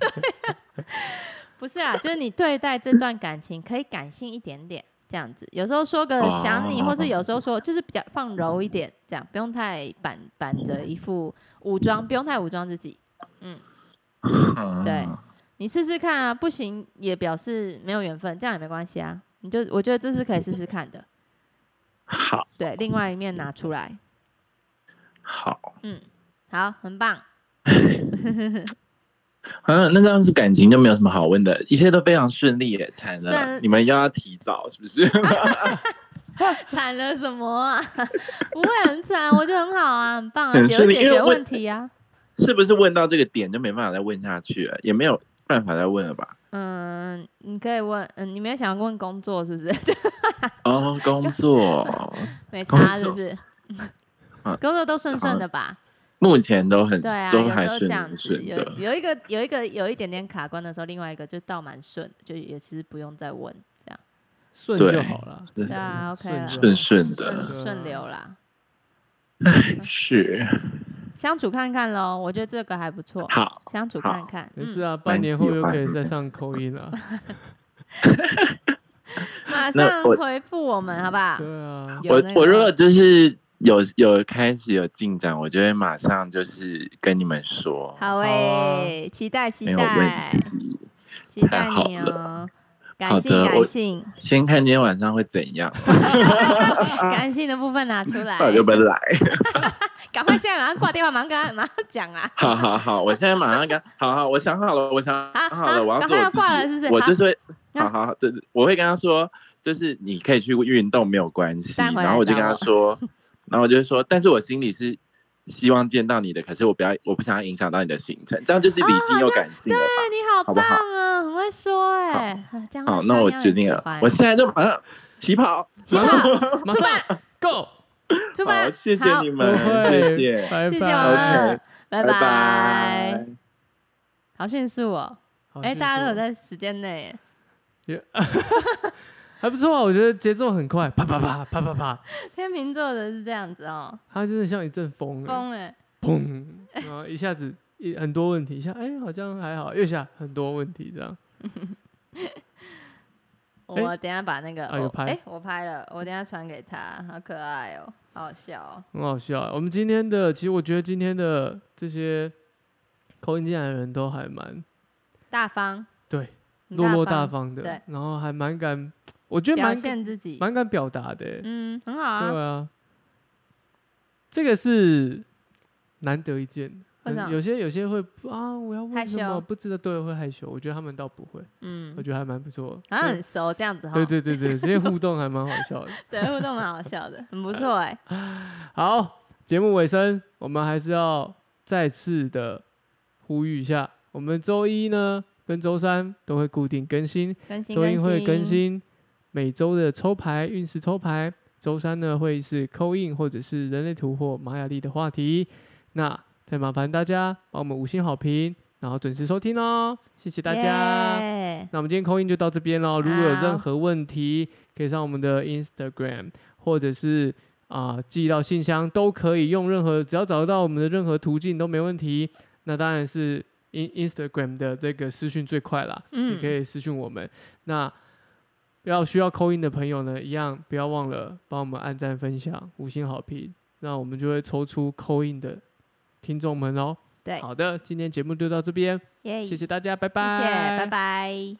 [SPEAKER 2] 不是啊，就是你对待这段感情可以感性一点点，这这样子。有时候说个
[SPEAKER 5] 哦
[SPEAKER 2] 想你，
[SPEAKER 5] 哦
[SPEAKER 2] 或
[SPEAKER 5] 哦
[SPEAKER 2] 是有时候说就是比较放柔一点，这样不用太板板着一副武装，不用太武装自己。
[SPEAKER 5] 嗯
[SPEAKER 2] 对你试试看啊，不行也表示没有缘分，这样也没关系啊。你就我觉得这是可以试试看的，
[SPEAKER 5] 好
[SPEAKER 2] 对，另外一面拿出来，
[SPEAKER 5] 好，
[SPEAKER 2] 嗯，好，很棒，
[SPEAKER 5] 嗯，那这样是感情就没有什么好问的，一切都非常顺利耶，惨了
[SPEAKER 2] 算，
[SPEAKER 5] 你们又要提早是不是？
[SPEAKER 2] 惨了什么啊？ 不会很惨，我觉得很好啊，很棒啊，
[SPEAKER 5] 很
[SPEAKER 2] 解
[SPEAKER 5] 顺利
[SPEAKER 2] 解
[SPEAKER 5] 因为
[SPEAKER 2] 决
[SPEAKER 5] 我
[SPEAKER 2] 问题啊。
[SPEAKER 5] 是不是问到这个点就没办法再问下去了，也没有办法再问了吧？
[SPEAKER 2] 嗯，你可以问，嗯，你没有想要问工作是不是？
[SPEAKER 5] 哦，工作
[SPEAKER 2] 没
[SPEAKER 5] 工
[SPEAKER 2] 差是
[SPEAKER 5] 作
[SPEAKER 2] 不是？
[SPEAKER 5] 啊
[SPEAKER 2] 工作都顺顺的吧？
[SPEAKER 5] 目前都很
[SPEAKER 2] 对啊，
[SPEAKER 5] 都
[SPEAKER 2] 有
[SPEAKER 5] 还
[SPEAKER 2] 时候这样
[SPEAKER 5] 顺
[SPEAKER 2] 子，
[SPEAKER 5] 顺
[SPEAKER 2] 有
[SPEAKER 5] 的，
[SPEAKER 2] 有一个有一个有一点点卡关的时候，另外一个就倒蛮顺，就也其实不用再问，这样
[SPEAKER 1] 顺
[SPEAKER 5] 对
[SPEAKER 1] 就好了。
[SPEAKER 5] 对
[SPEAKER 1] 其实
[SPEAKER 2] 啊，OK 啦
[SPEAKER 1] 顺
[SPEAKER 5] 顺
[SPEAKER 1] 就好
[SPEAKER 2] 顺
[SPEAKER 5] 顺的
[SPEAKER 1] 对啊
[SPEAKER 2] 顺流啦，
[SPEAKER 5] 是
[SPEAKER 2] 相处看看喽，我觉得这个还不错，
[SPEAKER 5] 好。
[SPEAKER 2] 相处
[SPEAKER 5] 好
[SPEAKER 2] 看看，
[SPEAKER 1] 没事
[SPEAKER 2] 嗯，
[SPEAKER 1] 啊，半
[SPEAKER 5] 蛮
[SPEAKER 1] 年
[SPEAKER 5] 喜
[SPEAKER 1] 后又可
[SPEAKER 5] 欢
[SPEAKER 1] 以再
[SPEAKER 5] 的
[SPEAKER 1] 上口音了。
[SPEAKER 2] 马
[SPEAKER 5] 那
[SPEAKER 2] 上
[SPEAKER 5] 我
[SPEAKER 2] 回复我们好不 好？
[SPEAKER 1] 对 啊，
[SPEAKER 2] 有
[SPEAKER 5] 我
[SPEAKER 2] 那
[SPEAKER 5] 我
[SPEAKER 2] 个
[SPEAKER 5] 如果就是有有开始有进展，我就会马上就是跟你们说，
[SPEAKER 2] 好
[SPEAKER 1] 啊
[SPEAKER 2] 诶，期待期
[SPEAKER 5] 没有问
[SPEAKER 2] 待
[SPEAKER 5] 题。
[SPEAKER 2] 期
[SPEAKER 5] 太
[SPEAKER 2] 待
[SPEAKER 5] 好
[SPEAKER 2] 你
[SPEAKER 5] 了
[SPEAKER 2] 哦，
[SPEAKER 5] 好
[SPEAKER 2] 感性
[SPEAKER 5] 的
[SPEAKER 2] 感
[SPEAKER 5] 我
[SPEAKER 2] 性
[SPEAKER 5] 先看今天晚上会怎样，啊
[SPEAKER 2] 感性的部分拿出来，
[SPEAKER 5] 到底要不要来？
[SPEAKER 2] 赶快现在马上挂电话，马上跟他马上讲啊！
[SPEAKER 5] 好好好，我现在马上跟，好好，我想好了，我想好
[SPEAKER 2] 好
[SPEAKER 5] 了，我要
[SPEAKER 2] 赶快
[SPEAKER 5] 做我
[SPEAKER 2] 要
[SPEAKER 5] 自
[SPEAKER 2] 挂
[SPEAKER 5] 己
[SPEAKER 2] 了是不是
[SPEAKER 5] 我
[SPEAKER 2] 好
[SPEAKER 5] 就是会，
[SPEAKER 2] 那
[SPEAKER 5] 好好好，对，对我会跟他说，就是你可以去运动没有关系，
[SPEAKER 2] 但回来
[SPEAKER 5] 然后我就
[SPEAKER 2] 找
[SPEAKER 5] 跟他
[SPEAKER 2] 我
[SPEAKER 5] 说，然后我就说，但是我心里是希望见到你的，可是我不要，我不想要影响到你的行程，这样就是
[SPEAKER 2] 哦
[SPEAKER 5] 理性
[SPEAKER 2] 好
[SPEAKER 5] 又
[SPEAKER 2] 像
[SPEAKER 5] 感性了吧
[SPEAKER 2] 对？哎你好
[SPEAKER 5] 好
[SPEAKER 2] 棒
[SPEAKER 5] 不好
[SPEAKER 2] 啊，很会说哎、啊这样
[SPEAKER 5] 好，
[SPEAKER 2] 大
[SPEAKER 5] 那我
[SPEAKER 2] 家
[SPEAKER 5] 决
[SPEAKER 2] 很
[SPEAKER 5] 定
[SPEAKER 2] 喜
[SPEAKER 5] 了
[SPEAKER 2] 欢，
[SPEAKER 5] 我现在就马上起跑。
[SPEAKER 2] 起 跑
[SPEAKER 1] 马上
[SPEAKER 2] 出
[SPEAKER 1] 马上
[SPEAKER 2] 发
[SPEAKER 1] go，
[SPEAKER 2] 出发，
[SPEAKER 5] 好，谢谢
[SPEAKER 2] 好
[SPEAKER 5] 你们
[SPEAKER 1] 不，
[SPEAKER 5] 谢
[SPEAKER 1] 会
[SPEAKER 5] 谢，
[SPEAKER 1] 拜
[SPEAKER 2] 谢谢
[SPEAKER 1] 拜
[SPEAKER 2] 王乐
[SPEAKER 5] OK，
[SPEAKER 2] 拜
[SPEAKER 5] 拜拜。
[SPEAKER 2] 好迅速哦，
[SPEAKER 1] 好
[SPEAKER 2] 哎、
[SPEAKER 1] 谢谢
[SPEAKER 2] 大家都有在时间内耶，
[SPEAKER 1] 还不错啊，我觉得节奏很快，啪啪啪啪啪啪，
[SPEAKER 2] 天秤座的是这样子哦，
[SPEAKER 1] 它真的像一阵风，哎
[SPEAKER 2] 疯哎、
[SPEAKER 1] 砰，然后一下子一很多问题，一下哎好像还好，又一下很多问题这样。
[SPEAKER 2] 我等一下把那个
[SPEAKER 1] 啊有
[SPEAKER 2] 我
[SPEAKER 1] 拍
[SPEAKER 2] 哎、我拍了，我等一下传给他，好可爱哦，好好笑哦，
[SPEAKER 1] 很好笑啊。我们今天的，其实我觉得今天的这些口音进来的人都还蛮
[SPEAKER 2] 大方，
[SPEAKER 1] 对
[SPEAKER 2] 很
[SPEAKER 1] 落落大
[SPEAKER 2] 方，
[SPEAKER 1] 方的，
[SPEAKER 2] 对
[SPEAKER 1] 然后还蛮敢，我觉得
[SPEAKER 2] 表
[SPEAKER 1] 蛮敢
[SPEAKER 2] 现自己，
[SPEAKER 1] 蛮敢表达的欸、
[SPEAKER 2] 嗯，很好啊，
[SPEAKER 1] 对啊，这个是难得一见。
[SPEAKER 2] 为
[SPEAKER 1] 嗯
[SPEAKER 2] 什么
[SPEAKER 1] 有些有些会不啊，我要问
[SPEAKER 2] 害
[SPEAKER 1] 什么
[SPEAKER 2] 羞
[SPEAKER 1] 不知道，对，会害羞。我觉得他们倒不会，
[SPEAKER 2] 嗯
[SPEAKER 1] 我，觉得还蛮不错。
[SPEAKER 2] 好像
[SPEAKER 1] 所以
[SPEAKER 2] 很熟这样子哈，
[SPEAKER 1] 对对对对，这些互动还蛮好笑的。
[SPEAKER 2] 对，互动蛮好笑的，很不错哎、
[SPEAKER 1] 好，节目尾声，我们还是要再次的呼吁一下，我们周一呢跟周三都会固定更新，
[SPEAKER 2] 更 新
[SPEAKER 1] 周一
[SPEAKER 2] 更
[SPEAKER 1] 会
[SPEAKER 2] 新，
[SPEAKER 1] 更新每周的抽牌运势抽牌，周三呢会是扣印或者是人类图或玛雅历的话题。那再麻烦大家帮我们五星好评，然后准时收听哦，谢谢大家。
[SPEAKER 2] 耶
[SPEAKER 1] 那我们今天扣音就到这边喽。如果有任
[SPEAKER 2] 好
[SPEAKER 1] 何问题，可以上我们的 Instagram 或者是啊、寄到信箱都可以，用任何只要找得到我们的任何途径都没问题。那当然是 In Instagram 的这个私讯最快啦，
[SPEAKER 2] 嗯
[SPEAKER 1] 你可以私讯我们。那要需要扣音的朋友呢，一样不要忘了帮我们按赞、分享、五星好评，那我们就会抽出扣音的听众们哦。
[SPEAKER 2] 对
[SPEAKER 1] 好的，今天节目就到这边，
[SPEAKER 2] 耶，
[SPEAKER 1] 谢
[SPEAKER 2] 谢谢，
[SPEAKER 1] 谢大家，拜拜，
[SPEAKER 2] 拜拜。